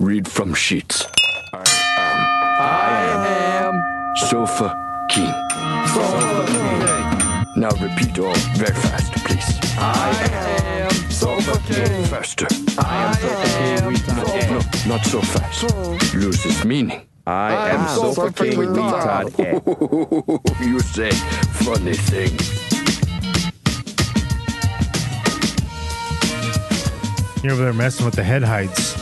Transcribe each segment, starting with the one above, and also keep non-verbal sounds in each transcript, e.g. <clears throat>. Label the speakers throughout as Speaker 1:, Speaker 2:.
Speaker 1: read from sheets. I am. I am. Sofa King. Sofa King. Now repeat all very fast, please. I am. Sofa King. Faster. I am Sofa King. No, no, not so fast. Loses meaning.
Speaker 2: I am so king with me, Todd.
Speaker 1: <laughs> you say funny thing.
Speaker 3: You're over there messing with the head heights.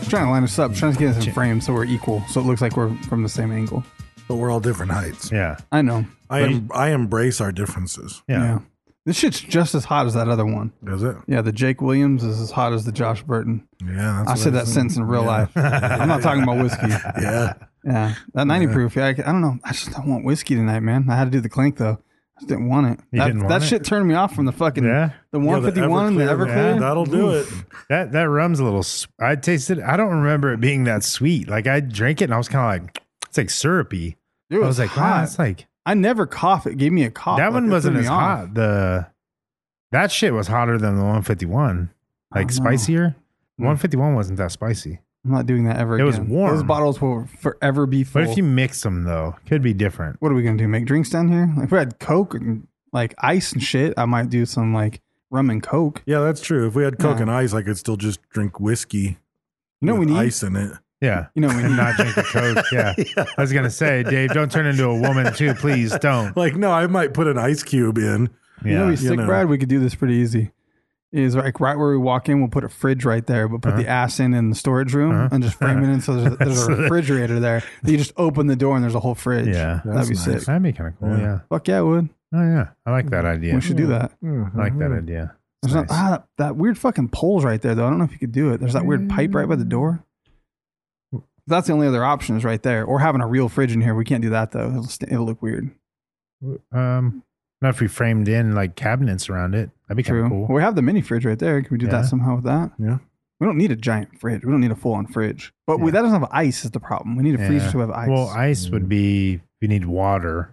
Speaker 4: I'm trying to line us up. I'm trying to get us in frame so we're equal. So it looks like we're from the same angle.
Speaker 2: But we're all different heights.
Speaker 3: Yeah.
Speaker 4: I know.
Speaker 2: I am. I embrace our differences.
Speaker 3: Yeah.
Speaker 4: This shit's just as hot as that other one.
Speaker 2: Is it?
Speaker 4: Yeah, the Jake Williams is as hot as the Josh Burton.
Speaker 2: Yeah. that's
Speaker 4: I
Speaker 2: what
Speaker 4: said that
Speaker 2: think.
Speaker 4: sentence in real
Speaker 2: Yeah.
Speaker 4: life. I'm not talking about
Speaker 3: <laughs>
Speaker 4: whiskey.
Speaker 2: Yeah.
Speaker 4: Yeah. That 90 proof. Yeah. I, I don't know. I just don't want whiskey tonight, man. I had to do the clink though. I just didn't want it.
Speaker 3: You
Speaker 4: that
Speaker 3: didn't want
Speaker 4: that
Speaker 3: it?
Speaker 4: shit turned me off from the fucking
Speaker 3: Yeah.
Speaker 4: the
Speaker 2: Yeah, the
Speaker 4: 151 and the
Speaker 2: Everclear,
Speaker 4: Everclear.
Speaker 2: man, That'll do it.
Speaker 3: That that rum's a little. s- I tasted. I don't remember it being that sweet. Like I drank it and I was kind of like, it's like syrupy.
Speaker 4: Dude,
Speaker 3: I was like, wow, it's like
Speaker 4: I never cough. It gave me a cough.
Speaker 3: that
Speaker 4: Like,
Speaker 3: one
Speaker 4: it
Speaker 3: wasn't
Speaker 4: threw me
Speaker 3: as
Speaker 4: off.
Speaker 3: hot. The that shit was hotter than the 151.
Speaker 4: I
Speaker 3: Like
Speaker 4: don't know.
Speaker 3: spicier.
Speaker 4: Hmm.
Speaker 3: 151 wasn't that spicy.
Speaker 4: I'm not doing that ever
Speaker 3: It
Speaker 4: again.
Speaker 3: was warm.
Speaker 4: Those bottles will forever be full.
Speaker 3: But if you mix them though, could be different.
Speaker 4: what are we gonna do? Make drinks down here? Like if we had Coke and like ice and shit, I might do some like rum and Coke.
Speaker 2: Yeah, that's true. If we had Coke
Speaker 4: Yeah.
Speaker 2: and ice, I could still just drink whiskey.
Speaker 4: You know
Speaker 2: with
Speaker 4: we need.
Speaker 2: ice in it.
Speaker 3: Yeah.
Speaker 4: You know we
Speaker 3: And
Speaker 4: need. <laughs>
Speaker 3: not drink the coke. Yeah. I was gonna say, Dave, don't turn into a woman too, please. Don't.
Speaker 2: Like, no, I might put an ice cube in.
Speaker 4: You know
Speaker 3: Yeah.
Speaker 4: we sick,
Speaker 2: know.
Speaker 4: Brad. We could do this pretty easy. Is like right where we walk in, we'll put a fridge right there, but put
Speaker 3: Uh-huh.
Speaker 4: the ass in in the storage room and just frame it in so
Speaker 3: <laughs>
Speaker 4: there's, there's a refrigerator there. You just open the door and there's a whole fridge.
Speaker 3: Yeah.
Speaker 4: that'd be
Speaker 2: That's nice.
Speaker 4: sick.
Speaker 3: That'd be kind of cool.
Speaker 2: Yeah.
Speaker 3: Yeah.
Speaker 4: Fuck yeah, it would.
Speaker 3: Oh yeah. I like that idea.
Speaker 4: We should do that.
Speaker 3: I like that idea. It's
Speaker 4: Mm-hmm. There's not,
Speaker 3: nice.
Speaker 4: ah, that, that weird fucking pole's right there, though. I don't know if you could do it. There's that weird pipe right by the door.
Speaker 3: Mm.
Speaker 4: That's the only other option is right there. Or having a real fridge in here. We can't do that, though. It'll, st- it'll look weird.
Speaker 3: Um, not if we framed in like cabinets around it. That'd be kind
Speaker 4: True.
Speaker 3: of cool.
Speaker 4: Well, we have the mini fridge right there. Can we do
Speaker 3: Yeah.
Speaker 4: that somehow with that?
Speaker 2: Yeah.
Speaker 4: We don't need a giant fridge. We don't need a full on fridge. But we,
Speaker 3: Yeah.
Speaker 4: that doesn't have ice, is the problem. We need a
Speaker 3: Yeah.
Speaker 4: freezer to have ice.
Speaker 3: Well, ice would be we need water.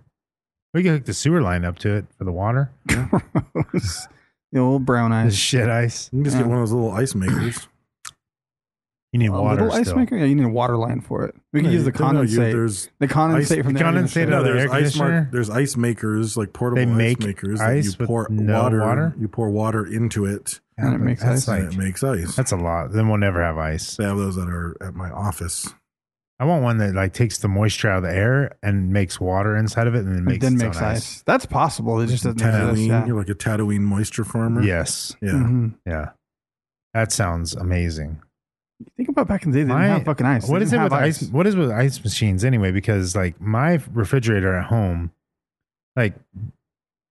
Speaker 3: We could hook the sewer line up to it for the water. <laughs>
Speaker 4: Gross. <laughs> the old brown
Speaker 3: This
Speaker 4: ice.
Speaker 3: shit ice.
Speaker 2: You can just
Speaker 4: Yeah.
Speaker 2: get one of those little ice
Speaker 3: <clears throat>
Speaker 2: makers.
Speaker 3: You need
Speaker 4: A
Speaker 3: water.
Speaker 4: little ice
Speaker 3: still.
Speaker 4: maker? Yeah, you need a water line for it. We can
Speaker 2: Yeah,
Speaker 4: use the
Speaker 2: you- no, no, you-
Speaker 4: condensate.
Speaker 2: there's
Speaker 4: the condensate
Speaker 2: ice-
Speaker 4: from
Speaker 3: the
Speaker 4: the air
Speaker 3: condensate
Speaker 4: conditioner.
Speaker 3: out
Speaker 2: no,
Speaker 3: of the
Speaker 2: there's
Speaker 3: air
Speaker 2: ice
Speaker 3: conditioner?
Speaker 2: there's ice makers like portable
Speaker 3: They
Speaker 2: ice
Speaker 3: make
Speaker 2: makers.
Speaker 3: ice
Speaker 2: that you
Speaker 3: with
Speaker 2: pour
Speaker 3: no water?
Speaker 2: You pour water into it,
Speaker 3: Yeah,
Speaker 4: And it
Speaker 3: but
Speaker 4: makes
Speaker 3: that's
Speaker 4: ice.
Speaker 2: and
Speaker 3: Like,
Speaker 2: it makes ice.
Speaker 3: that's a lot. Then we'll never have ice.
Speaker 2: They have those that are at my office.
Speaker 3: I want one that like takes the moisture out of the air and makes water inside of it, and then
Speaker 4: It
Speaker 3: makes
Speaker 4: then
Speaker 3: its
Speaker 4: makes
Speaker 3: own
Speaker 4: ice. That's possible. It just doesn't
Speaker 2: Tatooine.
Speaker 4: exist. Yeah.
Speaker 2: You're like a Tatooine moisture farmer.
Speaker 3: Yes.
Speaker 2: Yeah.
Speaker 4: Mhm.
Speaker 3: Yeah. That sounds amazing.
Speaker 4: Think about back in the day, they didn't have fucking ice. They
Speaker 3: What is it
Speaker 4: didn't
Speaker 3: with
Speaker 4: have
Speaker 3: ice? What is with ice machines anyway? Because like my refrigerator at home, like,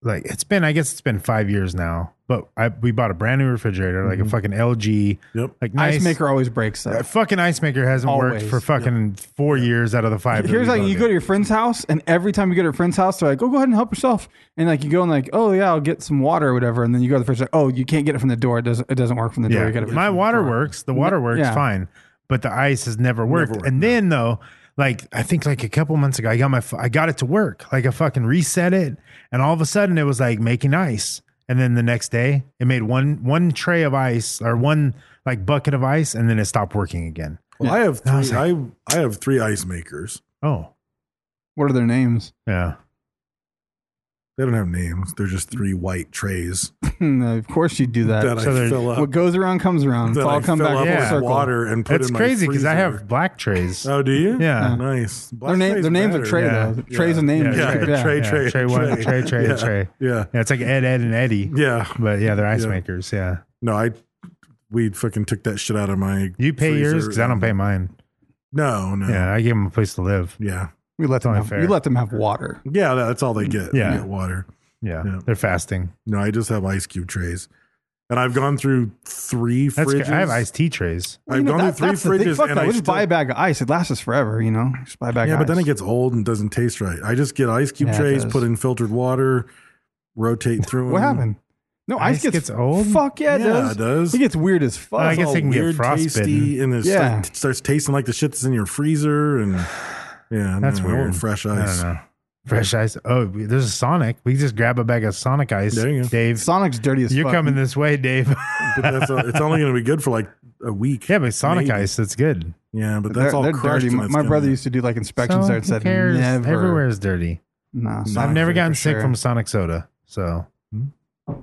Speaker 3: like it's been I guess it's been five years now. But I we bought a brand new refrigerator, like a fucking LG,
Speaker 2: Yep.
Speaker 3: like nice,
Speaker 4: Mm-hmm. Ice maker always breaks
Speaker 3: That
Speaker 4: that.
Speaker 3: fucking ice maker hasn't worked
Speaker 4: Always.
Speaker 3: for fucking four years out of the five. that
Speaker 4: Here's
Speaker 3: we've
Speaker 4: like
Speaker 3: owned
Speaker 4: you go
Speaker 3: it.
Speaker 4: to your friend's house, and every time you go to your friend's house, they're like, "Oh, go ahead and help yourself." And like you go and like, "Oh yeah, I'll get some water or whatever." And then you go to the fridge, like, "Oh, you can't get it from the door. It doesn't. It doesn't work from the door. You
Speaker 3: Yeah.
Speaker 4: gotta-
Speaker 3: My water works. The water works
Speaker 4: yeah.
Speaker 3: fine, but the ice has never worked. and then though, like I think like a couple months ago, I got my f- I got it to work. Like I fucking reset it, and all of a sudden it was like making ice. And then the next day, it made one one tray of ice or one like bucket of ice, and then it stopped working again.
Speaker 2: Well, I have
Speaker 3: I was
Speaker 2: three, I I have three ice makers.
Speaker 3: Oh
Speaker 4: What are their names? <laughs>
Speaker 3: yeah,
Speaker 2: They don't have names. They're just three white trays
Speaker 4: No, of course you do that.
Speaker 2: that
Speaker 3: so
Speaker 2: I
Speaker 3: they're-
Speaker 2: fill up.
Speaker 4: what goes around comes around.
Speaker 2: that
Speaker 4: It's all
Speaker 2: I
Speaker 4: come
Speaker 2: fill
Speaker 4: back
Speaker 2: up
Speaker 4: full
Speaker 2: with
Speaker 3: Yeah.
Speaker 4: circle.
Speaker 2: water and put
Speaker 3: that's
Speaker 2: in my
Speaker 3: crazy because I
Speaker 2: freezer.
Speaker 3: have black
Speaker 2: <laughs>
Speaker 3: trays.
Speaker 2: Oh, do you?
Speaker 3: Yeah.
Speaker 2: Nice. Black
Speaker 4: Their name.
Speaker 2: tray's
Speaker 4: Their names are
Speaker 2: better.
Speaker 4: Trey
Speaker 3: Yeah.
Speaker 4: though. Trey's a name.
Speaker 3: Yeah,
Speaker 2: Yeah,
Speaker 3: Trey,
Speaker 2: Trey,
Speaker 3: yeah,
Speaker 2: Trey,
Speaker 3: Trey one,
Speaker 2: Trey.
Speaker 3: Trey, Trey,
Speaker 2: Yeah,
Speaker 3: Trey.
Speaker 2: yeah.
Speaker 3: yeah, it's like Ed, Ed, and Eddie.
Speaker 2: Yeah.
Speaker 3: but yeah, they're ice
Speaker 2: Yeah.
Speaker 3: makers. Yeah,
Speaker 2: No, I we fucking took that shit out of my.
Speaker 3: you pay
Speaker 2: freezer
Speaker 3: yours because I don't
Speaker 2: and-
Speaker 3: pay mine.
Speaker 2: No, no.
Speaker 3: Yeah, I gave them a place to live.
Speaker 2: Yeah.
Speaker 4: We let them
Speaker 3: Totally
Speaker 4: have.
Speaker 3: fair.
Speaker 4: You let them have water.
Speaker 2: Yeah, that's all they get. They
Speaker 3: Yeah.
Speaker 2: get water.
Speaker 3: Yeah,
Speaker 2: Yeah.
Speaker 3: they're fasting.
Speaker 2: No, I just have ice cube trays. And I've gone through three
Speaker 3: That's
Speaker 2: fridges.
Speaker 3: good. I have iced tea trays.
Speaker 2: I've
Speaker 4: You know,
Speaker 2: gone
Speaker 4: that-
Speaker 2: through
Speaker 4: that's
Speaker 2: three
Speaker 4: the thing.
Speaker 2: fridges
Speaker 4: Fuck
Speaker 2: and
Speaker 4: that.
Speaker 2: I
Speaker 4: We just
Speaker 2: still,
Speaker 4: buy a bag of ice. It lasts us forever, you know. Just buy a bag.
Speaker 2: Yeah,
Speaker 4: of
Speaker 2: but then
Speaker 4: ice.
Speaker 2: it gets old and doesn't taste right. I just get ice cube
Speaker 4: Yeah, it
Speaker 2: trays,
Speaker 4: does.
Speaker 2: put in filtered water, rotate through.
Speaker 4: What
Speaker 2: them.
Speaker 4: happened? No, ice,
Speaker 3: Ice
Speaker 4: gets,
Speaker 3: gets old?
Speaker 4: Fuck yeah, it
Speaker 2: Yeah,
Speaker 4: does.
Speaker 2: it does.
Speaker 4: It gets weird as fuck.
Speaker 3: I
Speaker 2: It's
Speaker 3: guess
Speaker 2: all
Speaker 3: they can get
Speaker 2: weird, tasty,
Speaker 3: frostbitten.
Speaker 2: and it
Speaker 4: Yeah.
Speaker 2: start, starts tasting like the shit that's in your freezer,
Speaker 3: <sighs>
Speaker 2: and yeah,
Speaker 3: That's
Speaker 2: no, Mm, I want
Speaker 3: weird.
Speaker 2: Fresh
Speaker 3: I don't
Speaker 2: ice.
Speaker 3: know. Fresh ice. Oh, there's a Sonic. We can just grab a bag of Sonic ice.
Speaker 2: There you go.
Speaker 3: Dave,
Speaker 4: Sonic's dirty as
Speaker 3: you're
Speaker 4: fuck.
Speaker 3: coming this way, Dave.
Speaker 2: But that's <laughs> it's only going to be good for like a week.
Speaker 3: <laughs> yeah, but Sonic
Speaker 2: maybe.
Speaker 3: ice, that's good.
Speaker 2: Yeah, but
Speaker 4: They're-
Speaker 2: that's all
Speaker 4: they're
Speaker 2: crushed.
Speaker 4: dirty.
Speaker 2: and
Speaker 4: My,
Speaker 2: it's
Speaker 4: my
Speaker 2: gonna-
Speaker 4: brother used to do like inspections
Speaker 3: So,
Speaker 4: there and
Speaker 3: who
Speaker 4: said
Speaker 3: cares?
Speaker 4: never.
Speaker 3: Everywhere is dirty.
Speaker 4: Nah,
Speaker 3: I've
Speaker 4: Sonic
Speaker 3: never
Speaker 4: for
Speaker 3: gotten sick
Speaker 4: sure.
Speaker 3: from Sonic soda. So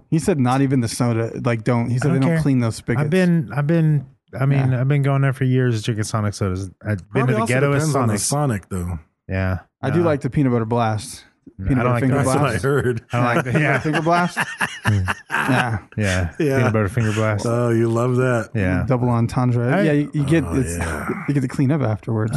Speaker 4: He said not even the soda. Like don't. He said
Speaker 3: I
Speaker 4: they
Speaker 3: don't
Speaker 4: don't
Speaker 3: care.
Speaker 4: clean those spigots.
Speaker 3: I've been, I've been, I mean,
Speaker 4: Yeah.
Speaker 3: I've been going there for years drinking Sonic sodas. I've been
Speaker 2: Probably
Speaker 3: to the
Speaker 2: also
Speaker 3: ghetto as
Speaker 2: depends on the
Speaker 3: Sonic.
Speaker 2: Sonic though.
Speaker 3: yeah.
Speaker 4: I do
Speaker 3: Nah.
Speaker 4: like the peanut butter blast. Peanut
Speaker 3: I don't
Speaker 4: butter
Speaker 3: like
Speaker 4: finger
Speaker 3: that.
Speaker 2: That's what I
Speaker 4: blast.
Speaker 2: heard.
Speaker 3: I don't like that.
Speaker 4: Yeah,
Speaker 3: Yeah.
Speaker 4: finger blast. yeah.
Speaker 3: Yeah.
Speaker 2: <laughs> Yeah.
Speaker 3: Peanut butter finger blast.
Speaker 2: Oh, you love that.
Speaker 3: yeah. <laughs>
Speaker 4: Double entendre.
Speaker 3: I-
Speaker 4: yeah, you, you get it's,
Speaker 2: yeah.
Speaker 4: you get to clean up afterwards.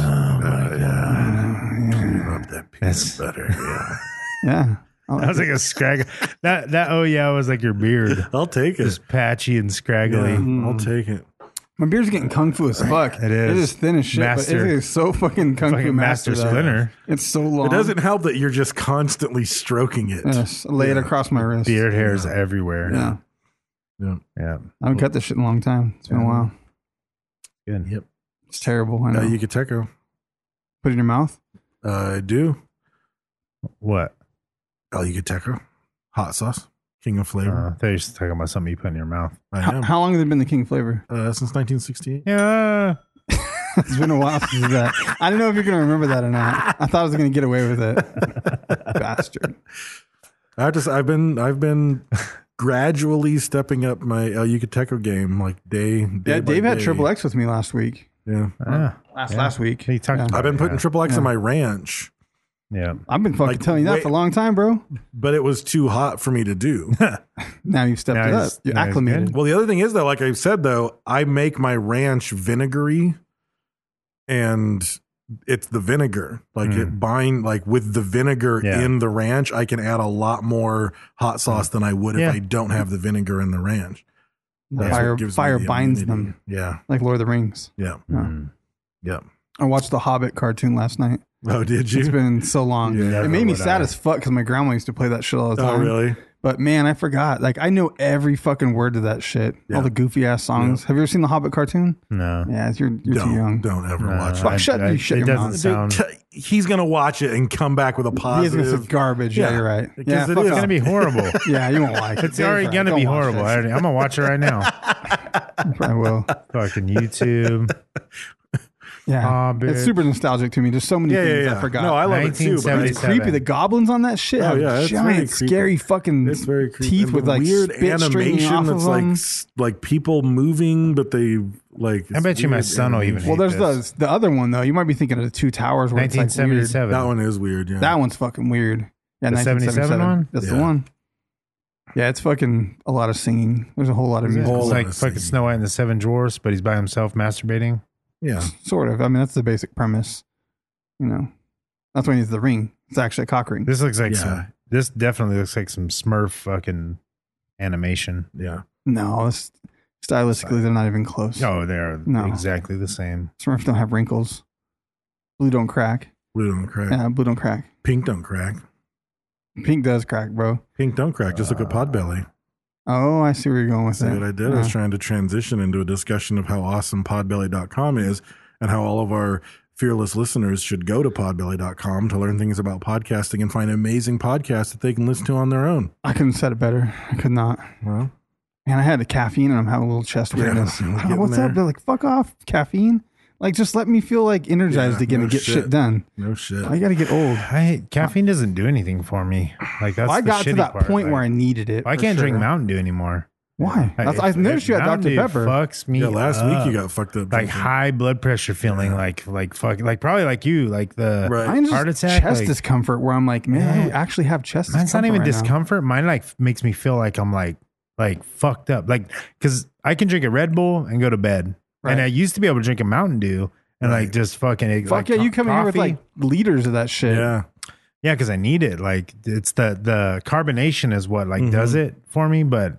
Speaker 2: Love that peanut
Speaker 3: That's-
Speaker 2: butter. Yeah,
Speaker 4: yeah. Oh, I
Speaker 3: That
Speaker 4: like
Speaker 3: was like a scrag. That that oh yeah was like your beard,
Speaker 2: I'll take it.
Speaker 3: just patchy and scraggly.
Speaker 2: Yeah,
Speaker 4: Mm.
Speaker 2: I'll take it.
Speaker 4: My beard's getting kung fu as fuck.
Speaker 3: It is.
Speaker 4: It is thin as shit.
Speaker 3: Master.
Speaker 4: But it is so fucking kung fu
Speaker 3: Fucking
Speaker 4: master.
Speaker 3: master
Speaker 4: though.
Speaker 3: splinter,
Speaker 4: It's so long.
Speaker 2: It doesn't help that you're just constantly stroking it.
Speaker 3: <laughs>
Speaker 4: Yes, I lay it across my wrist.
Speaker 3: beard hairs everywhere.
Speaker 4: Yeah.
Speaker 2: Yeah.
Speaker 3: yeah,
Speaker 4: I haven't cut this shit in a long time. It's been a while.
Speaker 3: good.
Speaker 2: Yep.
Speaker 4: It's terrible. I know.
Speaker 2: Uh, Yucateco.
Speaker 4: Put it in your mouth.
Speaker 2: Uh, I do.
Speaker 3: What?
Speaker 2: El Yucateco. Hot sauce. King of
Speaker 3: Uh,
Speaker 2: flavor.
Speaker 3: I thought you were just talking about something you put in your mouth.
Speaker 2: I
Speaker 4: How,
Speaker 2: am.
Speaker 4: how long has it been the king flavor? <laughs>
Speaker 2: uh, since 1968.
Speaker 3: Yeah,
Speaker 4: It's been a while since that. I don't know if you're gonna remember that or not. I thought I was gonna get away with
Speaker 3: <laughs>
Speaker 4: it. Bastard.
Speaker 2: I have to say, I've been, I've
Speaker 3: <laughs>
Speaker 2: been gradually stepping up my El Yucateco game like day, day
Speaker 4: Yeah,
Speaker 2: by
Speaker 4: Dave had
Speaker 2: day.
Speaker 4: triple X with me last week.
Speaker 2: Yeah.
Speaker 3: Ah,
Speaker 4: Last last week.
Speaker 3: he talked.
Speaker 4: Yeah.
Speaker 3: About
Speaker 2: I've been
Speaker 3: it,
Speaker 2: putting
Speaker 3: yeah.
Speaker 2: triple X
Speaker 4: Yeah.
Speaker 2: in my ranch,
Speaker 3: Yeah,
Speaker 4: I've been fucking
Speaker 2: Like,
Speaker 4: telling you that
Speaker 2: wait-
Speaker 4: for a long time, bro.
Speaker 2: but it was too hot for me to do.
Speaker 4: Now you've stepped
Speaker 3: Now
Speaker 4: it up.
Speaker 3: he's-
Speaker 4: You're
Speaker 3: now he's
Speaker 4: acclimated.
Speaker 3: good.
Speaker 2: Well, the other thing is though, like I've said though, I make my ranch vinegary, and it's the vinegar. Like it bind like with the vinegar
Speaker 3: Mm. Yeah. Mm.
Speaker 2: in the ranch, I can add a lot more hot sauce than I would
Speaker 3: Yeah.
Speaker 2: if I don't have the vinegar in the ranch.
Speaker 4: The
Speaker 2: That's what
Speaker 4: fire
Speaker 2: gives me
Speaker 4: fire
Speaker 2: the
Speaker 4: binds
Speaker 2: immunity.
Speaker 4: them
Speaker 2: Yeah,
Speaker 4: like Lord of the Rings.
Speaker 2: yeah,
Speaker 3: Mm.
Speaker 2: yeah.
Speaker 4: I watched the Hobbit cartoon last night.
Speaker 2: <laughs> Oh, did you?
Speaker 4: It's been so long.
Speaker 2: Yeah.
Speaker 4: it
Speaker 2: Never
Speaker 4: made me
Speaker 3: would
Speaker 4: sad
Speaker 3: I.
Speaker 4: as fuck because my grandma used to play that shit all the
Speaker 2: oh,
Speaker 4: time.
Speaker 2: really?
Speaker 4: But man, I forgot. Like I know every fucking word to that shit. All
Speaker 2: Yeah.
Speaker 4: the goofy ass songs. Have you ever seen the Hobbit cartoon?
Speaker 3: No,
Speaker 4: Yeah, it's- you're you're too young.
Speaker 2: Don't don't ever
Speaker 3: No,
Speaker 2: watch
Speaker 4: Fuck,
Speaker 3: I-
Speaker 4: shut-
Speaker 3: I-
Speaker 4: you shut
Speaker 3: it
Speaker 4: your
Speaker 3: doesn't
Speaker 4: mouth.
Speaker 3: sound.
Speaker 2: it. T- He's gonna watch it and come back with a
Speaker 4: He is
Speaker 2: positive.
Speaker 4: gonna say garbage. Yeah,
Speaker 2: Yeah.
Speaker 4: you're right.
Speaker 2: Because
Speaker 4: Yeah,
Speaker 2: it
Speaker 4: fuck
Speaker 2: is
Speaker 4: off.
Speaker 3: It's gonna be horrible.
Speaker 4: <laughs> Yeah, you
Speaker 3: <laughs>
Speaker 4: won't like it.
Speaker 3: It's already
Speaker 4: Dave's right.
Speaker 3: gonna
Speaker 4: Don't
Speaker 3: be
Speaker 4: watch
Speaker 3: horrible. I
Speaker 4: this.
Speaker 3: already, I'm gonna watch it right
Speaker 4: <laughs>
Speaker 3: now. <laughs>
Speaker 4: I will.
Speaker 3: Fucking YouTube.
Speaker 4: Yeah,
Speaker 3: Hobbit.
Speaker 4: it's super nostalgic to me. There's so many
Speaker 2: yeah, yeah,
Speaker 4: things
Speaker 2: yeah.
Speaker 4: I forgot.
Speaker 2: No, I love it too. But I-
Speaker 3: 1970s.
Speaker 4: it's creepy. The goblins on that shit have
Speaker 2: Oh, yeah, it's very
Speaker 4: giant,
Speaker 2: creepy.
Speaker 4: scary fucking
Speaker 2: It's very creepy.
Speaker 4: teeth
Speaker 2: And
Speaker 4: with
Speaker 2: the
Speaker 4: like
Speaker 2: weird
Speaker 4: spit streaming
Speaker 2: animation
Speaker 4: off
Speaker 2: that's
Speaker 4: of
Speaker 2: like
Speaker 4: them.
Speaker 2: s- like people moving, but they like.
Speaker 3: I bet
Speaker 2: it's
Speaker 3: you my
Speaker 2: weird
Speaker 3: son will even
Speaker 2: animation.
Speaker 4: Well, there's
Speaker 3: hate
Speaker 4: the the other one though. You might be thinking of the two towers. Where it's, like, weird.
Speaker 3: 1977.
Speaker 2: That one is weird. Yeah,
Speaker 4: That one's fucking weird. Yeah,
Speaker 3: The
Speaker 4: 1977
Speaker 3: 77 one?
Speaker 4: That's the
Speaker 2: Yeah.
Speaker 4: one. Yeah, it's fucking a lot of singing. There's a whole lot of music.
Speaker 2: Whole
Speaker 3: It's
Speaker 2: lot
Speaker 3: like
Speaker 2: of
Speaker 3: fucking
Speaker 2: singing.
Speaker 3: Snow White and the Seven Dwarfs, but he's by himself masturbating.
Speaker 2: yeah.
Speaker 4: Sort of. I mean, that's the basic premise. You know, that's when he's the ring. It's actually a cock ring.
Speaker 3: This looks like
Speaker 2: Yeah.
Speaker 3: some. This definitely looks like some Smurf fucking animation.
Speaker 2: Yeah,
Speaker 4: No, it's, stylistically, they're not even close.
Speaker 3: No, they're
Speaker 4: No.
Speaker 3: Oh, exactly the same.
Speaker 4: Smurfs don't have wrinkles. Blue don't crack.
Speaker 2: blue don't crack.
Speaker 4: Yeah, blue don't crack.
Speaker 2: Pink don't crack.
Speaker 4: Pink does crack, bro.
Speaker 2: Pink don't crack. Just look at
Speaker 3: Uh,
Speaker 2: Podbelly.
Speaker 4: Oh, I see where you're going with
Speaker 2: See
Speaker 4: that.
Speaker 2: what I did? I
Speaker 4: Yeah.
Speaker 2: was trying to transition into a discussion of how awesome Podbelly.com is and how all of our fearless listeners should go to Podbelly.com to learn things about podcasting and find amazing podcasts that they can listen to on their own.
Speaker 4: Uh, I couldn't have said it better. I could not.
Speaker 2: Well,
Speaker 4: And I had the caffeine and I'm having a little chest
Speaker 3: <laughs>
Speaker 2: Yeah,
Speaker 4: weirdness.
Speaker 2: we're
Speaker 4: I don't know
Speaker 2: getting
Speaker 4: <laughs> what's
Speaker 2: there.
Speaker 4: up? They're like, fuck off, caffeine. Like, just let me feel like energized
Speaker 2: Yeah,
Speaker 4: again
Speaker 2: no
Speaker 4: and get shit,
Speaker 2: shit.
Speaker 4: done.
Speaker 2: no shit.
Speaker 4: I got to get old.
Speaker 3: I hate caffeine. Doesn't do anything for me. Like that's.
Speaker 4: Well, I
Speaker 3: the
Speaker 4: got to
Speaker 3: shitty
Speaker 4: that
Speaker 3: part.
Speaker 4: point
Speaker 3: Like,
Speaker 4: where I needed it.
Speaker 3: I
Speaker 4: for
Speaker 3: can't drink
Speaker 4: sure.
Speaker 3: Mountain Dew anymore.
Speaker 4: Why? That's, I
Speaker 3: It-
Speaker 4: noticed you had
Speaker 3: Mountain
Speaker 4: Dr.
Speaker 3: Dew
Speaker 4: Pepper.
Speaker 3: Fucks me.
Speaker 2: yeah, last
Speaker 3: up.
Speaker 4: uh,
Speaker 2: week you got fucked up.
Speaker 3: like
Speaker 2: drinking.
Speaker 3: high blood pressure feeling, like like fuck, like probably like you, like the
Speaker 2: Right.
Speaker 4: Mine's just
Speaker 3: heart attack.
Speaker 4: chest
Speaker 3: like,
Speaker 4: discomfort where I'm like, man, I
Speaker 3: Yeah.
Speaker 4: don't actually have chest
Speaker 3: Mine's not
Speaker 4: discomfort.
Speaker 3: even
Speaker 4: right now.
Speaker 3: discomfort. Mine like f- makes me feel like I'm like like fucked up. Like because I can drink a Red Bull and go to bed,
Speaker 4: Right.
Speaker 3: and I used to be able to drink a Mountain Dew and like
Speaker 2: Right.
Speaker 3: just fucking it-
Speaker 4: Fuck
Speaker 3: like,
Speaker 4: yeah,
Speaker 3: co-
Speaker 4: you coming here with
Speaker 3: coffee.
Speaker 4: like liters of that shit.
Speaker 2: Yeah.
Speaker 3: yeah
Speaker 4: Mm-hmm.
Speaker 3: because I need it. Like it's the the carbonation is what like does it for me, but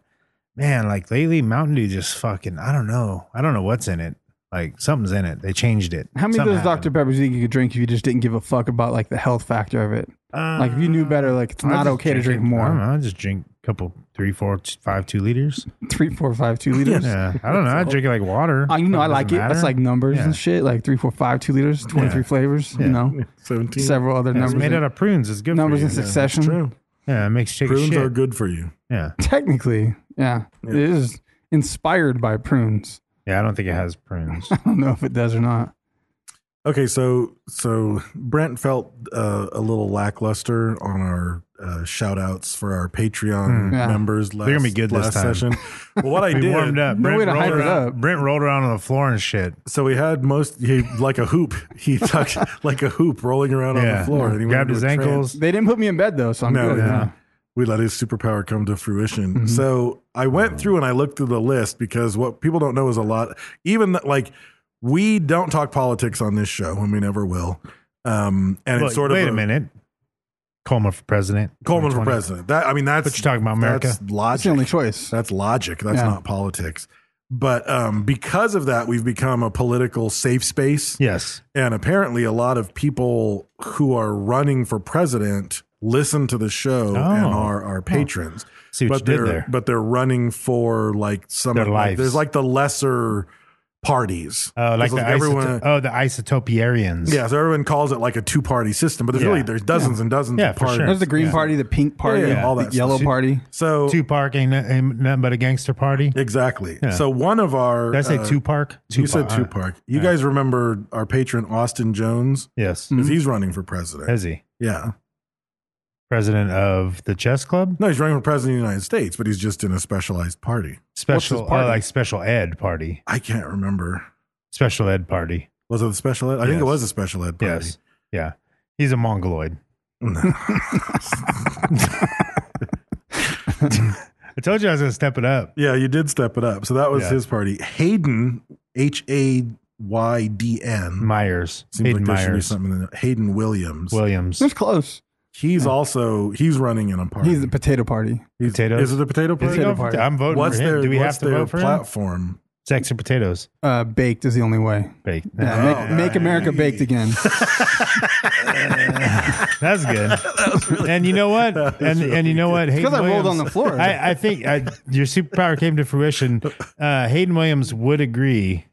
Speaker 3: man, like lately Mountain Dew just fucking I don't know. I don't know what's in it. Like something's in it. They changed it.
Speaker 4: How many of
Speaker 3: Something
Speaker 4: those
Speaker 3: happened.
Speaker 4: Dr. Peppers do you think you could drink if you just didn't give a fuck about like the health factor of it? like if you knew better, like it's
Speaker 3: I'll
Speaker 4: not
Speaker 3: Uh, just
Speaker 4: okay to drink
Speaker 3: it. I don't
Speaker 4: more.
Speaker 3: know. I just drink a couple, three, four, t- five, two
Speaker 4: <laughs>
Speaker 3: liters.
Speaker 4: Three, four, five, two
Speaker 3: <laughs>
Speaker 4: liters.
Speaker 3: Yeah, I don't know. I drink it like water.
Speaker 4: I, Oh, you know, I
Speaker 3: Doesn't
Speaker 4: like it. That's
Speaker 3: matter.
Speaker 4: like numbers
Speaker 3: Yeah.
Speaker 4: and shit. Like three, four, five, two liters, twenty-three
Speaker 3: Yeah.
Speaker 4: flavors.
Speaker 3: Yeah.
Speaker 4: You <laughs> know,
Speaker 2: 17.
Speaker 4: several other
Speaker 3: Yeah,
Speaker 4: numbers.
Speaker 3: it's made
Speaker 4: in-
Speaker 3: out of prunes. It's good.
Speaker 4: numbers
Speaker 3: for
Speaker 4: in
Speaker 3: you.
Speaker 4: succession.
Speaker 2: True.
Speaker 3: Yeah, it makes chicken
Speaker 2: Prunes
Speaker 3: shit.
Speaker 2: are good for you.
Speaker 3: Yeah,
Speaker 4: Technically, yeah, it is inspired by prunes. <laughs>
Speaker 3: yeah. I don't think it has prunes.
Speaker 4: I don't know if it does or not.
Speaker 2: Okay, so so Brent felt uh, a little lackluster on our uh, shout outs for our Patreon
Speaker 4: Yeah.
Speaker 2: members last,
Speaker 3: Hmm. gonna be good this
Speaker 2: last
Speaker 3: time.
Speaker 2: session. Well,
Speaker 3: <laughs>
Speaker 2: what I
Speaker 3: We
Speaker 2: did,
Speaker 3: warmed up.
Speaker 4: No
Speaker 3: Brent
Speaker 4: way to
Speaker 3: rolled
Speaker 4: hype it
Speaker 3: around-
Speaker 4: up.
Speaker 3: Brent rolled around on the floor and shit.
Speaker 2: so he had most, he like a hoop, he tuck <laughs> like a hoop rolling around on
Speaker 3: Yeah,
Speaker 2: the floor. And he went
Speaker 3: grabbed
Speaker 2: into
Speaker 3: his
Speaker 2: a trance.
Speaker 3: ankles.
Speaker 4: They didn't put me in bed though, so I'm
Speaker 2: No,
Speaker 4: good.
Speaker 2: yeah. we let his superpower come to fruition.
Speaker 3: Mm-hmm.
Speaker 2: So I went through and I looked through the list because what people don't know is a lot. Even th- like we don't talk politics on this show, and we never will. Um, and
Speaker 3: Look,
Speaker 2: it's sort of
Speaker 3: wait a minute. Coleman for president.
Speaker 2: Coleman for
Speaker 3: 2020.
Speaker 2: president. That I mean, that's
Speaker 3: What you talking about, America?
Speaker 2: That's
Speaker 4: That's the only
Speaker 2: logic.
Speaker 4: choice.
Speaker 2: That's logic. That's
Speaker 4: Yeah.
Speaker 2: not politics. But um, because of that, we've become a political safe space.
Speaker 3: Yes.
Speaker 2: And apparently, a lot of people who are running for president listen to the show and are our patrons.
Speaker 3: Oh. See what
Speaker 2: but
Speaker 3: you did
Speaker 2: they're
Speaker 3: there.
Speaker 2: but they're running for like some
Speaker 3: Their
Speaker 2: of, like,
Speaker 3: lives.
Speaker 2: there's like the lesser parties.
Speaker 3: Oh, like
Speaker 2: Because,
Speaker 3: the
Speaker 2: everyone.
Speaker 3: isoto- oh the isotopiarians.
Speaker 2: yeah, so everyone calls it like a two party system, but there's
Speaker 3: Oh. Yeah.
Speaker 2: really there's dozens and dozens
Speaker 3: Yeah,
Speaker 2: of
Speaker 3: for
Speaker 2: parties.
Speaker 3: sure.
Speaker 4: There's the green
Speaker 3: Yeah.
Speaker 4: party, the pink party,
Speaker 2: Yeah, yeah, all
Speaker 4: the
Speaker 2: that
Speaker 4: yellow
Speaker 2: stuff.
Speaker 4: party.
Speaker 2: So
Speaker 3: Two park ain't, no- ain't nothing but a gangster party. Did
Speaker 2: exactly.
Speaker 3: Yeah.
Speaker 2: So one of our
Speaker 3: I say
Speaker 2: uh,
Speaker 3: two park? Two
Speaker 2: you said two park. You guys remember our patron Austin Jones?
Speaker 3: Yes.
Speaker 2: 'Cause he's running for president.
Speaker 3: Is he
Speaker 2: yeah.
Speaker 3: president of the chess club?
Speaker 2: No, he's running for president of the United States, but he's just in a specialized party.
Speaker 3: Special
Speaker 4: his party?
Speaker 3: oh, like special ed party.
Speaker 2: I can't remember.
Speaker 3: Special ed party.
Speaker 2: Was it a special ed? I think it
Speaker 3: Yes.
Speaker 2: was a special ed party.
Speaker 3: Yes. Yeah. He's a mongoloid. I told you I was gonna step it up.
Speaker 2: <laughs> Yeah, you did step it up. So that was
Speaker 3: Yeah.
Speaker 2: his party. Hayden, H A Y D N.
Speaker 3: Myers.
Speaker 2: Seems
Speaker 3: Hayden
Speaker 2: like there should be
Speaker 3: Myers.
Speaker 2: something in there. Hayden Williams. <laughs>
Speaker 3: Williams.
Speaker 4: It's close.
Speaker 2: he's also he's running in a party.
Speaker 4: He's the potato party.
Speaker 2: He's-
Speaker 3: potatoes.
Speaker 2: Is it the potato
Speaker 3: Is
Speaker 2: party?
Speaker 3: he going for-
Speaker 4: party.
Speaker 3: I'm voting
Speaker 2: What's
Speaker 3: for him.
Speaker 2: their
Speaker 3: Do we have
Speaker 2: what's
Speaker 3: to
Speaker 2: their
Speaker 3: vote for him?
Speaker 2: platform?
Speaker 3: Sex and potatoes.
Speaker 4: Uh, baked is the only way.
Speaker 2: <laughs>
Speaker 3: Baked.
Speaker 4: Yeah, make, make America baked again.
Speaker 3: <laughs> That's good. and you know what? and and you know what? Hayden
Speaker 4: because I rolled on the floor.
Speaker 3: I, I think I, your superpower came to fruition. Uh, Hayden Williams would agree.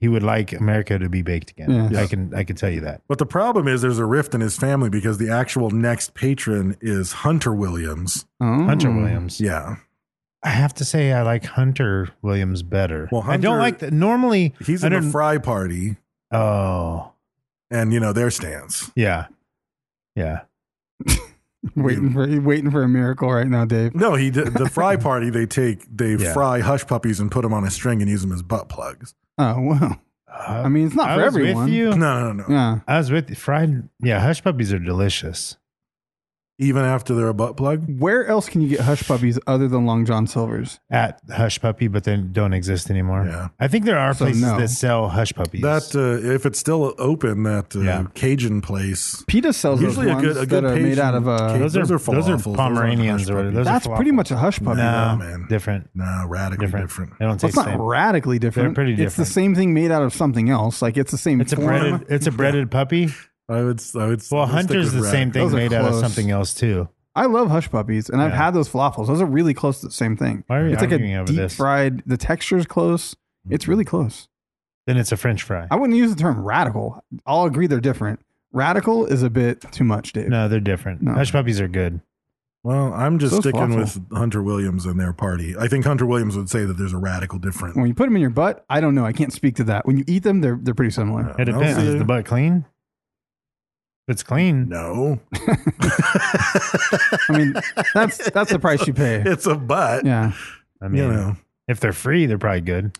Speaker 3: He would like America to be baked again.
Speaker 4: Yes.
Speaker 3: I can I can tell you that.
Speaker 2: But the problem is there's a rift in his family because the actual next patron is Hunter Williams.
Speaker 4: Oh.
Speaker 3: Hunter Williams.
Speaker 2: Yeah.
Speaker 3: I have to say I like Hunter Williams better.
Speaker 2: Well,
Speaker 3: I don't
Speaker 2: Hunter-
Speaker 3: like that. Normally
Speaker 2: He's
Speaker 3: I
Speaker 2: in the
Speaker 3: don't-
Speaker 2: Fry party
Speaker 3: Oh
Speaker 2: and you know their stance.
Speaker 3: yeah, yeah.
Speaker 4: Waiting for waiting for a miracle right now, Dave.
Speaker 2: No, he did, the
Speaker 4: <laughs>
Speaker 2: Fry party they take they
Speaker 3: Yeah.
Speaker 2: fry hush puppies and put them on a string and use them as butt plugs.
Speaker 4: Oh wow. I mean, it's not
Speaker 3: I
Speaker 4: for
Speaker 3: was with
Speaker 4: everyone.
Speaker 3: you.
Speaker 2: No,
Speaker 4: <laughs>
Speaker 2: no, no, no.
Speaker 4: Yeah.
Speaker 3: I was with fried. Yeah, hush puppies are delicious.
Speaker 2: Even after they're a butt plug?
Speaker 4: Where else can you get hush puppies other than Long John Silver's?
Speaker 3: at Hush Puppy, but they don't exist anymore.
Speaker 2: Yeah.
Speaker 3: I think there are
Speaker 4: So,
Speaker 3: places
Speaker 4: no.
Speaker 3: that sell Hush Puppies.
Speaker 2: That uh, if it's still open that uh,
Speaker 3: Yeah.
Speaker 2: Cajun place.
Speaker 4: PETA sells
Speaker 2: Usually a
Speaker 4: those ones
Speaker 2: good- a good
Speaker 4: that are made
Speaker 2: Cajun
Speaker 4: out of
Speaker 2: cake.
Speaker 4: uh,
Speaker 3: those, are,
Speaker 2: those are
Speaker 3: those are
Speaker 2: falafels. Those
Speaker 3: Pomeranians
Speaker 2: aren't Hush
Speaker 3: or whatever. Those
Speaker 4: That's
Speaker 3: are
Speaker 4: pretty
Speaker 3: falafels.
Speaker 4: much a hush puppy,
Speaker 3: No,
Speaker 2: though, man.
Speaker 3: different,
Speaker 2: No, radically
Speaker 3: different,
Speaker 2: different.
Speaker 3: They don't
Speaker 4: That's
Speaker 3: taste
Speaker 4: not
Speaker 3: the same.
Speaker 4: radically different.
Speaker 3: They're pretty
Speaker 4: It's the
Speaker 3: different.
Speaker 4: same thing made out of something else. Like it's the same.
Speaker 3: It's a
Speaker 4: form.
Speaker 3: breaded. It's a breaded puppy.
Speaker 2: I would I would
Speaker 3: Well,
Speaker 2: I would stick
Speaker 3: Hunter's
Speaker 2: with
Speaker 3: the
Speaker 2: rad.
Speaker 3: same thing
Speaker 4: Those are
Speaker 3: made out of
Speaker 4: close.
Speaker 3: something else too.
Speaker 4: I love hush puppies, and I've
Speaker 3: Yeah.
Speaker 4: had those falafels. Those are really close to the same thing.
Speaker 3: Why are we
Speaker 4: it's like
Speaker 3: arguing
Speaker 4: a
Speaker 3: over
Speaker 4: deep
Speaker 3: this?
Speaker 4: fried. The texture's close. It's really close.
Speaker 3: Then it's a French fry.
Speaker 4: I wouldn't use the term radical. I'll agree they're different. Radical is a bit too much, Dave.
Speaker 3: no, they're different.
Speaker 4: No.
Speaker 3: Hush puppies are good.
Speaker 2: Well, I'm just
Speaker 4: So
Speaker 2: sticking
Speaker 4: falafel.
Speaker 2: with Hunter Williams and their party. I think Hunter Williams would say that there's a radical difference.
Speaker 4: When you put them in your butt, I don't know. I can't speak to that. When you eat them, they're they're pretty similar.
Speaker 3: It
Speaker 2: No,
Speaker 3: depends.
Speaker 2: see?
Speaker 3: Is the butt clean? If it's clean,
Speaker 2: No, <laughs>
Speaker 4: I
Speaker 3: <laughs>
Speaker 4: mean, that's that's the price you pay.
Speaker 2: it's a butt.
Speaker 4: Yeah.
Speaker 3: I mean,
Speaker 2: You know.
Speaker 3: if they're free, they're probably good.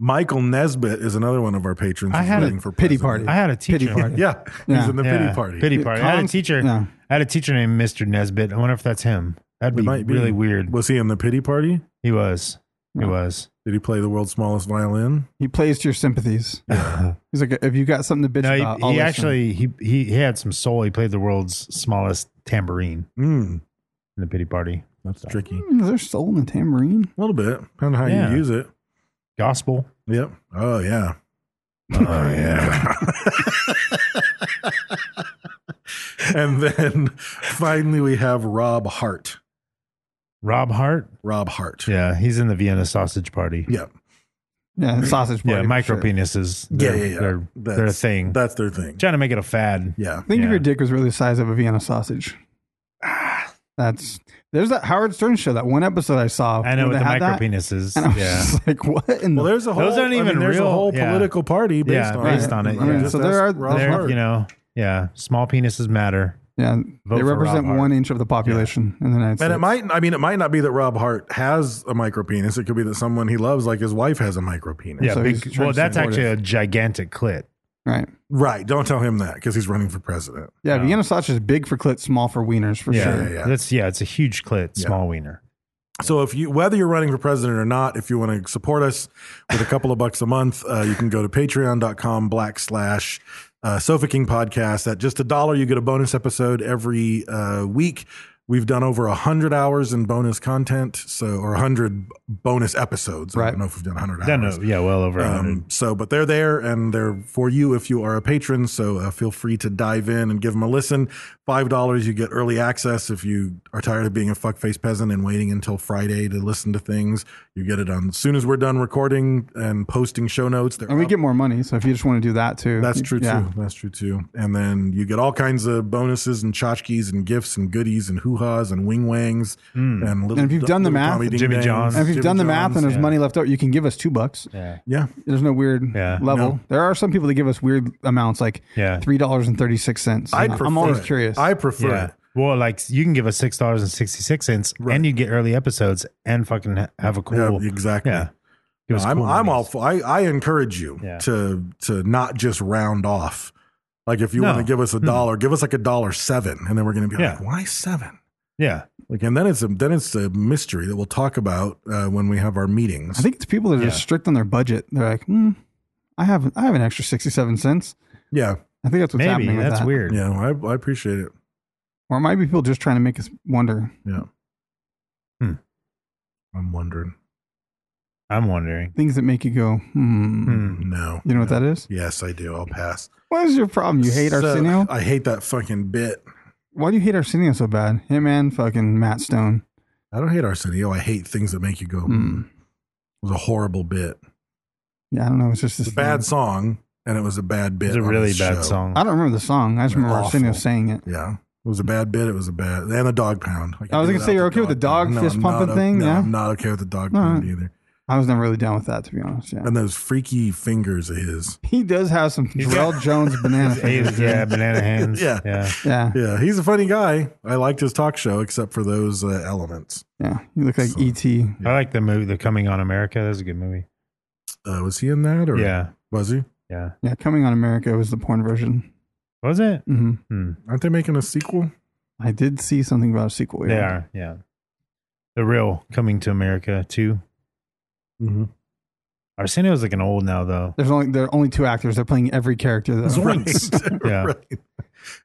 Speaker 2: Michael Nesbitt is another one of our patrons.
Speaker 3: I
Speaker 2: who's
Speaker 3: had a
Speaker 2: running for
Speaker 4: pity
Speaker 2: president.
Speaker 3: I had a
Speaker 4: Pity
Speaker 3: teacher.
Speaker 4: party.
Speaker 2: Yeah, he's
Speaker 4: Yeah.
Speaker 2: in the
Speaker 3: Yeah,
Speaker 2: pity party.
Speaker 3: Pity party. I had a
Speaker 4: Cons-
Speaker 3: teacher.
Speaker 4: yeah.
Speaker 3: I had a teacher named Mr. Nesbitt. I wonder if that's him. That'd
Speaker 2: It
Speaker 3: be,
Speaker 2: might be.
Speaker 3: really weird.
Speaker 2: Was he in the pity party?
Speaker 3: he was. He was.
Speaker 2: Did he play the world's smallest violin?
Speaker 4: He plays to
Speaker 3: <laughs>
Speaker 4: your sympathies. He's like, if you got something to bitch
Speaker 3: No, he,
Speaker 4: about,
Speaker 3: he
Speaker 4: I'll listen."
Speaker 3: actually he, he he had some soul. He played the world's smallest tambourine
Speaker 2: Mm.
Speaker 3: in the pity party.
Speaker 2: That's tricky.
Speaker 4: Hmm, Is there soul in the tambourine?
Speaker 2: A little bit, depending on how
Speaker 3: Yeah.
Speaker 2: you use it.
Speaker 3: Gospel.
Speaker 2: Yep. Oh yeah. <laughs>
Speaker 3: Oh yeah.
Speaker 2: And then finally we have Rob Hart.
Speaker 3: Rob Hart.
Speaker 2: Rob Hart.
Speaker 3: Yeah, he's in the Vienna Sausage Party.
Speaker 2: Yep.
Speaker 4: Yeah, sausage
Speaker 3: Yeah,
Speaker 4: party.
Speaker 3: micro
Speaker 4: shit.
Speaker 3: penises.
Speaker 2: Yeah,
Speaker 3: They're,
Speaker 2: yeah, yeah.
Speaker 3: They're,
Speaker 2: That's-
Speaker 3: they're a thing.
Speaker 2: That's their thing.
Speaker 3: Trying to make it a fad.
Speaker 2: Yeah.
Speaker 4: Think if
Speaker 3: Yeah.
Speaker 4: your dick was really the size of a
Speaker 3: <sighs>
Speaker 4: Vienna sausage. That's there's that Howard Stern show. That one episode I saw.
Speaker 3: I know
Speaker 4: where
Speaker 3: with
Speaker 4: they
Speaker 3: the
Speaker 4: had
Speaker 3: micro
Speaker 4: that,
Speaker 3: penises.
Speaker 4: And I was
Speaker 3: Yeah.
Speaker 4: just <laughs> like, what? In
Speaker 2: Well,
Speaker 4: the-
Speaker 2: there's a whole.
Speaker 3: Those aren't
Speaker 2: I mean,
Speaker 3: even
Speaker 2: there's a
Speaker 3: real-
Speaker 2: whole
Speaker 3: yeah.
Speaker 2: political party based
Speaker 3: Yeah,
Speaker 2: on
Speaker 3: based
Speaker 2: it.
Speaker 3: on it,
Speaker 2: I mean,
Speaker 3: yeah.
Speaker 2: just
Speaker 4: So there
Speaker 2: ask
Speaker 4: are-
Speaker 2: Rob
Speaker 3: They're,
Speaker 2: Hart.
Speaker 3: you know, yeah. Small penises matter.
Speaker 4: yeah, they
Speaker 3: for Rob
Speaker 4: represent
Speaker 3: Hart.
Speaker 4: one inch of the population in the United States.
Speaker 2: And it might, I mean, it might not be that Rob Hart has a micro penis. It could be that someone he loves, like his wife, has a micro penis.
Speaker 3: Yeah.
Speaker 4: So he's
Speaker 3: big,
Speaker 4: trying
Speaker 3: well,
Speaker 4: to
Speaker 3: that's
Speaker 4: support
Speaker 3: actually
Speaker 4: it.
Speaker 3: a gigantic clit.
Speaker 4: right.
Speaker 2: Right. Don't tell him that because he's running for president.
Speaker 4: Yeah, Vienna sausage is big for clit, small for wieners for
Speaker 3: Yeah.
Speaker 4: sure.
Speaker 2: yeah.
Speaker 3: That's yeah. It's a huge clit,
Speaker 2: Yeah.
Speaker 3: small wiener.
Speaker 2: So if you, whether you're running for president or not, if you want to support us with a couple of bucks a month, uh, you can go to patreon.com black slash uh, Sofa King podcast. At just a dollar, you get a bonus episode every uh, week. We've done over a hundred hours in bonus content, so or a hundred bonus episodes. I
Speaker 4: Right.
Speaker 2: don't know if we've done a hundred
Speaker 3: Then,
Speaker 2: hours.
Speaker 3: uh, yeah, well over a
Speaker 2: Um,
Speaker 3: hundred.
Speaker 2: so, but they're there and they're for you if you are a patron. So uh, feel free to dive in and give them a listen. Five dollars, you get early access. If you are tired of being a fuckface peasant and waiting until Friday to listen to things, you get it on as soon as we're done recording and posting show notes. They're
Speaker 4: And we
Speaker 2: up.
Speaker 4: get more money, so if you just want to do that too,
Speaker 2: That's true
Speaker 4: yeah.
Speaker 2: too. That's true too. And then you get all kinds of bonuses and tchotchkes and gifts and goodies and hoo ha's and wing wangs and little.
Speaker 4: And if you've done the
Speaker 2: little
Speaker 4: math-
Speaker 2: Tommy Ding
Speaker 3: Hmm. Jimmy
Speaker 2: Dangs,
Speaker 3: John's.
Speaker 4: And if
Speaker 2: Jimmy
Speaker 4: you've done the math and
Speaker 2: John's.
Speaker 4: there's money left over, you can give us two bucks.
Speaker 3: Yeah.
Speaker 2: yeah,
Speaker 4: There's no weird
Speaker 3: Yeah.
Speaker 4: level.
Speaker 2: No.
Speaker 4: There are some people that give us weird amounts, like
Speaker 3: Yeah.
Speaker 4: three dollars and thirty six cents.
Speaker 2: I'd
Speaker 4: I'm always
Speaker 2: prefer it.
Speaker 4: curious.
Speaker 2: I prefer
Speaker 3: Yeah.
Speaker 2: it.
Speaker 3: Well, like you can give us six dollars and sixty six cents, and you get early episodes, and fucking ha- have a cool.
Speaker 2: Yeah, exactly.
Speaker 3: Yeah. Give us
Speaker 2: I'm,
Speaker 3: cool
Speaker 2: I'm
Speaker 3: minis.
Speaker 2: all for. I, I encourage you
Speaker 3: Yeah.
Speaker 2: to to not just round off. Like if you
Speaker 3: No. Hmm.
Speaker 2: want to give us a dollar, give us like a dollar seven, and then we're going to be
Speaker 3: Yeah.
Speaker 2: like, why seven?
Speaker 3: Yeah.
Speaker 2: Like, and then it's a then it's a mystery that we'll talk about uh, when we have our meetings.
Speaker 4: I think it's people that are
Speaker 3: Yeah.
Speaker 4: just strict on their budget. They're like, hmm, I have I have an extra sixty seven cents.
Speaker 2: yeah,
Speaker 4: I think that's what's
Speaker 3: Maybe
Speaker 4: happening. with
Speaker 3: that's
Speaker 4: that.
Speaker 3: weird.
Speaker 2: yeah, I, I appreciate it.
Speaker 4: Or it might be people just trying to make us wonder.
Speaker 2: Yeah.
Speaker 3: Hmm.
Speaker 2: I'm wondering.
Speaker 3: I'm wondering.
Speaker 4: Things that make you go, hmm.
Speaker 2: No.
Speaker 4: You know what that is?
Speaker 2: Yes, I do. I'll pass.
Speaker 4: What is your problem? You hate
Speaker 2: So,
Speaker 4: Arsenio?
Speaker 2: I hate that fucking bit.
Speaker 4: Why do you hate Arsenio so bad? Him and fucking Matt Stone.
Speaker 2: I don't hate Arsenio. I hate things that make you go.
Speaker 4: Hmm.
Speaker 2: It was a horrible bit.
Speaker 4: Yeah, I don't know. It's just this
Speaker 2: It's a bad
Speaker 4: thing.
Speaker 2: song, and it was a bad bit.
Speaker 3: It's a
Speaker 2: on
Speaker 3: really
Speaker 2: this
Speaker 3: bad
Speaker 2: show.
Speaker 3: song.
Speaker 4: I don't remember the song. I just remember
Speaker 2: Awful.
Speaker 4: Arsenio saying it.
Speaker 2: Yeah, it was a bad bit. It was a bad and the dog pound.
Speaker 4: I was
Speaker 2: could do
Speaker 4: gonna
Speaker 2: without
Speaker 4: say, you're okay with the dog
Speaker 2: pound.
Speaker 4: fist
Speaker 2: I'm not
Speaker 4: pumping
Speaker 2: o-
Speaker 4: thing,
Speaker 2: No,
Speaker 4: yeah?
Speaker 2: I'm not okay with the dog
Speaker 4: All
Speaker 2: pound
Speaker 4: right.
Speaker 2: either.
Speaker 4: I was never really down with that, to be honest. Yeah.
Speaker 2: And those freaky fingers of his.
Speaker 4: He does have some Drell Jones
Speaker 2: <laughs>
Speaker 4: banana
Speaker 3: <laughs>
Speaker 4: fingers.
Speaker 3: yeah, banana hands.
Speaker 2: Yeah.
Speaker 3: Yeah.
Speaker 4: Yeah.
Speaker 2: Yeah, he's a funny guy. I liked his talk show, except for those uh, elements.
Speaker 4: Yeah. You look like E E.T.
Speaker 3: I like the movie, The Coming on America. That's a good movie.
Speaker 2: Uh, was he in that, or
Speaker 3: Yeah.
Speaker 2: was he?
Speaker 3: Yeah.
Speaker 4: Yeah. Coming on America was the porn version.
Speaker 3: Was it?
Speaker 4: hmm
Speaker 3: Hmm.
Speaker 2: Aren't they making a sequel?
Speaker 4: I did see something about a sequel.
Speaker 3: They
Speaker 4: yeah.
Speaker 3: are. Yeah. The real Coming to America too.
Speaker 2: <laughs> Mm-hmm.
Speaker 3: Arsenio's like an old now though.
Speaker 4: There's only there are only two actors. They're playing every character though.
Speaker 3: <laughs>
Speaker 2: <laughs>
Speaker 3: Yeah.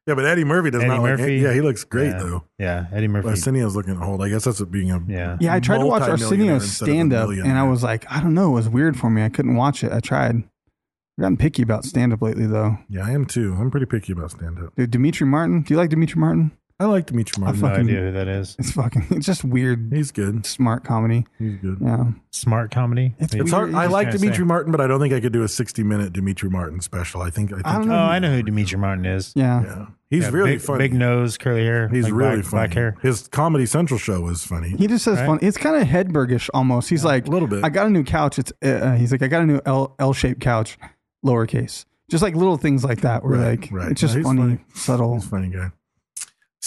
Speaker 2: Yeah, but Eddie Murphy does
Speaker 3: Eddie
Speaker 2: not like.
Speaker 3: Murphy.
Speaker 2: Yeah, he looks great
Speaker 3: Yeah.
Speaker 2: though.
Speaker 3: Yeah. Eddie Murphy.
Speaker 2: Arsenio's looking old. I guess that's what being a
Speaker 3: Yeah.
Speaker 4: Yeah, I tried to watch
Speaker 2: multimillionaire
Speaker 4: Arsenio's
Speaker 2: instead of a
Speaker 4: stand up and I
Speaker 2: millionaire.
Speaker 4: was like, I don't know, it was weird for me. I couldn't watch it. I tried. I've gotten picky about stand up lately though.
Speaker 2: Yeah, I am too. I'm pretty picky about stand up.
Speaker 4: Dude, Dimitri Martin. Do you like Dimitri Martin?
Speaker 2: I like Dimitri Martin.
Speaker 3: No
Speaker 4: fucking-
Speaker 3: idea who that is.
Speaker 4: It's fucking it's just weird
Speaker 2: He's good.
Speaker 4: smart comedy.
Speaker 2: He's good.
Speaker 4: Yeah.
Speaker 3: Smart comedy.
Speaker 4: It's
Speaker 3: Maybe.
Speaker 2: It's
Speaker 4: weird.
Speaker 2: hard. I like
Speaker 3: trying to
Speaker 2: Dimitri
Speaker 3: say.
Speaker 2: Martin, but I don't think I could do a 60 minute Dimitri Martin special. I think I, think
Speaker 4: don't
Speaker 3: Oh,
Speaker 4: know.
Speaker 3: I know who Dimitri Martin is.
Speaker 4: Yeah.
Speaker 2: Yeah. He's
Speaker 3: Yeah,
Speaker 2: really
Speaker 3: big,
Speaker 2: funny.
Speaker 3: Big nose, curly hair.
Speaker 2: He's
Speaker 3: like
Speaker 2: really
Speaker 3: black,
Speaker 2: funny.
Speaker 3: Black hair.
Speaker 2: His Comedy Central show was funny.
Speaker 4: He just says
Speaker 3: Right?
Speaker 4: fun. It's kind of Hedbergish almost. He's like,
Speaker 2: a little bit.
Speaker 4: I got a new couch. It's uh, uh, he's like, I got a new L L shaped couch, lowercase. Just like little things like that. Where
Speaker 2: Right,
Speaker 4: like
Speaker 2: right.
Speaker 4: it's just
Speaker 2: No, he's
Speaker 4: funny,
Speaker 2: funny.
Speaker 4: subtle.
Speaker 2: He's a funny guy.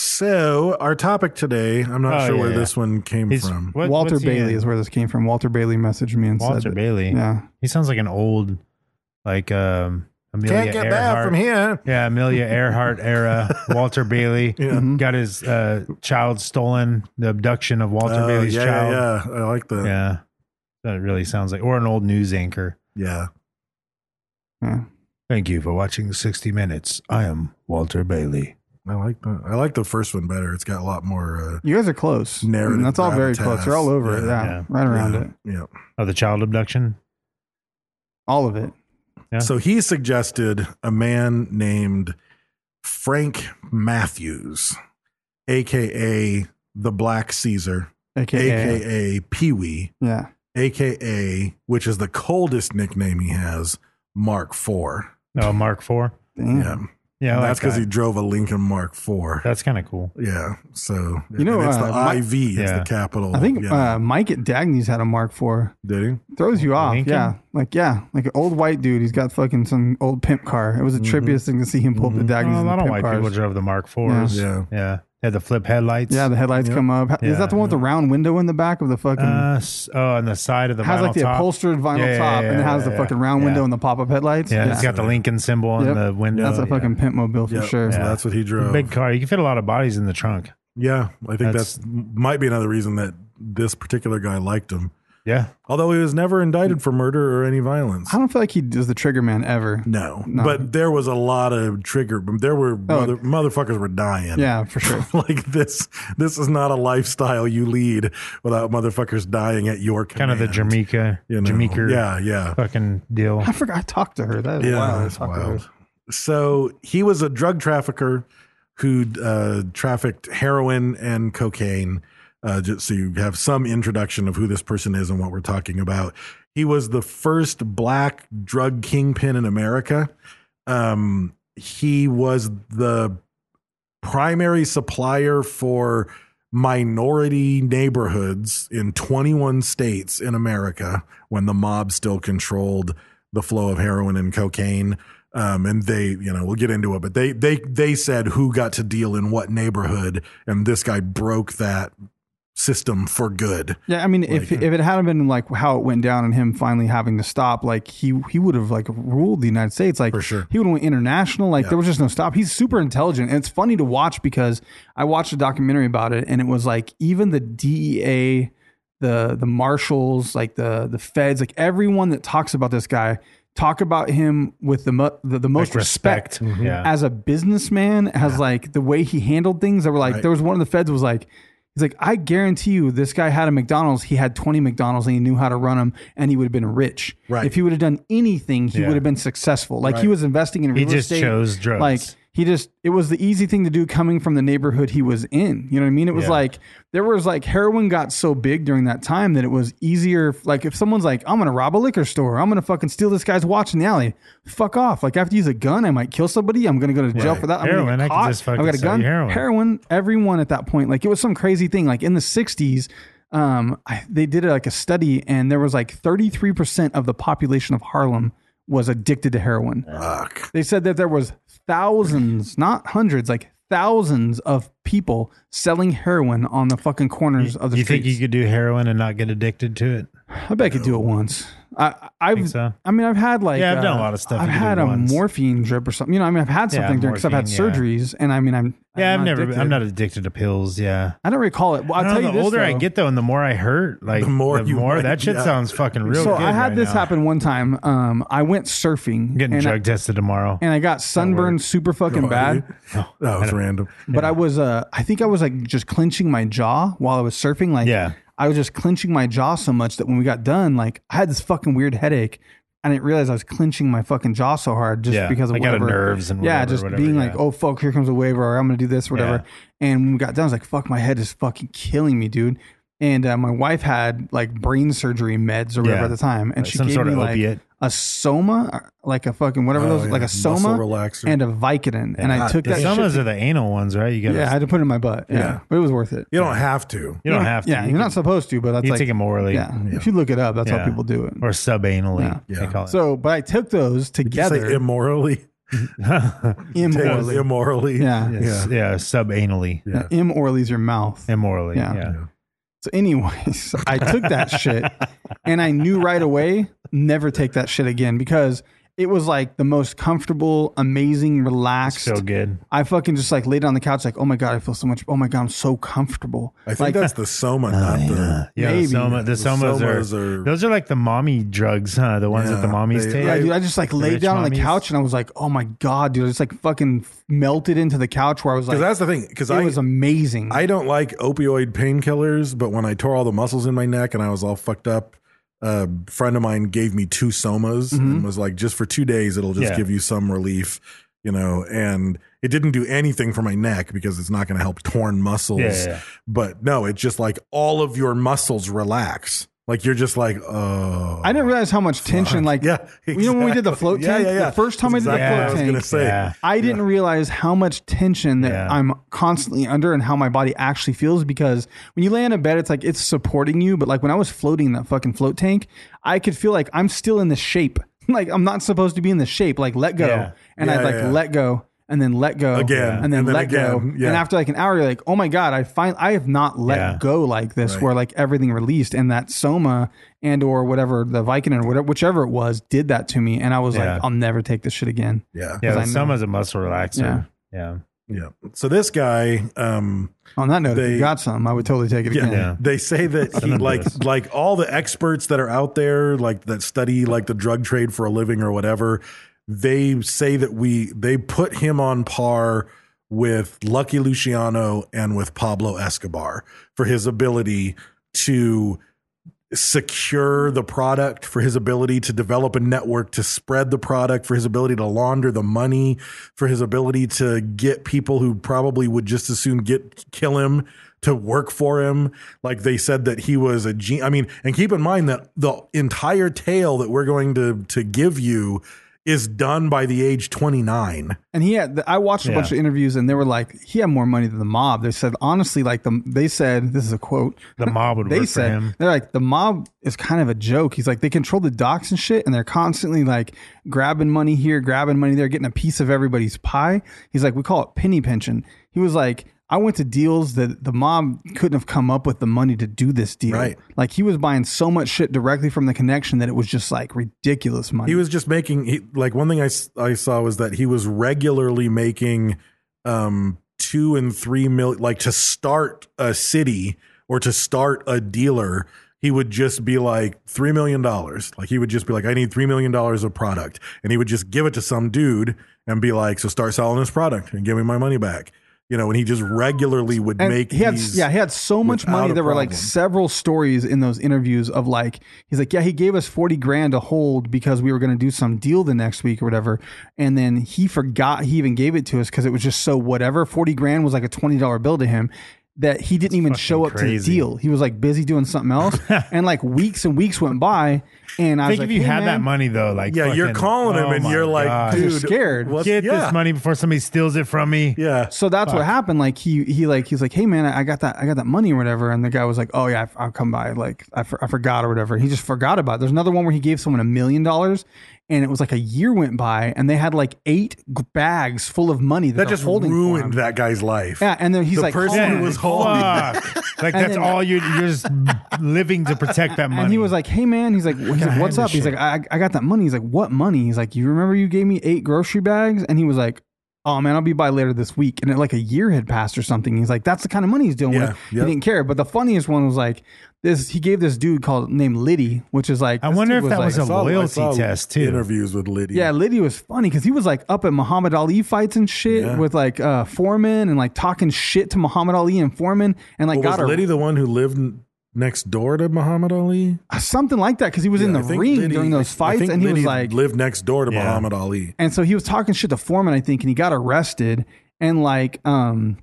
Speaker 2: So our topic today, I'm not
Speaker 3: Oh,
Speaker 2: sure
Speaker 3: yeah,
Speaker 2: where
Speaker 3: yeah.
Speaker 2: this one came
Speaker 3: He's-
Speaker 2: from.
Speaker 3: what-
Speaker 4: Walter
Speaker 3: what's he
Speaker 4: Bailey
Speaker 3: in?
Speaker 4: is where this came from. Walter Bailey messaged me and
Speaker 3: Walter
Speaker 4: said,
Speaker 3: Bailey.
Speaker 4: Yeah,
Speaker 3: He sounds like an old, like um. Amelia
Speaker 2: Can't get
Speaker 3: Earhart.
Speaker 2: bad from here.
Speaker 3: Yeah, Amelia Earhart
Speaker 2: <laughs>
Speaker 3: era. Walter Bailey got his uh, child stolen. The abduction of Walter
Speaker 2: Oh,
Speaker 3: Bailey's
Speaker 2: yeah,
Speaker 3: child.
Speaker 2: yeah, yeah. I like that. Yeah.
Speaker 3: Yeah. That really sounds like, or an old news anchor.
Speaker 4: yeah.
Speaker 3: Thank you for watching 60 Minutes. I am Walter Bailey.
Speaker 2: I like the I like the first one better. It's got a lot more. Uh,
Speaker 4: You guys are close.
Speaker 2: Narrative
Speaker 4: And that's all very
Speaker 2: gravitas.
Speaker 4: close. You're all over it.
Speaker 2: Yeah.
Speaker 4: Yeah.
Speaker 3: Yeah.
Speaker 4: Right around
Speaker 2: yeah,
Speaker 4: it.
Speaker 2: yeah.
Speaker 3: Oh, the child abduction.
Speaker 4: All of it.
Speaker 3: Yeah.
Speaker 2: So he suggested a man named Frank Matthews, aka the Black Caesar,
Speaker 4: AKA.
Speaker 2: aka Pee Wee,
Speaker 4: Yeah.
Speaker 2: aka which is the coldest nickname he has, Mark Four.
Speaker 3: Oh, Mark Four.
Speaker 4: Damn.
Speaker 2: Yeah,
Speaker 3: Yeah, I
Speaker 2: And
Speaker 3: like
Speaker 2: that's because
Speaker 3: that.
Speaker 2: he drove a Lincoln Mark Four.
Speaker 3: That's kind of cool.
Speaker 2: Yeah, so
Speaker 4: You know,
Speaker 2: and it's the
Speaker 4: uh, my-
Speaker 2: IV, it's
Speaker 3: Yeah.
Speaker 2: the capital.
Speaker 4: I think
Speaker 2: yeah.
Speaker 4: uh, Mike at Dagny's had a Mark IV.
Speaker 2: did he?
Speaker 4: Throws you off.
Speaker 3: Lincoln?
Speaker 4: Yeah. Like, yeah. Like an old white dude. He's got fucking some old pimp car. It was the
Speaker 3: Mm-hmm.
Speaker 4: trippiest thing to see him pull up the Dagny's.
Speaker 3: Well, a
Speaker 4: in the
Speaker 3: lot of
Speaker 4: pimp
Speaker 3: white
Speaker 4: cars.
Speaker 3: people drove the Mark Fours.
Speaker 2: Yeah.
Speaker 3: yeah. They had the flip headlights.
Speaker 4: Yeah, the headlights come up. Is
Speaker 3: Yeah.
Speaker 4: that the one with the round window in the back of the fucking?
Speaker 3: Uh, s- oh, on the side of the
Speaker 4: has
Speaker 3: vinyl
Speaker 4: like the
Speaker 3: top.
Speaker 4: upholstered vinyl
Speaker 3: Yeah, yeah,
Speaker 4: top,
Speaker 3: yeah,
Speaker 4: and it has
Speaker 3: yeah,
Speaker 4: the
Speaker 3: yeah.
Speaker 4: fucking round
Speaker 3: Yeah.
Speaker 4: window and the pop-up headlights.
Speaker 3: Yeah, it's got the Lincoln symbol on
Speaker 4: Yep.
Speaker 3: the window.
Speaker 4: That's a
Speaker 3: yeah.
Speaker 4: fucking pimp mobile for
Speaker 2: Yeah.
Speaker 4: sure.
Speaker 2: So
Speaker 4: Yeah.
Speaker 2: that's what he drove.
Speaker 3: big car. You can fit a lot of bodies in the trunk.
Speaker 2: Yeah, I think that's,
Speaker 3: That's-
Speaker 2: might be another reason that this particular guy liked him.
Speaker 3: Yeah,
Speaker 2: Although he was never indicted for murder or any violence.
Speaker 4: I don't feel like he does the trigger man ever.
Speaker 2: No,
Speaker 4: No.
Speaker 2: but there was a lot of trigger. There were mother,
Speaker 4: Oh.
Speaker 2: motherfuckers were dying.
Speaker 4: Yeah, for sure.
Speaker 2: <laughs>
Speaker 4: <laughs>
Speaker 2: like this. This is not a lifestyle you lead without motherfuckers dying at your
Speaker 3: kind
Speaker 2: command.
Speaker 3: of the Jamaica,
Speaker 2: you know?
Speaker 3: Jamaica,
Speaker 2: Yeah, yeah,
Speaker 3: fucking deal.
Speaker 4: I forgot I talked to her. That is
Speaker 2: yeah.
Speaker 4: wild. I
Speaker 2: that's
Speaker 4: talked to her.
Speaker 2: wild. So he was a drug trafficker who uh, trafficked heroin and cocaine. Uh, just so you have some introduction of who this person is and what we're talking about. He was the first black drug kingpin in America. Um, he was the primary supplier for minority neighborhoods in 21 states in America when the mob still controlled the flow of heroin and cocaine. Um, and they, you know, we'll get into it, but they, they, they said who got to deal in what neighborhood, and this guy broke that system for good.
Speaker 4: Yeah, I mean, if
Speaker 2: Like-
Speaker 4: if it hadn't been like how it went down and him finally having to stop, like he he would have like ruled the United States, like
Speaker 2: For sure.
Speaker 4: He would have went international, like
Speaker 2: Yeah.
Speaker 4: there was just no stop. He's super intelligent, and it's funny to watch because I watched a documentary about it, and it was like even the DEA, the the marshals, like the the feds, like everyone that talks about this guy talk about him with the mo- the, the most
Speaker 3: Like respect.
Speaker 4: respect,
Speaker 2: Mm-hmm.
Speaker 3: Mhm. Yeah.
Speaker 4: as a businessman, as like the way he handled things. They were like,
Speaker 2: Right.
Speaker 4: there was one of the feds was like, he's like, I guarantee you, this guy had a McDonald's. He had twenty McDonald's and he knew how to run them, and he would have been rich.
Speaker 2: Right.
Speaker 4: If he would have done anything, he
Speaker 3: Yeah.
Speaker 4: would have been successful. Like he
Speaker 2: Right.
Speaker 4: was investing in
Speaker 3: He
Speaker 4: real
Speaker 3: just
Speaker 4: estate.
Speaker 3: chose drugs.
Speaker 4: Like he just it was the easy thing to do coming from the neighborhood he was in. You know what I mean? It was
Speaker 3: Yeah.
Speaker 4: like there was like heroin got so big during that time that it was easier. Like if someone's like, I'm gonna rob a liquor store, I'm gonna fucking steal this guy's watch in the alley. Fuck off. Like I have to use a gun, I might kill somebody, I'm gonna go to jail
Speaker 3: Right.
Speaker 4: for that. I'm gonna
Speaker 3: Heroin,
Speaker 4: get
Speaker 3: I can
Speaker 4: caught.
Speaker 3: just fucking
Speaker 4: I've got a
Speaker 3: sell
Speaker 4: gun.
Speaker 3: you heroin.
Speaker 4: everyone at that point, like it was some crazy thing. Like in the sixties, um, I, they did like a study and there was like 33% of the population of Harlem was addicted to heroin.
Speaker 2: Fuck.
Speaker 4: They said that there was thousands, not hundreds, like thousands of people selling heroin on the fucking corners of the
Speaker 3: you
Speaker 4: streets.
Speaker 3: think you could do heroin and not get addicted to it?
Speaker 4: I bet I could do it once. I, I've,
Speaker 3: Think so?
Speaker 4: I mean, I've had like, uh,
Speaker 3: Yeah, I've done a lot of stuff
Speaker 4: I've
Speaker 3: you can do
Speaker 4: had a
Speaker 3: once.
Speaker 4: morphine drip or something. You know, I mean, I've had
Speaker 3: Yeah,
Speaker 4: something because I've had
Speaker 3: morphine, yeah.
Speaker 4: surgeries, and I mean, I'm
Speaker 3: Yeah,
Speaker 4: I'm
Speaker 3: I've
Speaker 4: not
Speaker 3: never.
Speaker 4: addicted.
Speaker 3: I'm not addicted to pills. Yeah.
Speaker 4: I don't recall it. Well, I'll
Speaker 3: I don't
Speaker 4: tell
Speaker 3: know,
Speaker 4: you
Speaker 3: the
Speaker 4: this.
Speaker 3: older I
Speaker 4: though.
Speaker 3: get though, and the more I hurt, like
Speaker 2: The more you might-
Speaker 3: that shit
Speaker 2: yeah.
Speaker 3: sounds fucking real.
Speaker 4: so
Speaker 3: good
Speaker 4: I had
Speaker 3: right
Speaker 4: this
Speaker 3: now.
Speaker 4: happen one time. Um, I went surfing.
Speaker 3: I'm getting
Speaker 4: and I-
Speaker 3: drug tested tomorrow.
Speaker 4: and I got sunburned super fucking bad.
Speaker 2: That was random.
Speaker 4: but I was uh I think I was like just clenching my jaw while I was surfing like
Speaker 3: Yeah.
Speaker 4: I was just clenching my jaw so much that when we got done like I had this fucking weird headache I didn't realize I was clenching my fucking jaw so hard just
Speaker 3: Yeah,
Speaker 4: because of
Speaker 3: like out of
Speaker 4: whatever
Speaker 3: nerves and
Speaker 4: yeah
Speaker 3: whatever,
Speaker 4: just
Speaker 3: whatever,
Speaker 4: being
Speaker 3: yeah.
Speaker 4: like oh fuck here comes a wave or I'm gonna do this whatever and when we got done I was like fuck my head is fucking killing me dude and uh, my wife had like brain surgery meds or whatever
Speaker 3: Yeah.
Speaker 4: at the time and
Speaker 3: Like
Speaker 4: she
Speaker 3: some
Speaker 4: gave
Speaker 3: sort
Speaker 4: me
Speaker 3: of
Speaker 4: like
Speaker 3: opiate.
Speaker 4: a soma like a fucking whatever
Speaker 2: Oh,
Speaker 4: those
Speaker 2: yeah,
Speaker 4: like a
Speaker 2: muscle
Speaker 4: soma
Speaker 2: relaxer.
Speaker 4: and a Vicodin and I
Speaker 2: God
Speaker 4: took
Speaker 3: The
Speaker 4: that shit
Speaker 3: somas are the anal ones, right? You got.
Speaker 4: yeah, I had to put it in my butt. Yeah.
Speaker 2: Yeah.
Speaker 4: But it was worth it.
Speaker 2: You don't have to.
Speaker 3: you don't have to.
Speaker 4: Yeah,
Speaker 3: You
Speaker 4: you're
Speaker 3: can-
Speaker 4: not supposed to, but that's
Speaker 3: You
Speaker 4: like
Speaker 3: take them orally.
Speaker 4: Yeah. If you look it up, that's
Speaker 3: Yeah.
Speaker 4: how people do it.
Speaker 3: or subanally.
Speaker 2: Yeah.
Speaker 3: They call it.
Speaker 4: So, but I took those
Speaker 2: You
Speaker 4: together
Speaker 2: say immorally. Take it
Speaker 4: immorally.
Speaker 2: immorally.
Speaker 4: Yeah.
Speaker 3: yeah, yeah. subanally,
Speaker 2: Yeah.
Speaker 4: Yeah, Immorally is your mouth.
Speaker 3: immorally.
Speaker 4: Yeah.
Speaker 3: Yeah.
Speaker 4: <laughs> So, anyways,
Speaker 3: <laughs>
Speaker 4: I took that shit and I knew right away never take that shit again because It was like the most comfortable, amazing, relaxed.
Speaker 3: So good.
Speaker 4: I fucking just like laid on the couch, like, oh my god, I feel so much. Oh my god, I'm so comfortable.
Speaker 2: I think
Speaker 4: like Oh,
Speaker 2: that's the Soma, not the.
Speaker 3: Yeah, the
Speaker 4: Maybe.
Speaker 3: Soma, the,
Speaker 2: The
Speaker 3: somas,
Speaker 2: somas
Speaker 3: are,
Speaker 2: are-
Speaker 3: those are like the mommy drugs, huh? The ones that the
Speaker 2: Yeah,
Speaker 3: mommies
Speaker 2: they-
Speaker 3: take.
Speaker 4: Yeah,
Speaker 2: I-
Speaker 4: dude, I just like laid
Speaker 3: rich
Speaker 4: down on the
Speaker 3: mommies.
Speaker 4: couch and I was like, oh my god, dude, I just like fucking melted into the couch where I was like,
Speaker 2: Because that's the thing. Because
Speaker 4: it
Speaker 2: I
Speaker 4: was amazing.
Speaker 2: I don't like opioid painkillers, but when I tore all the muscles in my neck and I was all fucked up, a friend of mine gave me two somas and was like, just for two days, it'll just
Speaker 3: Mm-hmm. Yeah.
Speaker 2: give you some relief, you know. And it didn't do anything for my neck because it's not going to help torn muscles.
Speaker 3: Yeah, yeah, yeah.
Speaker 2: But no, it's just like all of your muscles relax. Like you're just like, oh.
Speaker 4: I didn't realize how much tension, like,
Speaker 2: yeah.
Speaker 4: you know, when we did the
Speaker 2: exactly. <laughs>
Speaker 4: float
Speaker 2: Yeah,
Speaker 4: tank,
Speaker 2: yeah, yeah.
Speaker 4: the first time
Speaker 2: That's
Speaker 4: I did
Speaker 2: exactly
Speaker 4: the
Speaker 2: what
Speaker 4: float
Speaker 2: I was
Speaker 4: tank,
Speaker 2: gonna say.
Speaker 3: Yeah.
Speaker 4: I didn't realize how much tension that
Speaker 3: Yeah.
Speaker 4: I'm constantly under and how my body actually feels because when you lay in a bed, it's like it's supporting you. But like when I was floating in that fucking float tank, I could feel like I'm still in the shape. <laughs> Like I'm not supposed to be in the shape. Like let go,
Speaker 3: Yeah.
Speaker 4: and I
Speaker 2: Yeah,
Speaker 4: like
Speaker 2: yeah, yeah.
Speaker 4: let go, and then let go
Speaker 2: Again,
Speaker 4: and then
Speaker 2: and then
Speaker 4: let go.
Speaker 2: again, yeah.
Speaker 4: And after like an hour, you're like, oh my god, I find I have not let
Speaker 3: Yeah.
Speaker 4: go like this, where like everything released, and that soma and or whatever the Viking or whatever whichever it was did that to me, and I was
Speaker 3: Yeah.
Speaker 4: like, I'll never take this shit again.
Speaker 2: Yeah.
Speaker 3: Yeah, the
Speaker 4: I know.
Speaker 3: soma's a muscle relaxer. Yeah.
Speaker 2: Yeah. So this guy, um,
Speaker 4: On that note, if you
Speaker 2: They-
Speaker 4: got some, I would totally take it
Speaker 2: Yeah.
Speaker 4: again.
Speaker 3: Yeah.
Speaker 2: They say that he
Speaker 3: Some
Speaker 2: like
Speaker 3: does.
Speaker 2: like all the experts that are out there like that study like the drug trade for a living or whatever, they say that we they put him on par with Lucky Luciano and with Pablo Escobar for his ability to secure the product for his ability to develop a network to spread the product for his ability to launder the money for his ability to get people who probably would just as soon get kill him to work for him like they said that he was a gen- I mean and keep in mind that the entire tale that we're going to to give you is done by the age 29
Speaker 4: And he had, I watched a
Speaker 3: Yeah.
Speaker 4: bunch of interviews and they were like, he had more money than the mob. They said, honestly, like the, they said, this is a quote.
Speaker 3: The mob would
Speaker 4: they
Speaker 3: work
Speaker 4: said,
Speaker 3: for him.
Speaker 4: they're like, the mob is kind of a joke. He's like, they control the docks and shit and they're constantly like grabbing money here, grabbing money there, getting a piece of everybody's pie. He's like, we call it penny pension. He was like, I went to deals that the mob couldn't have come up with the money to do this deal.
Speaker 2: Right.
Speaker 4: Like he was buying so much shit directly from the connection that it was just like ridiculous money.
Speaker 2: He was just making he, like one thing I, s- I saw was that he was regularly making um two and three mil like to start a city or to start a dealer he would just be like three million dollars like he would just be like I need three million dollars of product and he would just give it to some dude and be like so start selling this product and give me my money back you know and he just regularly would
Speaker 4: And
Speaker 2: make
Speaker 4: he had
Speaker 2: these
Speaker 4: yeah he had so much
Speaker 2: without
Speaker 4: money
Speaker 2: a
Speaker 4: there were like
Speaker 2: problem.
Speaker 4: several stories in those interviews of like he's like yeah he gave us 40 grand to hold because we were going to do some deal the next week or whatever and then he forgot he even gave it to us because it was just so whatever 40 grand was like a $20 bill to him that he didn't even show up to the
Speaker 3: crazy.
Speaker 4: deal he was like busy doing something else
Speaker 3: <laughs>
Speaker 4: and like weeks and weeks went by and i,
Speaker 3: I
Speaker 4: was
Speaker 3: think
Speaker 4: like,
Speaker 3: if you
Speaker 4: "Hey,
Speaker 3: had that
Speaker 4: man."
Speaker 3: money though, like
Speaker 2: yeah you're
Speaker 3: fucking-
Speaker 2: calling him
Speaker 3: oh
Speaker 2: and
Speaker 3: my
Speaker 2: you're like
Speaker 3: God.
Speaker 2: dude
Speaker 4: You're scared.
Speaker 2: what's-
Speaker 3: get
Speaker 2: yeah,
Speaker 3: this money before somebody steals it from me.
Speaker 2: yeah
Speaker 4: So that's what happened. Like he he like he's like, hey man, I I got that I got that money or whatever. And the guy was like, oh yeah, I- I'll come by. Like I, for, I forgot or whatever. He just forgot about. it. There's another one where he gave someone a million dollars, and it was like a year went by, and they had like eight g- bags full of money that,
Speaker 2: that
Speaker 4: they're
Speaker 2: just
Speaker 4: holding for him.
Speaker 2: ruined that guy's life
Speaker 4: Yeah, and then he's
Speaker 2: the
Speaker 4: like,
Speaker 2: person
Speaker 4: calling
Speaker 2: who
Speaker 4: him.
Speaker 2: was holding
Speaker 3: Fuck. like that's
Speaker 4: then-
Speaker 3: all you you're just living to protect that money.
Speaker 4: <laughs> And he was like, "Hey
Speaker 2: <laughs>
Speaker 4: man," he's like, he's like
Speaker 3: I
Speaker 4: "What's
Speaker 3: had
Speaker 4: up?"
Speaker 3: this
Speaker 4: He's like, I, "I got that money." He's like, "What money?" He's like, "You remember you gave me eight grocery bags?" And he was like, "Oh man, I'll be by later this week." And it, like a year had passed or something. He's like, "That's the kind of money he's dealing
Speaker 2: Yeah,
Speaker 4: with."
Speaker 2: yep.
Speaker 4: He didn't care. But the funniest one was like this. He gave this dude called named Liddy, which is like
Speaker 3: I
Speaker 4: this
Speaker 3: wonder
Speaker 4: dude
Speaker 3: if that
Speaker 4: like-
Speaker 3: was a
Speaker 2: saw- I
Speaker 3: loyalty
Speaker 2: saw
Speaker 3: test, too.
Speaker 2: Interviews with Lydia.
Speaker 4: yeah, Liddy was funny because he was like up at Muhammad Ali fights and shit
Speaker 2: Yeah.
Speaker 4: with like uh, Foreman and like talking shit to Muhammad Ali and Foreman and like
Speaker 2: Well,
Speaker 4: got
Speaker 2: was
Speaker 4: a-
Speaker 2: Liddy the one who lived n- next door to Muhammad Ali?
Speaker 4: something like that because he was in
Speaker 2: Yeah,
Speaker 4: the
Speaker 2: I think
Speaker 4: ring
Speaker 2: Liddy-
Speaker 4: during those
Speaker 2: I- I
Speaker 4: fights
Speaker 2: think
Speaker 4: and he was
Speaker 2: Liddy
Speaker 4: like
Speaker 2: lived next door to
Speaker 3: Yeah.
Speaker 2: Muhammad Ali.
Speaker 4: And so he was talking shit to Foreman, I think, and he got arrested. And like, um,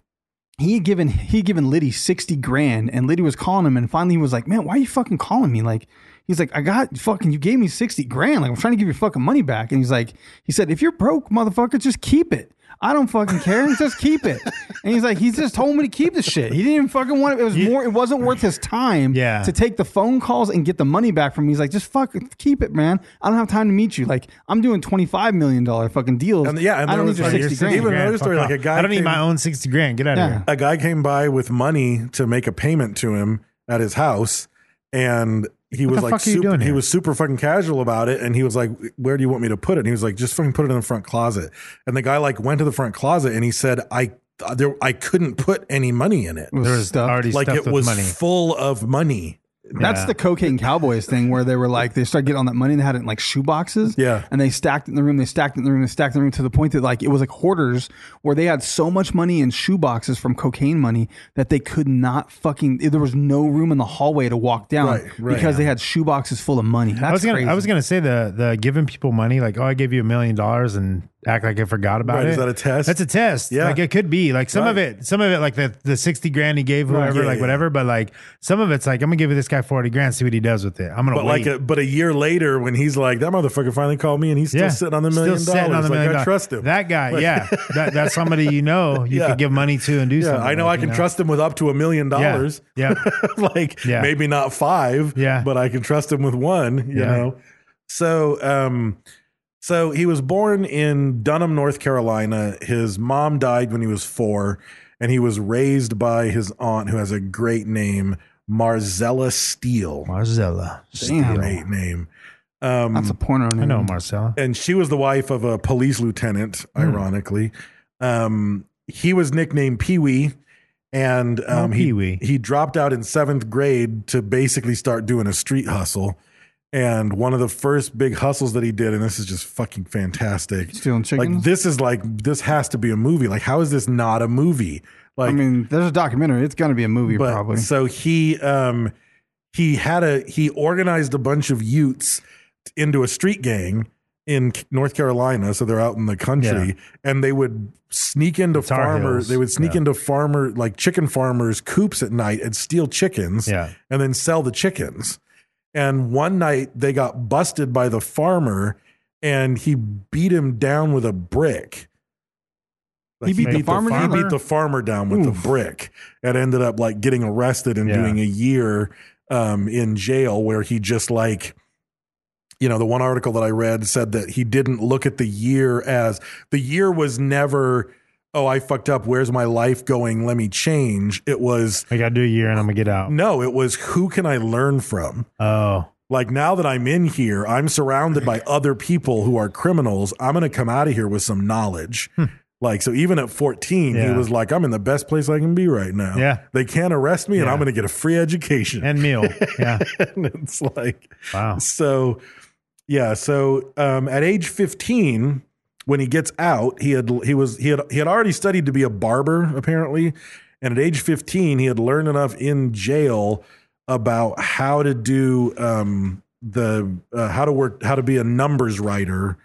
Speaker 4: he had given he had given Liddy sixty grand, and Liddy was calling him, and finally he was like, "Man, why are you fucking calling me?" Like, he's like, "I got fucking you gave me sixty grand. Like, I'm trying to give you fucking money back." And he's like, he said, "If you're broke, motherfucker, just keep it." I don't fucking care. <laughs> Just keep it. And he's like, he just told me to keep the shit. He didn't even fucking want it. It was more. It wasn't worth his time.
Speaker 3: Yeah.
Speaker 4: To take the phone calls and get the money back from me. He's like, just fuck, keep it, man. I don't have time to meet you. Like, I'm doing twenty five million dollar fucking deals.
Speaker 2: And yeah, and
Speaker 4: I don't
Speaker 2: there
Speaker 4: need
Speaker 2: was
Speaker 4: your
Speaker 2: like-
Speaker 4: sixty grand.
Speaker 2: even another story,
Speaker 3: fuck
Speaker 2: like a
Speaker 3: off.
Speaker 2: guy
Speaker 3: I don't need
Speaker 2: came-
Speaker 3: my own sixty grand. Get out
Speaker 4: Yeah.
Speaker 3: of here.
Speaker 2: A guy came by with money to make a payment to him at his house, and he
Speaker 3: What
Speaker 2: was
Speaker 3: the
Speaker 2: like
Speaker 3: fuck are you
Speaker 2: super,
Speaker 3: doing
Speaker 2: he
Speaker 3: here?
Speaker 2: was super fucking casual about it and he was like where do you want me to put it and he was like just fucking put it in the front closet and the guy like went to the front closet and he said i there i couldn't put any money in it
Speaker 4: It was
Speaker 3: There was
Speaker 4: stuffed.
Speaker 3: already
Speaker 2: like
Speaker 3: stuffed
Speaker 2: it
Speaker 3: with
Speaker 2: was
Speaker 3: money.
Speaker 2: full of money
Speaker 4: That's
Speaker 3: Yeah.
Speaker 4: the cocaine cowboys thing where they were like they started getting all that money and they had it in like shoe boxes.
Speaker 2: Yeah.
Speaker 4: And they stacked it in the room, they stacked it in the room, they stacked it in the room to the point that like it was like hoarders where they had so much money in shoe boxes from cocaine money that they could not fucking there was no room in the hallway to walk down
Speaker 2: Right, right.
Speaker 4: because they had shoe boxes full of money. That's
Speaker 3: I was gonna
Speaker 4: crazy.
Speaker 3: I was gonna say the the giving people money like oh I gave you a million dollars and act like I forgot about
Speaker 2: Right,
Speaker 3: it.
Speaker 2: is that a test?
Speaker 3: That's a test.
Speaker 2: Yeah.
Speaker 3: like it could be like some of
Speaker 2: Right.
Speaker 3: it some of it like the the sixty grand he gave whoever
Speaker 2: yeah,
Speaker 3: like
Speaker 2: yeah.
Speaker 3: whatever but like some of it's like I'm gonna give this guy forty grand see what he does with it. I'm gonna
Speaker 2: but
Speaker 3: wait.
Speaker 2: like a, but a year later when he's like that motherfucker finally called me and he's still sitting on the
Speaker 3: Still
Speaker 2: million
Speaker 3: sitting on
Speaker 2: dollars
Speaker 3: the
Speaker 2: like
Speaker 3: million
Speaker 2: i
Speaker 3: dollar-
Speaker 2: trust him
Speaker 3: That guy,
Speaker 2: Like- <laughs>
Speaker 3: yeah, that, that's somebody you know you
Speaker 2: Yeah.
Speaker 3: could give money to and do
Speaker 2: yeah,
Speaker 3: something.
Speaker 2: I know
Speaker 3: with,
Speaker 2: I can
Speaker 3: you
Speaker 2: trust him with up to a million
Speaker 3: Yeah,
Speaker 2: dollars. <laughs>
Speaker 3: Yeah,
Speaker 2: like
Speaker 3: Yeah.
Speaker 2: maybe not five,
Speaker 3: Yeah.
Speaker 2: but I can trust him with one, you
Speaker 3: Yeah.
Speaker 2: know. So um so he was born in Dunham, North Carolina. His mom died when he was 4 and he was raised by his aunt who has a great name, Marzella Steele.
Speaker 3: Marzella.
Speaker 4: Damn.
Speaker 2: Great name.
Speaker 4: That's a
Speaker 2: um,
Speaker 4: porno name.
Speaker 3: I know Marcella.
Speaker 2: And she was the wife of a police lieutenant, ironically. Um he was nicknamed Pee-wee. And um,
Speaker 3: Oh,
Speaker 2: he
Speaker 3: Pee-wee.
Speaker 2: he dropped out in seventh grade to basically start doing a street hustle. And one of the first big hustles that he did, and this is just fucking fantastic.
Speaker 4: Stealing
Speaker 2: Like
Speaker 4: chickens?
Speaker 2: this is like this has to be a movie. Like how is this not a movie? Like
Speaker 4: I mean, there's a documentary. It's gonna be a movie
Speaker 2: but
Speaker 4: probably.
Speaker 2: so he um he had a he organized a bunch of Utes into a street gang in K- North Carolina, so they're out in the country,
Speaker 3: Yeah.
Speaker 2: and they would sneak into
Speaker 3: The Tar
Speaker 2: farmers.
Speaker 3: Heels,
Speaker 2: They would sneak
Speaker 3: yeah.
Speaker 2: into farmer like chicken farmers' coops at night and steal chickens,
Speaker 3: Yeah.
Speaker 2: and then sell the chickens. And one night they got busted by the farmer, and he beat him down with a brick.
Speaker 4: He beat the farmer down?
Speaker 2: He beat the farmer down with
Speaker 4: Oof.
Speaker 2: a brick, and ended up like getting arrested and
Speaker 3: Yeah.
Speaker 2: doing a year um, in jail, where he just like you know, the one article that I read said that he didn't look at the year as the year was never, oh, I fucked up. Where's my life going? Let me change. It was,
Speaker 3: I got to do a year and I'm gonna get out.
Speaker 2: no, it was who can I learn from?
Speaker 3: Oh,
Speaker 2: Like now that I'm in here, I'm surrounded by other people who are criminals. I'm going to come out of here with some knowledge. Like, so even at 14, he
Speaker 3: Hmm. Yeah.
Speaker 2: was like, I'm in the best place I can be right now.
Speaker 3: Yeah.
Speaker 2: They can't arrest me and
Speaker 3: Yeah.
Speaker 2: I'm going to get a free education.
Speaker 3: and meal. Yeah.
Speaker 2: <laughs> and it's like,
Speaker 3: Wow.
Speaker 2: so yeah so um, at age 15 when he gets out he had he was he had he had already studied to be a barber apparently and at age 15 he had learned enough in jail about how to do um, the uh, how to work how to be a numbers writer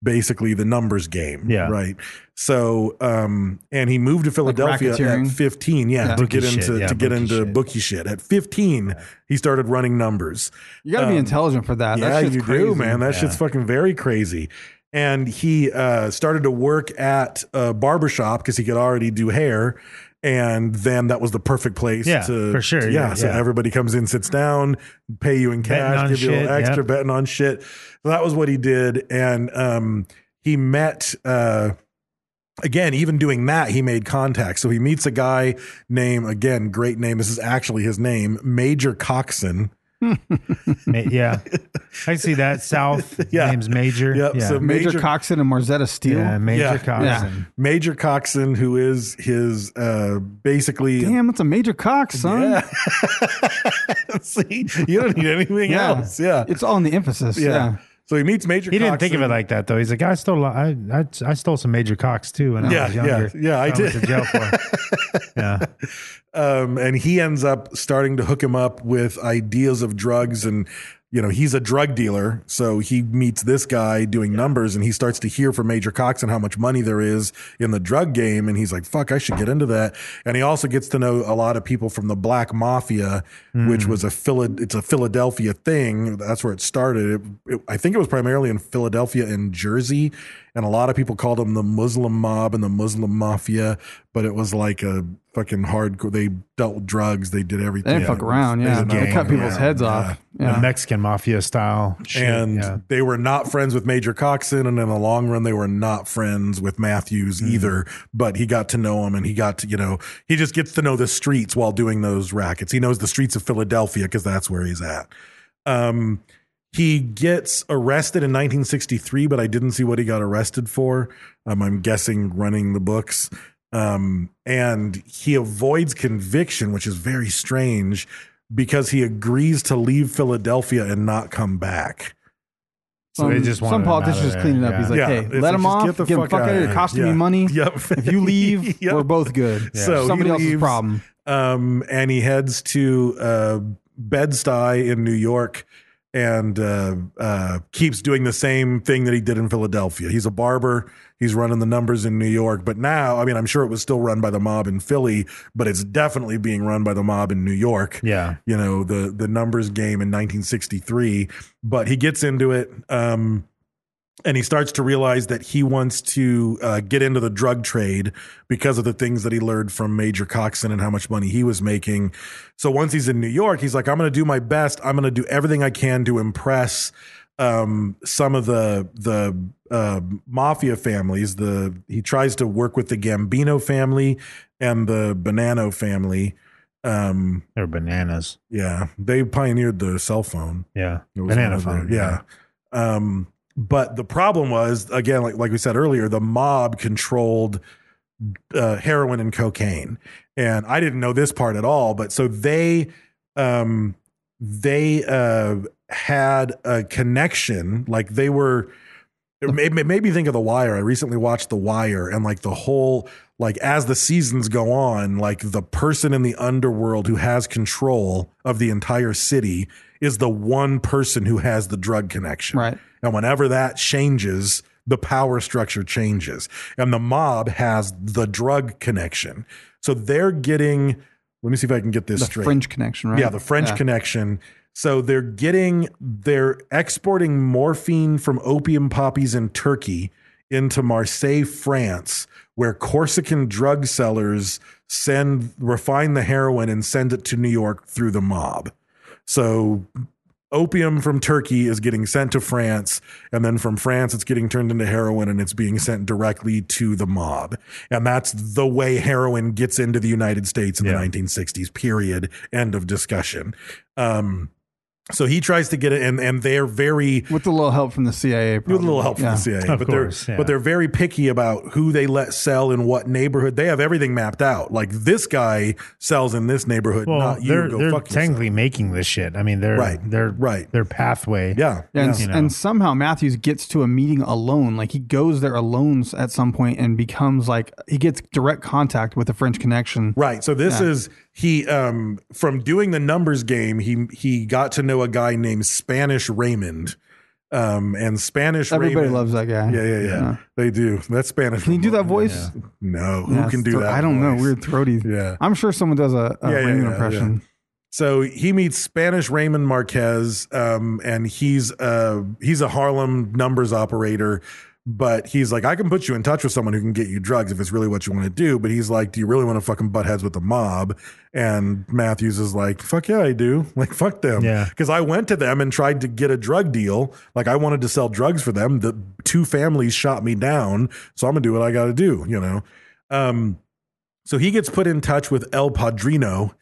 Speaker 2: basically the numbers game
Speaker 3: Yeah.
Speaker 2: right so um and he moved to philadelphia at
Speaker 4: racketeering?
Speaker 2: 15 yeah, to
Speaker 3: Bookie
Speaker 2: get into
Speaker 3: shit, yeah,
Speaker 2: to get
Speaker 3: bookie
Speaker 2: into
Speaker 3: shit.
Speaker 2: bookie shit at 15 he started running numbers
Speaker 4: you gotta be intelligent for that.
Speaker 2: um, yeah,
Speaker 4: that shit's
Speaker 2: you do,
Speaker 4: crazy.
Speaker 2: man. That shit's fucking very crazy. And he uh, started to work at a barbershop because he could already do hair. And then that was the perfect place
Speaker 3: Yeah,
Speaker 2: to
Speaker 3: for sure.
Speaker 2: Yeah,
Speaker 3: Yeah,
Speaker 2: So
Speaker 3: yeah.
Speaker 2: everybody comes in, sits down, pay you in
Speaker 3: Betting
Speaker 2: cash,
Speaker 3: on
Speaker 2: give you a little
Speaker 3: shit,
Speaker 2: extra,
Speaker 3: yep.
Speaker 2: betting on shit. So that was what he did. And um, he met uh, again, even doing that, he made contact. So he meets a guy named again, great name. This is actually his name, Major Coxon.
Speaker 3: Ma- yeah. I can see that. South.
Speaker 2: <laughs> Yeah.
Speaker 3: Name's Major.
Speaker 2: Yep,
Speaker 3: Yeah.
Speaker 2: so
Speaker 4: Major,
Speaker 2: Major-
Speaker 4: Coxon and Marzetta Steele.
Speaker 3: yeah. Major
Speaker 2: Yeah.
Speaker 3: Coxon.
Speaker 2: <laughs> Major Coxon, who is his uh, basically. <laughs>
Speaker 4: Damn, that's a major Cox, son.
Speaker 2: Yeah. See, you don't need anything else. Yeah.
Speaker 4: It's all in the emphasis.
Speaker 2: yeah.
Speaker 4: Yeah.
Speaker 2: So he meets Major
Speaker 3: He didn't
Speaker 2: Coxon.
Speaker 3: think of it like that though. He's like, I stole, a lot- I, I, I stole some Major Cox too when
Speaker 2: Yeah,
Speaker 3: I was younger.
Speaker 2: yeah, yeah, I
Speaker 3: went
Speaker 2: did.
Speaker 3: to jail
Speaker 2: <laughs>
Speaker 3: for. yeah.
Speaker 2: um, and he ends up starting to hook him up with ideas of drugs and you know he's a drug dealer so he meets this guy doing numbers and he starts to hear from major cox and how much money there is in the drug game and he's like fuck i should get into that and he also gets to know a lot of people from the black mafia which was a Phila- it's a philadelphia thing that's where it started It- it- i think it was primarily in philadelphia and jersey and a lot of people called them the muslim mob and the muslim mafia but it was like a fucking hardcore they dealt with drugs they did everything
Speaker 4: They didn't fuck around.
Speaker 2: It was
Speaker 4: Yeah.
Speaker 2: a
Speaker 4: They
Speaker 2: gang.
Speaker 4: cut people's
Speaker 2: Yeah.
Speaker 4: heads
Speaker 2: Yeah
Speaker 4: off.
Speaker 3: The
Speaker 4: Yeah.
Speaker 3: Mexican mafia style. shit,
Speaker 2: and
Speaker 3: yeah.
Speaker 2: they were not friends with Major Coxon, and in the long run, they were not friends with Matthews
Speaker 4: Mm.
Speaker 2: either. But he got to know him, and he got to you know he just gets to know the streets while doing those rackets. He knows the streets of Philadelphia because that's where he's at. Um, he gets arrested in 1963, but I didn't see what he got arrested for. Um, I'm guessing running the books. Um, and he avoids conviction, which is very strange because he agrees to leave Philadelphia and not come back.
Speaker 3: So they just wanted
Speaker 4: some
Speaker 3: him out of
Speaker 4: politicians
Speaker 3: there,
Speaker 4: cleaning up.
Speaker 3: yeah.
Speaker 4: He's like,
Speaker 2: Yeah,
Speaker 4: hey,
Speaker 2: it's
Speaker 4: let
Speaker 2: like,
Speaker 4: him
Speaker 2: just
Speaker 4: off. Get the fuck, out of here.
Speaker 2: here.
Speaker 4: It cost
Speaker 2: Yeah.
Speaker 4: me money.
Speaker 2: <laughs> Yep.
Speaker 4: If you
Speaker 2: <laughs>
Speaker 4: leave,
Speaker 2: Yep.
Speaker 4: we're both good.
Speaker 2: Yeah. So he
Speaker 4: somebody else's
Speaker 2: leaves.
Speaker 4: problem.
Speaker 2: um, and he heads to uh, Bed Stuy in New York and uh, uh, keeps doing the same thing that he did in Philadelphia. He's a barber. He's running the numbers in New York, but now, I mean, I'm sure it was still run by the mob in Philly, but it's definitely being run by the mob in New York.
Speaker 3: Yeah.
Speaker 2: you know the the numbers game in 1963. But he gets into it. Um, and he starts to realize that he wants to uh, get into the drug trade because of the things that he learned from Major Coxon and how much money he was making. So once he's in New York, he's like, "I'm going to do my best. I'm going to do everything I can to impress um, some of the the uh, mafia families." The he tries to work with the Gambino family and the Bonanno family. Um,
Speaker 3: They're bananas.
Speaker 2: yeah, they pioneered the cell phone.
Speaker 3: Yeah.
Speaker 2: It was one
Speaker 3: Banana
Speaker 2: of
Speaker 3: phone.
Speaker 2: the- Yeah. Um, but the problem was again, like like we said earlier, the mob controlled uh, heroin and cocaine, and I didn't know this part at all. But so they um, they uh, had a connection, like they were. It made, it made me think of The Wire. I recently watched The Wire, and like the whole like as the seasons go on, like the person in the underworld who has control of the entire city is the one person who has the drug connection.
Speaker 4: Right.
Speaker 2: And whenever that changes, the power structure changes. And the mob has the drug connection. So they're getting, let me see if I can get this
Speaker 4: The
Speaker 2: straight.
Speaker 4: French connection, right?
Speaker 2: Yeah, the French connection. So they're getting, they're exporting morphine from opium poppies in Turkey into Marseille, France, where Corsican drug sellers send, refine the heroin and send it to New York through the mob. So opium from Turkey is getting sent to France, and then from France, it's getting turned into heroin and it's being sent directly to the mob. And that's the way heroin gets into the United States in
Speaker 3: Yeah.
Speaker 2: the 1960s, period. End of discussion. Um, so he tries to get it, and, and they're very.
Speaker 4: With a little help from the CIA.
Speaker 2: With a
Speaker 4: probably.
Speaker 2: little help from
Speaker 4: Yeah.
Speaker 2: the CIA,
Speaker 3: Of
Speaker 2: but
Speaker 3: course,
Speaker 2: they're
Speaker 3: yeah.
Speaker 2: but they're very picky about who they let sell in what neighborhood. They have everything mapped out. Like this guy sells in this neighborhood,
Speaker 3: Well,
Speaker 2: not you.
Speaker 3: they're,
Speaker 2: Go
Speaker 3: they're
Speaker 2: fuck yourself.
Speaker 3: technically making this shit. I mean, they're
Speaker 2: Right,
Speaker 3: They're
Speaker 2: right.
Speaker 3: Their pathway.
Speaker 2: Yeah,
Speaker 4: Yeah, and,
Speaker 3: You know.
Speaker 4: and somehow Matthews gets to a meeting alone. Like he goes there alone s- at some point and becomes like he gets direct contact with the French connection.
Speaker 2: Right. So this
Speaker 4: Yeah.
Speaker 2: is he um from doing the numbers game, he he got to know a guy named Spanish Raymond. Um and Spanish
Speaker 4: Everybody
Speaker 2: Raymond
Speaker 4: loves that guy.
Speaker 2: Yeah, yeah, yeah.
Speaker 4: Yeah.
Speaker 2: They do. That's Spanish.
Speaker 4: Can you do that
Speaker 2: Raymond.
Speaker 4: voice?
Speaker 2: No,
Speaker 4: Yeah,
Speaker 2: who can
Speaker 4: it's
Speaker 2: do
Speaker 4: thro-
Speaker 2: that?
Speaker 4: I don't know.
Speaker 2: voice?
Speaker 4: Weird throaty.
Speaker 2: Yeah.
Speaker 4: I'm sure someone does a, a
Speaker 2: Yeah, yeah,
Speaker 4: Raymond
Speaker 2: yeah,
Speaker 4: impression.
Speaker 2: yeah. So he meets Spanish Raymond Marquez, um, and he's uh, he's a Harlem numbers operator. But he's like, I can put you in touch with someone who can get you drugs if it's really what you want to do. But he's like, Do you really want to fucking butt heads with the mob? And Matthews is like, Fuck yeah, I do. <laughs> Like, fuck them.
Speaker 3: Yeah.
Speaker 2: Because I went to them and tried to get a drug deal. Like, I wanted to sell drugs for them. The two families shot me down. So I'm going to do what I got to do, you know? Um, so he gets put in touch with El Padrino,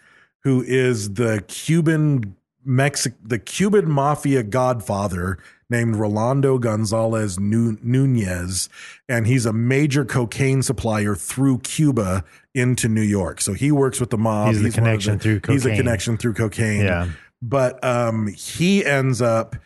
Speaker 2: who is the Cuban Mexic the Cuban mafia godfather named Rolando Gonzalez Nu- Nunez, and he's a major cocaine supplier through Cuba into New York. So he works with the mob.
Speaker 3: He's the
Speaker 2: one of
Speaker 3: connection through
Speaker 2: He's a
Speaker 3: cocaine.
Speaker 2: connection through cocaine.
Speaker 3: Yeah.
Speaker 2: But um, he ends up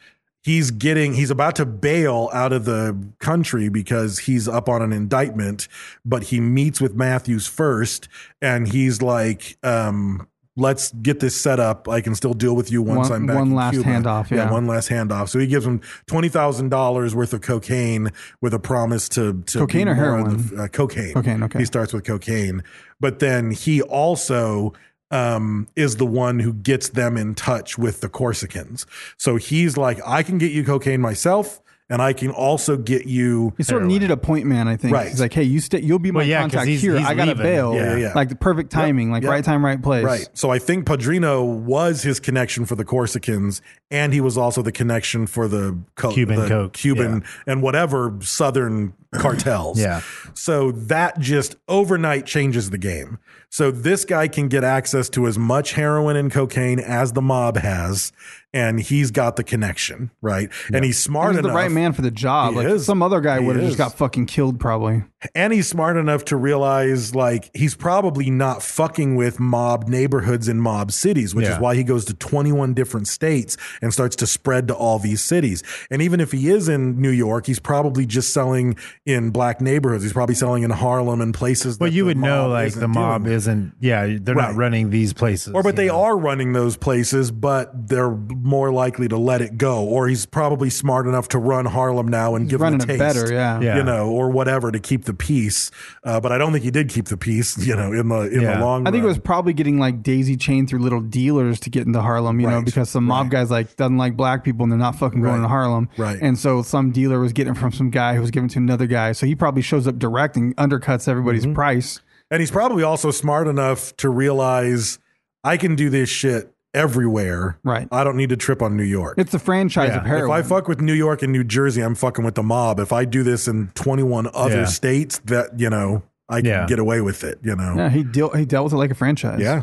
Speaker 2: he's getting he's about to bail out of the country because he's up on an indictment but he meets with matthews first and he's like um let's get this set up i can still deal with you once
Speaker 4: One-
Speaker 2: i'm back
Speaker 4: one
Speaker 2: in
Speaker 4: last
Speaker 2: Cuba."
Speaker 4: handoff, yeah.
Speaker 2: one last handoff so he gives him $20000 worth of cocaine with a promise to, to
Speaker 4: Cocaine
Speaker 2: be
Speaker 4: or
Speaker 2: more on
Speaker 4: heroin?
Speaker 2: the- uh, cocaine
Speaker 4: Cocaine, okay.
Speaker 2: he starts with cocaine but then he also um, is the one who gets them in touch with the Corsicans. So he's like, I can get you cocaine myself, and I can also get you.
Speaker 4: He sort of needed a point man, I think.
Speaker 2: Right.
Speaker 4: He's like, hey, you stay, you'll be my
Speaker 3: Well, yeah, 'cause
Speaker 4: contact
Speaker 3: he's-
Speaker 4: here.
Speaker 3: he's
Speaker 4: I got to
Speaker 3: leaving.
Speaker 4: bail.
Speaker 2: Yeah, yeah, yeah.
Speaker 4: Like the perfect timing, like
Speaker 2: yep.
Speaker 4: right time, right place.
Speaker 2: Right. So I think Padrino was his connection for the Corsicans, and he was also the connection for the co-
Speaker 3: Cuban
Speaker 2: the
Speaker 3: coke,
Speaker 2: Cuban
Speaker 3: yeah.
Speaker 2: and whatever Southern cartels.
Speaker 3: Yeah.
Speaker 2: So that just overnight changes the game. So this guy can get access to as much heroin and cocaine as the mob has, and he's got the connection, right? And he's smart
Speaker 4: He's
Speaker 2: enough.
Speaker 4: the right man for the job.
Speaker 2: He
Speaker 4: like
Speaker 2: is.
Speaker 4: some other guy
Speaker 2: He
Speaker 4: would have
Speaker 2: is.
Speaker 4: just got fucking killed probably.
Speaker 2: and he's smart enough to realize like he's probably not fucking with mob neighborhoods in mob cities which
Speaker 3: Yeah.
Speaker 2: is why he goes to 21 different states and starts to spread to all these cities and even if he is in new york he's probably just selling in black neighborhoods he's probably selling in harlem and places
Speaker 3: But
Speaker 2: that
Speaker 3: you
Speaker 2: the
Speaker 3: would know,
Speaker 2: mob
Speaker 3: like
Speaker 2: isn't
Speaker 3: the mob
Speaker 2: doing.
Speaker 3: isn't. Yeah, they're
Speaker 2: Right.
Speaker 3: not running these places.
Speaker 2: or but
Speaker 3: you
Speaker 2: they
Speaker 3: know?
Speaker 2: are running those places but they're more likely to let it go or he's probably smart enough to run harlem now and give
Speaker 4: running
Speaker 2: them a
Speaker 4: it
Speaker 2: taste
Speaker 4: better, yeah.
Speaker 3: Yeah.
Speaker 2: you know, or whatever to keep the peace. Uh, but I don't think he did keep the peace, you know, in the in
Speaker 3: Yeah.
Speaker 2: the long.
Speaker 4: I think it
Speaker 2: run.
Speaker 4: was probably getting like daisy chained through little dealers to get into Harlem, you know,
Speaker 2: Right,
Speaker 4: because some mob
Speaker 2: right.
Speaker 4: guys like doesn't like black people and they're not fucking
Speaker 2: Right,
Speaker 4: going to Harlem.
Speaker 2: right.
Speaker 4: And so some dealer was getting it from some guy who was giving it to another guy. So he probably shows up direct and undercuts everybody's
Speaker 2: Mm-hmm.
Speaker 4: price.
Speaker 2: and he's probably also smart enough to realize I can do this shit everywhere.
Speaker 4: Right.
Speaker 2: I don't need to trip on New York.
Speaker 4: It's the franchise
Speaker 3: Yeah.
Speaker 4: of
Speaker 3: If
Speaker 2: if I
Speaker 4: heroin.
Speaker 2: fuck with New York and New Jersey, I'm fucking with the mob. If I do this in 21 other
Speaker 3: Yeah.
Speaker 2: states, that you know, I can
Speaker 3: Yeah.
Speaker 2: get away with it. You know.
Speaker 4: yeah, he deal he dealt with it like a franchise.
Speaker 2: Yeah.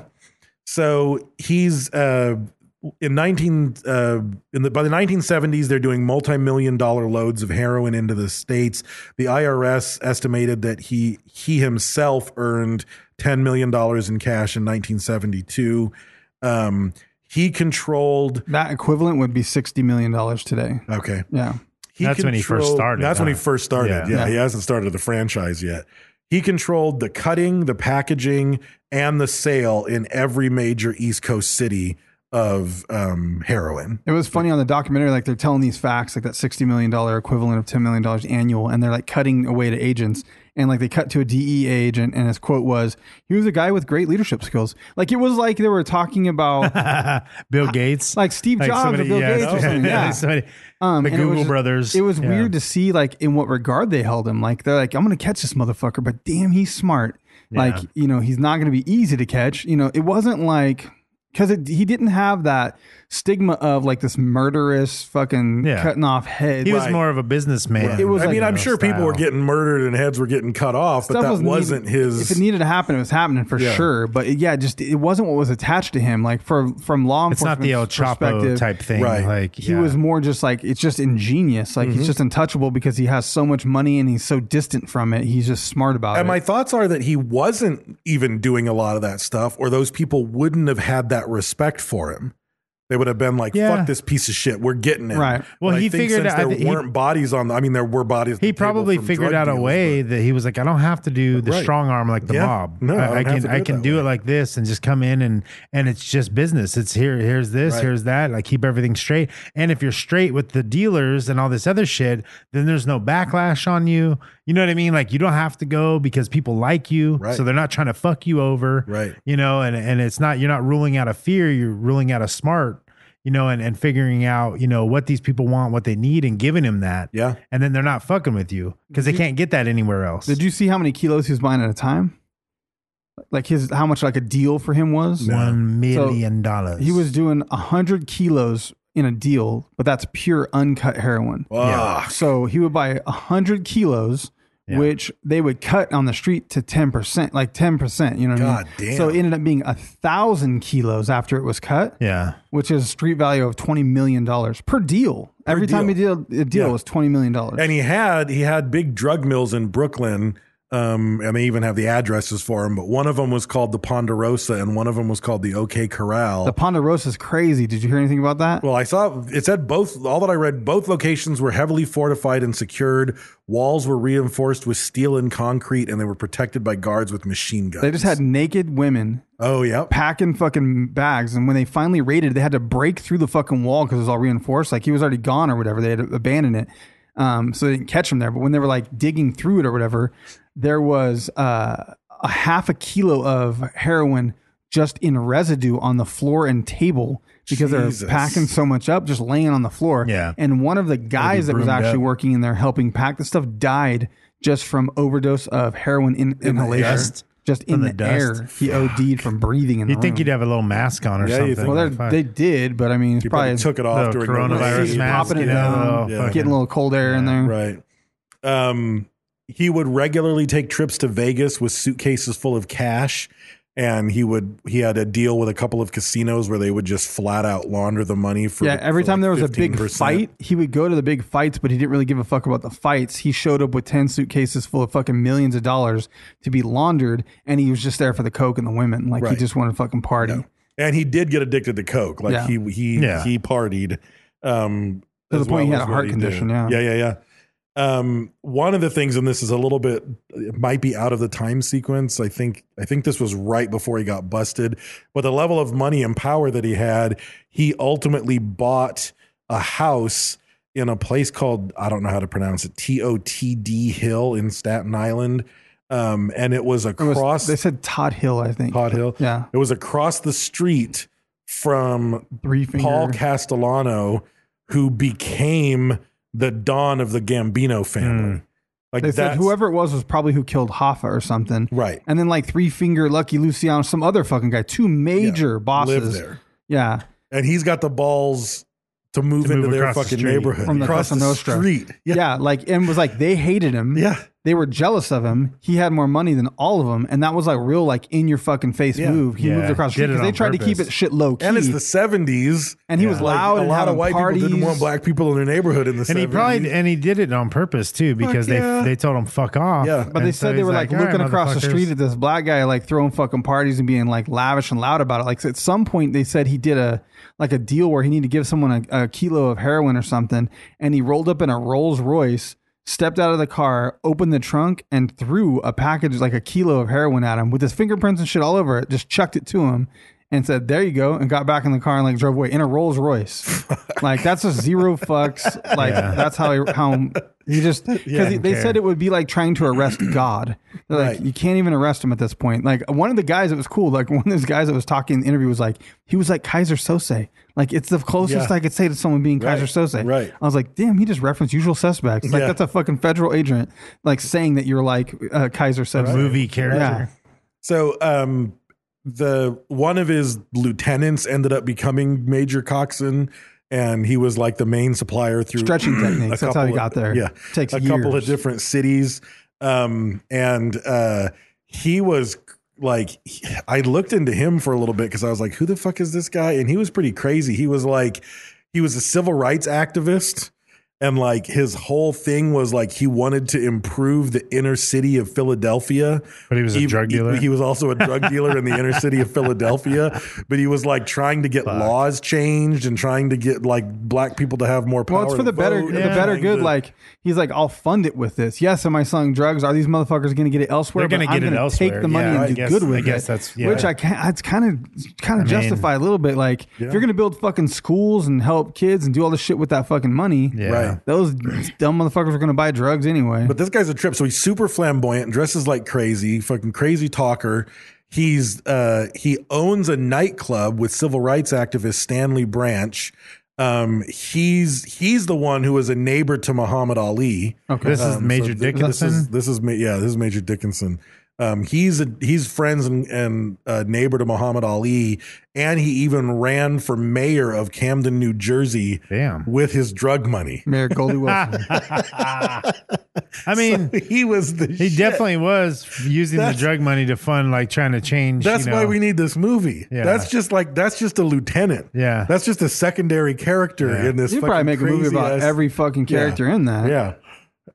Speaker 2: So he's uh, in nineteen uh, in the by the nineteen seventies, they're doing multi million dollar loads of heroin into the states. The IRS estimated that he he himself earned ten million dollars in cash in nineteen seventy two. Um, he controlled.
Speaker 4: That equivalent would be sixty million dollars today.
Speaker 2: Okay,
Speaker 4: Yeah.
Speaker 2: he
Speaker 3: That's when he first
Speaker 2: controlled-
Speaker 3: started,
Speaker 2: That's when he
Speaker 3: huh?
Speaker 2: first started. Yeah.
Speaker 3: Yeah.
Speaker 4: Yeah.
Speaker 2: he hasn't started the franchise yet. He controlled the cutting, the packaging, and the sale in every major East Coast city of um, heroin.
Speaker 4: It was funny on the documentary, like they're telling these facts, like that sixty million dollar equivalent of ten million dollars annual, and they're like cutting away to agents, and like they cut to a DE agent, and his quote was, "He was a guy with great leadership skills." Like it was like they were talking about
Speaker 3: Bill Gates,
Speaker 4: <laughs> like Steve Jobs or Bill Gates or
Speaker 3: <laughs>
Speaker 4: something, yeah.
Speaker 3: somebody-
Speaker 4: um,
Speaker 3: the
Speaker 4: and it was
Speaker 3: Google
Speaker 4: just-
Speaker 3: brothers.
Speaker 4: It was
Speaker 3: yeah.
Speaker 4: weird to see like in what regard they held him. Like they're like, "I'm gonna catch this motherfucker," but damn, he's smart. Like you know, he's not gonna be easy to catch. You know, it wasn't like. Because he didn't have that stigma of like this murderous fucking
Speaker 3: Yeah.
Speaker 4: cutting off head.
Speaker 3: He was
Speaker 2: Right.
Speaker 3: more of a businessman.
Speaker 4: It was
Speaker 2: I
Speaker 4: like,
Speaker 2: mean,
Speaker 4: you
Speaker 2: I'm
Speaker 3: know,
Speaker 2: sure people were
Speaker 3: style.
Speaker 2: getting murdered and heads were getting cut off, but
Speaker 4: stuff
Speaker 2: that
Speaker 4: was
Speaker 2: wasn't
Speaker 4: needed-
Speaker 2: his.
Speaker 4: If it needed to happen, it was happening for
Speaker 2: Yeah.
Speaker 4: sure. But it- yeah, just it wasn't what was attached to him. Like for from law
Speaker 3: It's not
Speaker 4: enforcement,
Speaker 3: the El Chapo type thing.
Speaker 2: Right.
Speaker 3: Like
Speaker 4: He
Speaker 3: yeah. Mm-hmm.
Speaker 4: was more just like it's just ingenious. Like he's just untouchable because he has so much money and he's so distant from it. He's just smart about
Speaker 2: and
Speaker 4: it.
Speaker 2: my thoughts are that he wasn't even doing a lot of that stuff, or those people wouldn't have had that respect for him. They would have been like,
Speaker 3: Yeah.
Speaker 2: "Fuck this piece of shit, we're getting it."
Speaker 4: Right.
Speaker 3: Well,
Speaker 2: But I
Speaker 3: he
Speaker 2: think
Speaker 3: figured
Speaker 2: since
Speaker 3: out- I
Speaker 2: there
Speaker 3: thi- he-
Speaker 2: weren't bodies on. The, I mean, there were bodies. at the
Speaker 3: he
Speaker 2: table
Speaker 3: probably
Speaker 2: from
Speaker 3: figured
Speaker 2: drug
Speaker 3: out a
Speaker 2: deals,
Speaker 3: way that he was like, I don't have to do the
Speaker 2: Right.
Speaker 3: strong arm like the
Speaker 2: Yeah.
Speaker 3: mob.
Speaker 2: No, I
Speaker 3: I,
Speaker 2: don't
Speaker 3: I
Speaker 2: have
Speaker 3: can
Speaker 2: to do
Speaker 3: I
Speaker 2: it
Speaker 3: can
Speaker 2: that
Speaker 3: do
Speaker 2: way."
Speaker 3: it like this and just come in and and it's just business. It's here, here's this,
Speaker 2: Right.
Speaker 3: here's that. Like keep everything straight. And if you're straight with the dealers and all this other shit, then there's no backlash on you. You know what I mean? Like you don't have to go because people like you,
Speaker 2: Right.
Speaker 3: so they're not trying to fuck you over.
Speaker 2: Right.
Speaker 3: You know, and and it's not you're not ruling out of fear. You're ruling out of smart. You know, and, and figuring out, you know, what these people want, what they need, and giving him that
Speaker 2: Yeah.
Speaker 3: and then they're not fucking with you because they can't get that anywhere else.
Speaker 4: Did you see how many kilos he was buying at a time? Like his how much like a deal for him was?
Speaker 3: One
Speaker 4: So,
Speaker 3: million dollars.
Speaker 4: He was doing hundred kilos in a deal, but that's pure uncut heroin.
Speaker 2: Ugh.
Speaker 4: So he would buy 100 kilos,
Speaker 3: Yeah.
Speaker 4: which they would cut on the street to 10%, like 10%, you know what
Speaker 2: God
Speaker 4: I mean?
Speaker 2: damn.
Speaker 4: So it ended up being a 1,000 kilos after it was cut,
Speaker 3: yeah.
Speaker 4: which is street value of $20 million per deal. Every time he
Speaker 2: deal.
Speaker 4: did a deal
Speaker 2: Yeah.
Speaker 4: was $20 million.
Speaker 2: And he had he had big drug mills in Brooklyn. Um, and they even have the addresses for them. But one of them was called the Ponderosa, and one of them was called the OK Corral.
Speaker 4: the Ponderosa is crazy. Did you hear anything about that?
Speaker 2: Well, I saw it said both. All that I read, both locations were heavily fortified and secured. Walls were reinforced with steel and concrete, and they were protected by guards with machine guns.
Speaker 4: they just had naked women
Speaker 2: Oh yeah.
Speaker 4: packing fucking bags. And when they finally raided, they had to break through the fucking wall because it was all reinforced. Like he was already gone or whatever. They had abandoned it. Um, so they didn't catch him there. But when they were like digging through it or whatever, there was uh, a half a kilo of heroin just in residue on the floor and table because
Speaker 2: Jesus.
Speaker 4: they're packing so much up, just laying on the floor.
Speaker 3: Yeah.
Speaker 4: And one of the guys that was
Speaker 3: broomed
Speaker 4: actually
Speaker 3: up.
Speaker 4: working in there helping pack the stuff died just from overdose of heroin in, inhalation.
Speaker 3: dust?
Speaker 4: Just in
Speaker 3: From
Speaker 4: the,
Speaker 3: the dust?
Speaker 4: air, he OD'd from breathing in the
Speaker 3: You'd think
Speaker 4: room.
Speaker 3: he'd have a little mask on or
Speaker 2: Yeah, you'd think-
Speaker 3: something.
Speaker 4: Well,
Speaker 3: Fuck.
Speaker 4: they're- they did, but I mean, it's
Speaker 2: He
Speaker 4: probably
Speaker 2: probably took it
Speaker 3: the
Speaker 2: off during the
Speaker 3: coronavirus
Speaker 2: raid.
Speaker 3: mask.
Speaker 4: popping
Speaker 3: you
Speaker 4: it
Speaker 3: know,
Speaker 4: down,
Speaker 3: the little
Speaker 2: Yeah.
Speaker 3: fucking-
Speaker 4: getting a little cold air in there.
Speaker 2: Right. Um, he would regularly take trips to Vegas with suitcases full of cash and he would he had a deal with a couple of casinos where they would just flat out launder the money for
Speaker 4: yeah, every
Speaker 2: for
Speaker 4: time
Speaker 2: like
Speaker 4: there was a big
Speaker 2: 15%.
Speaker 4: fight, he would go to the big fights, but he didn't really give a fuck about the fights. He showed up with 10 suitcases full of fucking millions of dollars to be laundered, and he was just there for the coke and the women. Like, he
Speaker 2: Right.
Speaker 4: just wanted to fucking party.
Speaker 2: and he did get addicted to coke like
Speaker 4: Yeah.
Speaker 2: he he
Speaker 3: Yeah.
Speaker 2: he partied um
Speaker 4: To the
Speaker 2: as
Speaker 4: point he had
Speaker 2: as
Speaker 4: a
Speaker 2: what
Speaker 4: heart
Speaker 2: did.
Speaker 4: condition, yeah.
Speaker 2: yeah yeah yeah um one of the things and this is a little bit it might be out of the time sequence i think i think this was right before he got busted but the level of money and power that he had he ultimately bought a house in a place called i don't know how to pronounce it t-o-t-d hill in staten island um and it was
Speaker 4: It was-
Speaker 2: across
Speaker 4: they said Todd Hill, I think.
Speaker 2: Todd Hill.
Speaker 4: Yeah.
Speaker 2: It was across the street from
Speaker 4: Three finger.
Speaker 2: Paul Castellano, who became the don of the Gambino family. Like
Speaker 4: Hmm. They said
Speaker 2: that's-
Speaker 4: whoever it was was probably who killed Hoffa or something.
Speaker 2: Right.
Speaker 4: And then like Three Finger Lucky Luciano, some other fucking guy, two
Speaker 2: yeah,
Speaker 4: major bosses.
Speaker 2: lived there.
Speaker 4: Yeah.
Speaker 2: And he's got the balls to move
Speaker 3: To move
Speaker 2: into their
Speaker 3: across the
Speaker 2: fucking
Speaker 3: street.
Speaker 2: neighborhood
Speaker 4: From the
Speaker 2: across
Speaker 4: Cosa
Speaker 2: the
Speaker 4: Nostra.
Speaker 2: street.
Speaker 4: Yeah. Like, and was like, they hated him.
Speaker 2: Yeah.
Speaker 4: They were jealous of him. He had more money than all of them. And that was like real, like in your fucking face
Speaker 2: Yeah.
Speaker 4: move. He
Speaker 3: Yeah.
Speaker 4: moved across the
Speaker 3: Did
Speaker 4: street
Speaker 3: it
Speaker 4: because they
Speaker 3: on
Speaker 4: tried to keep
Speaker 3: purpose.
Speaker 4: it shit low key.
Speaker 2: And it's the seventies.
Speaker 4: And he was loud
Speaker 2: a
Speaker 4: and
Speaker 2: lot of
Speaker 4: having
Speaker 2: white people didn't
Speaker 4: parties.
Speaker 2: want black people in their neighborhood in the
Speaker 3: And he
Speaker 2: 70s.
Speaker 3: probably and he did it on purpose too because
Speaker 2: Fuck yeah.
Speaker 3: they they told him fuck off.
Speaker 2: Yeah.
Speaker 4: but they
Speaker 3: And so
Speaker 4: said they
Speaker 3: he's
Speaker 4: were like,
Speaker 3: "All right,
Speaker 4: looking across the
Speaker 3: motherfuckers."
Speaker 4: street at this black guy, like throwing fucking parties and being like lavish and loud about it. Like at some point, they said he did a like a deal where he needed to give someone a, a kilo of heroin or something, and he rolled up in a Rolls Royce, stepped out of the car, opened the trunk, and threw a package like a kilo of heroin at him with his fingerprints and shit all over it. Just chucked it to him. And said, "There you go," and got back in the car and like drove away in a
Speaker 3: <laughs>
Speaker 4: Rolls Royce. like that's a zero fucks. Like that's how he, how he just because they said
Speaker 3: cared.
Speaker 4: it would be like trying to
Speaker 2: <clears throat>
Speaker 4: arrest God. They're like,
Speaker 2: Right.
Speaker 4: you can't even arrest him at this point. Like one of the guys that was cool, like <laughs> one of those guys that was talking in the interview was like, he was like Kaiser Sose. Like it's the closest
Speaker 2: Yeah.
Speaker 4: I could say to someone being
Speaker 2: Right,
Speaker 4: Kaiser Sose.
Speaker 2: right.
Speaker 4: I was like, damn, he just referenced usual suspects. Like
Speaker 2: Yeah.
Speaker 4: that's a fucking federal agent, like saying that you're like uh, Kaiser Sose.
Speaker 3: movie character.
Speaker 2: So um the one of his lieutenants ended up becoming Major Coxon and he was like the main supplier through
Speaker 4: Stretching
Speaker 2: <clears throat> a
Speaker 4: techniques, that's how
Speaker 2: couple
Speaker 4: he
Speaker 2: of-
Speaker 4: got there.
Speaker 2: Yeah.
Speaker 4: Takes
Speaker 2: a couple of
Speaker 4: years.
Speaker 2: different cities. Um and uh he was like he- I looked into him for a little bit because I was like, who the fuck is this guy? And he was pretty crazy. He was like he was a civil rights activist and like his whole thing was like he wanted to improve the inner city of Philadelphia.
Speaker 3: But he was a drug dealer?
Speaker 2: He, was also a drug dealer in the inner city of
Speaker 3: <laughs>
Speaker 2: Philadelphia, but he was like trying to get laws changed and trying to get like black people to have more power.
Speaker 4: Well, it's for
Speaker 2: to
Speaker 4: the better,
Speaker 2: vote
Speaker 4: the
Speaker 2: and
Speaker 4: better
Speaker 2: trying
Speaker 4: good.
Speaker 2: to-
Speaker 4: Like he's like, I'll fund it with this. Yes, am I selling drugs? Are these motherfuckers going to get it elsewhere?
Speaker 3: They're gonna
Speaker 4: But I'm
Speaker 3: get it
Speaker 4: gonna Take
Speaker 3: elsewhere.
Speaker 4: the money
Speaker 3: Yeah,
Speaker 4: and
Speaker 3: I
Speaker 4: do
Speaker 3: guess-
Speaker 4: good
Speaker 3: I
Speaker 4: with
Speaker 3: guess
Speaker 4: it.
Speaker 3: that's- yeah.
Speaker 4: Which I can't. It's kind of kind of
Speaker 3: I mean-
Speaker 4: justify a little bit. Like if you're going to build fucking schools and help kids and do all this shit with that fucking money,
Speaker 3: Yeah.
Speaker 2: Right.
Speaker 4: those dumb motherfuckers are going to buy drugs anyway.
Speaker 2: But this guy's a trip. So he's super flamboyant, dresses like crazy, fucking crazy talker. He's uh he owns a nightclub with civil rights activist Stanley Branch. Um he's he's the one who was a neighbor to Muhammad Ali.
Speaker 4: okay,
Speaker 3: Oh, This is Major
Speaker 2: Um, th-
Speaker 3: Dickinson.
Speaker 2: This is, this is ma- yeah, this is Major Dickinson. Um, he's a, he's friends and, and uh, neighbor to Muhammad Ali, and he even ran for mayor of Camden, New Jersey,
Speaker 3: Damn.
Speaker 2: with his drug money. <laughs>
Speaker 4: Mayor
Speaker 3: <laughs>
Speaker 4: Goldie Wilson.
Speaker 3: I mean,
Speaker 2: he was the
Speaker 3: he
Speaker 2: shit.
Speaker 3: definitely was using
Speaker 2: That's-
Speaker 3: the drug money to fund like trying to change.
Speaker 2: That's
Speaker 3: you know,
Speaker 2: why we need this movie.
Speaker 3: Yeah.
Speaker 2: That's just like that's just a lieutenant.
Speaker 3: Yeah.
Speaker 2: that's just a secondary character
Speaker 3: Yeah.
Speaker 2: in this.
Speaker 4: You'd probably
Speaker 2: fucking
Speaker 4: make a movie about
Speaker 2: crazy-ass-
Speaker 4: every fucking character in that.
Speaker 2: Yeah.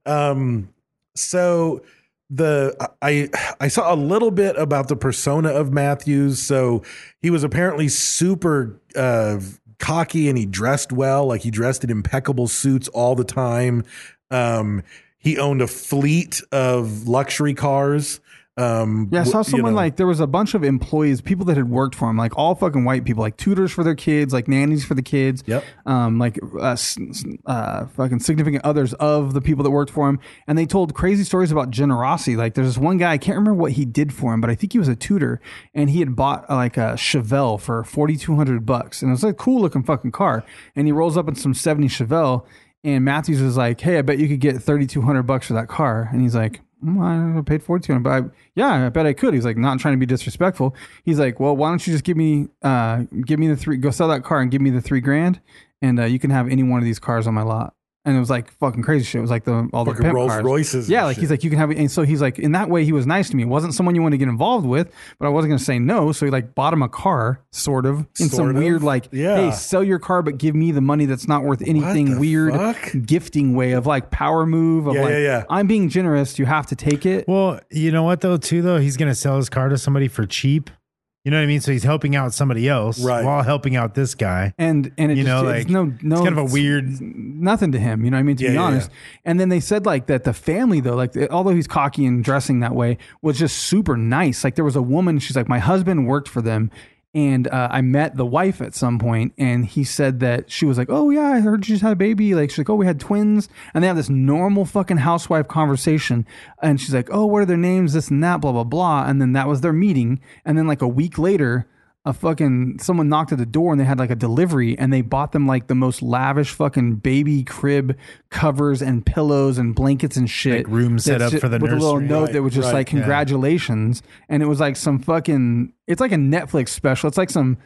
Speaker 2: Um, so the I I saw a little bit about the persona of Matthews. So he was apparently super uh, cocky and he dressed well. Like he dressed in impeccable suits all the time. Um, he owned a fleet of luxury cars. Um,
Speaker 4: Yeah, I saw
Speaker 2: w- you
Speaker 4: someone
Speaker 2: know.
Speaker 4: like there was a bunch of employees, people that had worked for him, like all fucking white people, like tutors for their kids, like nannies for the kids,
Speaker 2: Yep.
Speaker 4: um, like uh, s- s- uh, fucking significant others of the people that worked for him, and they told crazy stories about generosity. Like there's this one guy, I can't remember what he did for him, but I think he was a tutor, and he had bought uh, like a Chevelle for forty two hundred bucks, and it was a cool looking fucking car, and he rolls up in some seventy Chevelle. And Matthews was like, "Hey, I bet you could get thirty two hundred bucks for that car." And he's like, "Mm, "I paid forty two hundred, but I, yeah, I bet I could." He's like, "Not trying to be disrespectful." He's like, "Well, why don't you just give me, uh, give me the three, go sell that car and give me the three grand, and uh, you can have any one of these cars on my lot." and it was like fucking crazy shit. It was like the all the
Speaker 2: Fucking
Speaker 4: pimp
Speaker 2: Rolls
Speaker 4: cars.
Speaker 2: Royces and
Speaker 4: Yeah, like
Speaker 2: shit.
Speaker 4: he's like you can have. And so he's like in that way he was nice to me. It wasn't someone you want to get involved with, but I wasn't going to say no. So he like bought him a car, sort of in some
Speaker 2: Sort of?
Speaker 4: weird like
Speaker 2: Yeah.
Speaker 4: hey sell your car but give me the money that's not worth anything
Speaker 2: the
Speaker 4: weird
Speaker 2: fuck?
Speaker 4: gifting way of like power move of
Speaker 2: Yeah,
Speaker 4: like
Speaker 2: yeah, yeah.
Speaker 4: I'm being generous. You have to take it.
Speaker 3: Well, you know what though, too though, he's gonna sell his car to somebody for cheap. You know what I mean? So he's helping out somebody else
Speaker 2: Right.
Speaker 3: while helping out this guy.
Speaker 4: and and it
Speaker 3: you
Speaker 4: just,
Speaker 3: know,
Speaker 4: it's
Speaker 3: like
Speaker 4: no no
Speaker 3: it's kind of a weird
Speaker 4: nothing to him. You know what I mean? To
Speaker 2: Yeah,
Speaker 4: be
Speaker 2: yeah,
Speaker 4: honest. And then they said like that the family though, like although he's cocky and dressing that way, was just super nice. Like there was a woman. She's like, my husband worked for them. And uh, I met the wife at some point, and he said that she was like, "Oh yeah, I heard you just had a baby." Like she's like, "Oh, we had twins," and they have this normal fucking housewife conversation, and she's like, "Oh, what are their names? This and that, blah blah blah." And then that was their meeting, and then like a week later, a fucking someone knocked at the door and they had like a delivery and they bought them like the most lavish fucking baby crib covers and pillows and blankets and shit.
Speaker 3: Like room
Speaker 4: That's
Speaker 3: set up
Speaker 4: ju-
Speaker 3: for the
Speaker 4: with a little
Speaker 3: nursery.
Speaker 4: note that
Speaker 2: Right,
Speaker 4: was just
Speaker 2: right,
Speaker 4: like
Speaker 2: yeah.
Speaker 4: congratulations and it was like some fucking it's like a Netflix special. It's like some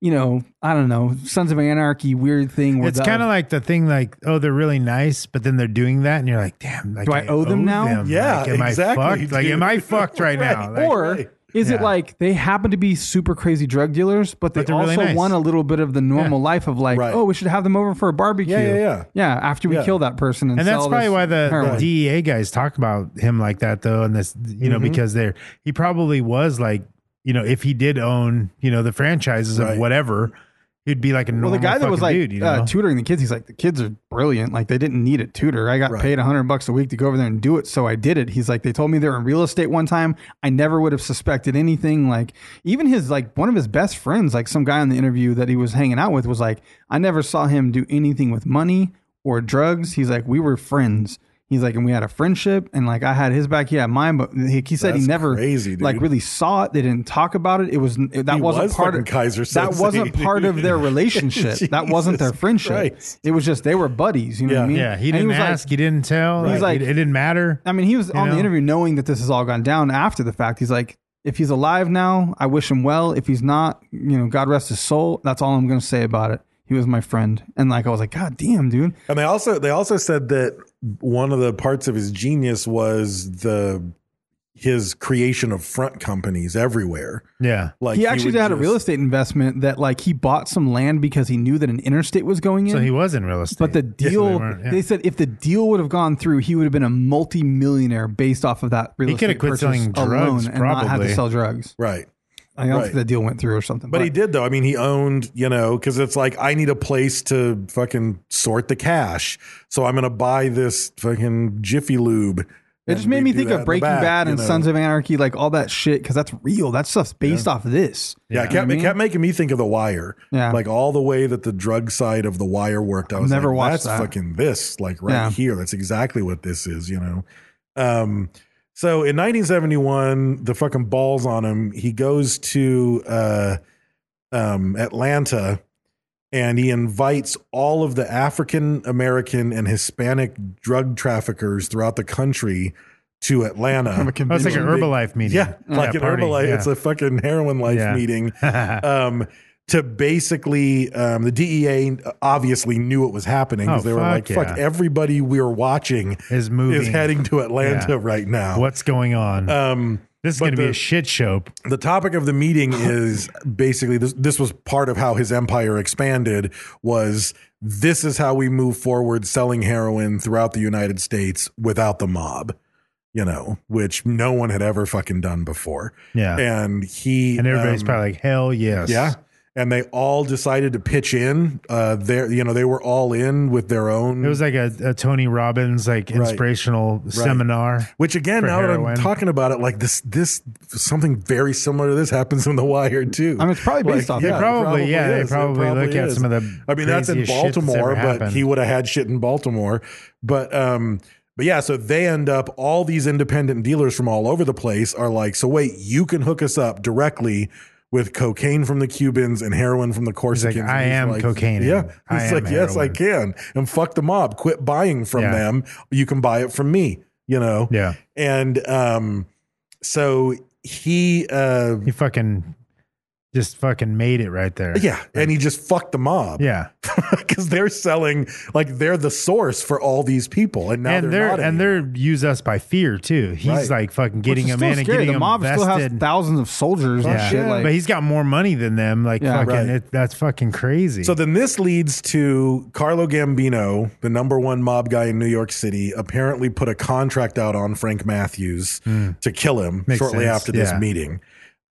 Speaker 4: you know I don't know Sons of Anarchy weird thing. Where
Speaker 3: it's
Speaker 4: the-
Speaker 3: kind of like the thing like, oh, they're really nice, but then they're doing that and you're like, damn, like,
Speaker 4: Do I owe them now?
Speaker 2: Yeah,
Speaker 3: Like, am
Speaker 2: exactly,
Speaker 3: I fucked? Like,
Speaker 2: dude.
Speaker 3: am
Speaker 4: <laughs>
Speaker 3: I fucked right, now? Like,
Speaker 4: or is it
Speaker 3: Yeah.
Speaker 4: like they happen to be super crazy drug dealers, but they
Speaker 3: But they're
Speaker 4: also
Speaker 3: really nice.
Speaker 4: want a little bit of the normal life of like,
Speaker 2: Right.
Speaker 4: oh, we should have them over for a barbecue.
Speaker 2: Yeah, yeah, yeah.
Speaker 4: after we
Speaker 2: Yeah.
Speaker 4: kill that person, and,
Speaker 3: and that's
Speaker 4: sell
Speaker 3: probably
Speaker 4: this
Speaker 3: why the,
Speaker 4: heroin.
Speaker 3: the DEA guys talk about him like that though, and this you
Speaker 4: Mm-hmm.
Speaker 3: know because they're he probably was like you know if he did own you know the franchises
Speaker 2: Right.
Speaker 3: of whatever, he'd be like a
Speaker 4: well,
Speaker 3: normal
Speaker 4: the guy that was
Speaker 3: fucking
Speaker 4: like
Speaker 3: dude, you know?
Speaker 4: uh, tutoring the kids, he's like, the kids are brilliant. Like they didn't need a tutor. I got
Speaker 2: Right.
Speaker 4: paid a hundred bucks a week to go over there and do it, so I did it. He's like, they told me they were in real estate one time. I never would have suspected anything. Like even his like one of his best friends, like some guy on the interview that he was hanging out with, was like, I never saw him do anything with money or drugs. He's like, we were friends. He's like, and we had a friendship, and like I had his back, he had mine, but he, he said he
Speaker 2: That's
Speaker 4: never
Speaker 2: crazy, dude.
Speaker 4: like really saw it. They didn't talk about it. It was that
Speaker 2: He
Speaker 4: wasn't
Speaker 2: was
Speaker 4: part
Speaker 2: fucking
Speaker 4: of
Speaker 2: Kaiser
Speaker 4: That
Speaker 2: Sose,
Speaker 4: wasn't part
Speaker 2: <laughs>
Speaker 4: of their
Speaker 2: dude.
Speaker 4: relationship. that wasn't their
Speaker 2: Jesus
Speaker 4: friendship.
Speaker 2: Christ.
Speaker 4: It was just they were buddies. You know what I
Speaker 2: Yeah.
Speaker 4: mean?
Speaker 3: yeah, he
Speaker 4: And
Speaker 3: didn't
Speaker 4: was
Speaker 3: ask,
Speaker 4: Like,
Speaker 3: he didn't tell,
Speaker 4: He's
Speaker 3: he's
Speaker 4: like-
Speaker 3: like it, it didn't matter.
Speaker 4: I mean, he was
Speaker 3: you
Speaker 4: on the
Speaker 3: know?
Speaker 4: interview knowing that this has all gone down after the fact. He's like, if he's alive now, I wish him well. If he's not, you know, God rest his soul. That's all I'm going to say about it. He was my friend, and like I was like, God damn, dude.
Speaker 2: And they also they also said that one of the parts of his genius was the his creation of front companies everywhere.
Speaker 3: yeah,
Speaker 2: Like
Speaker 4: he actually
Speaker 2: would
Speaker 4: had a
Speaker 2: just-
Speaker 4: real estate investment that like he bought some land because he knew that an interstate was going in.
Speaker 3: so he was in real estate,
Speaker 4: But the
Speaker 3: Yeah, so
Speaker 4: deal,
Speaker 3: they
Speaker 4: they,
Speaker 3: weren't, yeah.
Speaker 4: said if the deal would have gone through, he would have been a multi-millionaire based off of that real
Speaker 3: He
Speaker 4: estate
Speaker 3: could have quit
Speaker 4: purchase
Speaker 3: selling drugs,
Speaker 4: alone and not have to
Speaker 3: probably.
Speaker 4: sell drugs.
Speaker 2: right.
Speaker 4: I don't
Speaker 2: Right.
Speaker 4: think the deal went through or something.
Speaker 2: But, he did though. I mean, he owned, you know, because it's like I need a place to fucking sort the cash, so I'm gonna buy this fucking Jiffy Lube.
Speaker 4: It just made me think of Breaking Bad and Sons of Anarchy, like all that shit, because that's real. That stuff's based off of this.
Speaker 2: Yeah, it kept, it kept making me think of The Wire.
Speaker 4: Yeah.
Speaker 2: Like all the way that the drug side of The Wire worked. I was
Speaker 4: Never
Speaker 2: like, that's
Speaker 4: watched that.
Speaker 2: fucking this, like right
Speaker 4: Yeah.
Speaker 2: here. That's exactly what this is, you know? Um, so in 1971, the fucking balls on him. He goes to uh, um, Atlanta and he invites all of the African American and Hispanic drug traffickers throughout the country to
Speaker 4: <laughs>
Speaker 2: Atlanta.
Speaker 3: Oh, it's like an Herbalife meeting.
Speaker 2: Yeah, like an
Speaker 3: party,
Speaker 2: Herbalife.
Speaker 3: yeah.
Speaker 2: It's a fucking heroin life
Speaker 3: Yeah. <laughs>
Speaker 2: meeting. um, to basically, um, the DEA obviously knew what was happening because
Speaker 3: Oh,
Speaker 2: they were
Speaker 3: fuck
Speaker 2: like, "Fuck,
Speaker 3: yeah.
Speaker 2: everybody we're watching
Speaker 3: Is moving.
Speaker 2: is heading to Atlanta
Speaker 3: Yeah.
Speaker 2: right now."
Speaker 3: what's going on?
Speaker 2: Oh. Um,
Speaker 3: this is
Speaker 2: but
Speaker 3: going to be
Speaker 2: the-
Speaker 3: a shit show.
Speaker 2: the topic of the
Speaker 3: <laughs>
Speaker 2: meeting is basically this this was part of how his empire expanded was this is how we move forward selling heroin throughout the United States without the mob you know which no one had ever fucking done before
Speaker 3: Yeah.
Speaker 2: and he
Speaker 3: And everybody's
Speaker 2: um,
Speaker 3: probably like, hell yes.
Speaker 2: yeah and they all decided to pitch in uh there you know they were all in with their own
Speaker 3: It was like a, a Tony Robbins like inspirational seminar.
Speaker 2: Which again,
Speaker 3: for
Speaker 2: now that I'm
Speaker 3: heroin.
Speaker 2: talking about it, like this, this something very similar to this happens in The Wire too.
Speaker 4: I mean, it's probably based off that.
Speaker 2: it
Speaker 3: Probably, yeah, they
Speaker 2: is. It
Speaker 3: probably look at some of the
Speaker 2: I mean, that's in
Speaker 3: craziest shit that's
Speaker 2: Baltimore,
Speaker 3: ever
Speaker 2: but
Speaker 3: happened.
Speaker 2: he would have had shit in Baltimore. But um, but yeah, so they end up all these independent dealers from all over the place are like, so wait, you can hook us up directly. With cocaine from the Cubans and heroin from the Corsicans. And
Speaker 3: "I am cocaine.
Speaker 2: Yeah.
Speaker 3: I
Speaker 2: He's
Speaker 3: am
Speaker 2: like, yes, I
Speaker 3: heroin."
Speaker 2: can. And fuck the mob. Quit buying from
Speaker 3: Yeah.
Speaker 2: them. You can buy it from me, you know?
Speaker 3: Yeah.
Speaker 2: And um, so he uh
Speaker 3: He fucking just fucking made it right there.
Speaker 2: Yeah, and he just fucked the <laughs> mob.
Speaker 3: Yeah.
Speaker 2: because they're selling like they're the source for all these people, and now
Speaker 3: and they're,
Speaker 2: not
Speaker 3: and
Speaker 2: anymore.
Speaker 3: they're use us by fear too. He's
Speaker 2: Right.
Speaker 3: like fucking getting
Speaker 4: Which
Speaker 3: them
Speaker 4: is still
Speaker 3: in and
Speaker 4: scary.
Speaker 3: getting
Speaker 4: the
Speaker 3: them
Speaker 4: mob
Speaker 3: vested.
Speaker 4: still has thousands of soldiers and
Speaker 3: yeah.
Speaker 4: shit. Like,
Speaker 3: but he's got more money than them. Like
Speaker 4: Yeah.
Speaker 3: fucking,
Speaker 2: Right.
Speaker 3: it, that's fucking crazy.
Speaker 2: So then this leads to Carlo Gambino, the number one mob guy in New York City, apparently put a contract out on Frank Matthews to kill him
Speaker 3: Hmm. Makes
Speaker 2: shortly
Speaker 3: sense,
Speaker 2: after this
Speaker 3: yeah.
Speaker 2: meeting.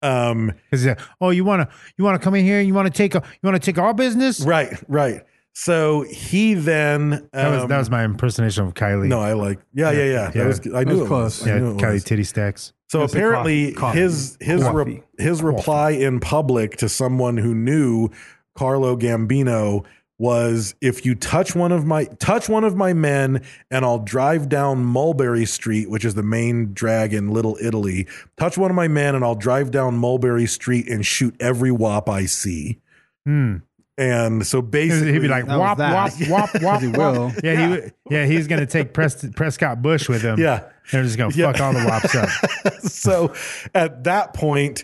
Speaker 2: Um,
Speaker 3: 'Cause he's like, oh, you wanna you wanna come in here? You wanna take a, you wanna take our business?
Speaker 2: right, right. So he then um,
Speaker 3: That was that was my impersonation of Kylie.
Speaker 2: no, I like yeah, yeah, yeah.
Speaker 3: Yeah.
Speaker 2: That was I
Speaker 4: That
Speaker 2: knew
Speaker 4: was
Speaker 2: it
Speaker 4: close.
Speaker 2: was. I
Speaker 3: yeah,
Speaker 2: knew it
Speaker 3: Kylie
Speaker 2: was.
Speaker 3: Titty Stacks.
Speaker 2: So
Speaker 4: It's a
Speaker 2: apparently
Speaker 4: coffee- coffee.
Speaker 2: his his re-
Speaker 4: Coffee.
Speaker 2: his reply in public to someone who knew Carlo Gambino was if you touch one of my touch one of my men and I'll drive down Mulberry Street which is the main drag in Little Italy touch one of my men and I'll drive down Mulberry Street and shoot every wop I see and so basically
Speaker 3: Hmm. He'd be like,
Speaker 4: That was
Speaker 3: wop,
Speaker 4: that.
Speaker 3: wop,
Speaker 2: <laughs>
Speaker 3: wop, wop,
Speaker 4: he
Speaker 3: wop.
Speaker 4: will.
Speaker 3: Yeah, he would- yeah, he's gonna take Prest, Prescott Bush with him.
Speaker 2: Yeah.
Speaker 3: they're just gonna
Speaker 2: Yeah.
Speaker 3: fuck all the
Speaker 2: <laughs>
Speaker 3: wops up.
Speaker 2: so at that point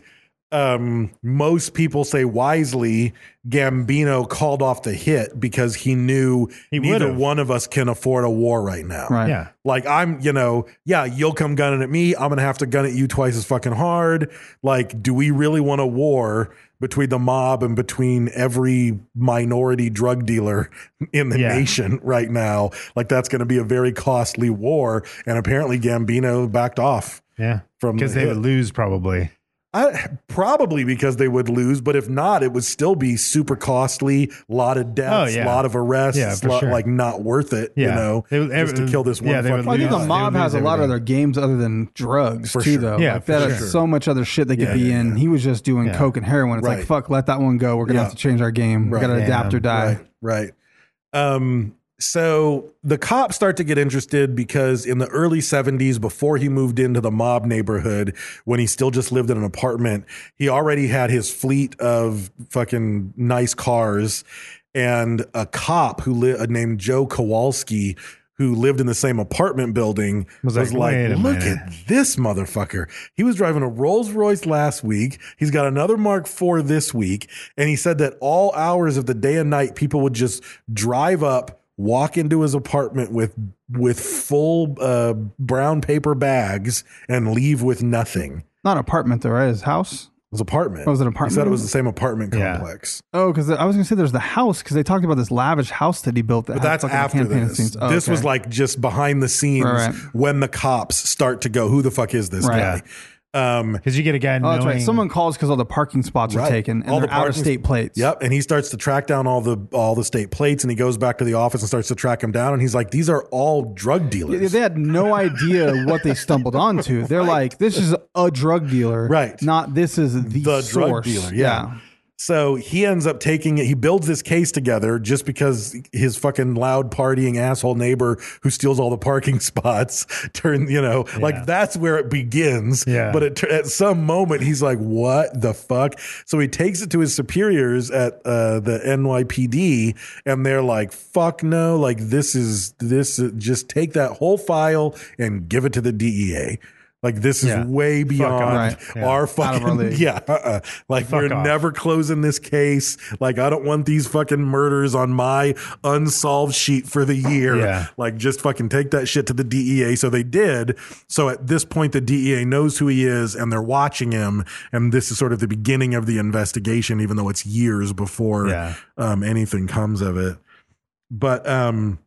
Speaker 2: um most people say wisely gambino called off the hit because he knew
Speaker 3: He
Speaker 2: neither
Speaker 3: would've.
Speaker 2: one of us can afford a war right now
Speaker 4: right.
Speaker 3: Yeah,
Speaker 2: like i'm you know yeah you'll come gunning at me i'm gonna have to gun at you twice as fucking hard like do we really want a war between the mob and between every minority drug dealer in the
Speaker 3: Yeah.
Speaker 2: nation right now like that's gonna be a very costly war and apparently gambino backed off
Speaker 3: yeah,
Speaker 2: From
Speaker 3: because
Speaker 2: the
Speaker 3: they
Speaker 2: hit.
Speaker 3: would lose probably.
Speaker 2: I, probably because they would lose, but if not, it would still be super costly, lot of deaths,
Speaker 3: Oh, yeah.
Speaker 2: lot of arrests,
Speaker 3: Yeah, for
Speaker 2: lot-
Speaker 3: sure.
Speaker 2: like not worth it, you
Speaker 3: Yeah.
Speaker 2: know,
Speaker 3: They would-
Speaker 2: just to
Speaker 3: every-
Speaker 2: kill this one
Speaker 3: yeah, they would
Speaker 2: fucking
Speaker 4: Well, I think
Speaker 2: guy.
Speaker 3: lose.
Speaker 4: the
Speaker 3: They
Speaker 4: mob
Speaker 3: would
Speaker 4: has a
Speaker 3: lose
Speaker 4: lot of
Speaker 3: everything.
Speaker 4: their games other than drugs
Speaker 2: For
Speaker 4: too,
Speaker 2: sure.
Speaker 4: though.
Speaker 3: Yeah,
Speaker 4: like,
Speaker 3: for
Speaker 4: that is
Speaker 3: sure.
Speaker 4: so much other shit that could
Speaker 2: Yeah,
Speaker 4: be
Speaker 2: yeah,
Speaker 4: in.
Speaker 2: yeah.
Speaker 4: He was just doing
Speaker 3: Yeah.
Speaker 4: coke and heroin. It's
Speaker 2: Right.
Speaker 4: like fuck, let that one go. We're gonna
Speaker 2: Yeah.
Speaker 4: have to change our game.
Speaker 2: Right.
Speaker 4: We gotta adapt or die.
Speaker 2: Right, right. Um, so the cops start to get interested because in the early 70s, before he moved into the mob neighborhood, when he still just lived in an apartment, he already had his fleet of fucking nice cars. And a cop who li- uh, named Joe Kowalski, who lived in the same apartment building, was,
Speaker 3: Was like,
Speaker 2: like,
Speaker 3: "Wait a
Speaker 2: look
Speaker 3: minute."
Speaker 2: at this motherfucker. He was driving a Rolls Royce last week. He's got another Mark IV this week. And he said that all hours of the day and night, people would just drive up, walk into his apartment with with full uh, brown paper bags and leave with nothing.
Speaker 4: Not apartment though, right? His house.
Speaker 2: His apartment.
Speaker 4: Oh, was it an
Speaker 2: He said
Speaker 4: apartment?
Speaker 2: it was the same apartment
Speaker 3: Yeah.
Speaker 2: complex.
Speaker 4: Oh, because I was gonna say there's the house because they talked about this lavish house that he built. That
Speaker 2: But
Speaker 4: had
Speaker 2: that's
Speaker 4: fucking
Speaker 2: after
Speaker 4: campaign
Speaker 2: this.
Speaker 4: scenes. Oh,
Speaker 2: this
Speaker 4: okay.
Speaker 2: was like just behind the scenes
Speaker 4: Right, right.
Speaker 2: when the cops start to go, who the fuck is this guy?
Speaker 4: Right.
Speaker 2: Um,
Speaker 3: Because you get a guy
Speaker 4: Oh,
Speaker 3: knowing.
Speaker 4: that's right. Someone calls because all the parking spots are taken and they're out of
Speaker 2: parking-
Speaker 4: state plates.
Speaker 2: Yep, and he starts to track down all the all the state plates, and he goes back to the office and starts to track them down, and he's like, "These are all drug
Speaker 4: Yeah,
Speaker 2: dealers."
Speaker 4: They had no idea what they stumbled onto.
Speaker 2: <laughs>
Speaker 4: They're like, this is a drug dealer.
Speaker 2: Right.
Speaker 4: Not this is the,
Speaker 2: the drug
Speaker 4: source."
Speaker 2: dealer. Yeah. So he ends up taking it. He builds this case together just because his fucking loud partying asshole neighbor who steals all the parking <laughs> spots turn, you know, like that's where it begins.
Speaker 3: Yeah.
Speaker 2: But it, tur- at some moment he's like, what the fuck? So he takes it to his superiors at uh, the NYPD and they're like, fuck no. Like this is this. uh, Just take that whole file and give it to the DEA. Like this is
Speaker 3: Yeah.
Speaker 2: way beyond
Speaker 4: Right.
Speaker 3: Yeah.
Speaker 2: our
Speaker 4: our
Speaker 2: fucking <laughs>
Speaker 3: <laughs>
Speaker 4: league.
Speaker 2: yeah. Uh-uh. Like
Speaker 3: Fuck
Speaker 2: we're
Speaker 3: off.
Speaker 2: never closing this case. Like I don't want these fucking murders on my unsolved sheet for the year.
Speaker 3: Yeah.
Speaker 2: Like just fucking take that shit to the DEA. So they did. So at this point, the DEA knows who he is and they're watching him. And this is sort of the beginning of the investigation, even though it's years before
Speaker 3: Yeah.
Speaker 2: um, anything comes of it. But um,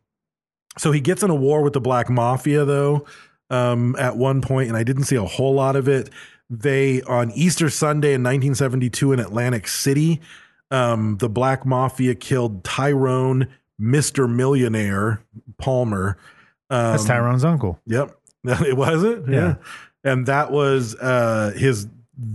Speaker 2: so he gets in a war with the black mafia though um, at one point and i didn't see a whole lot of it they on easter sunday in 1972 in atlantic city um, the black mafia killed tyrone mr millionaire palmer
Speaker 3: that's
Speaker 2: um,
Speaker 3: Tyrone's uncle.
Speaker 2: Yep. <laughs> It was it? Yeah.
Speaker 3: Yeah.
Speaker 2: And that was uh his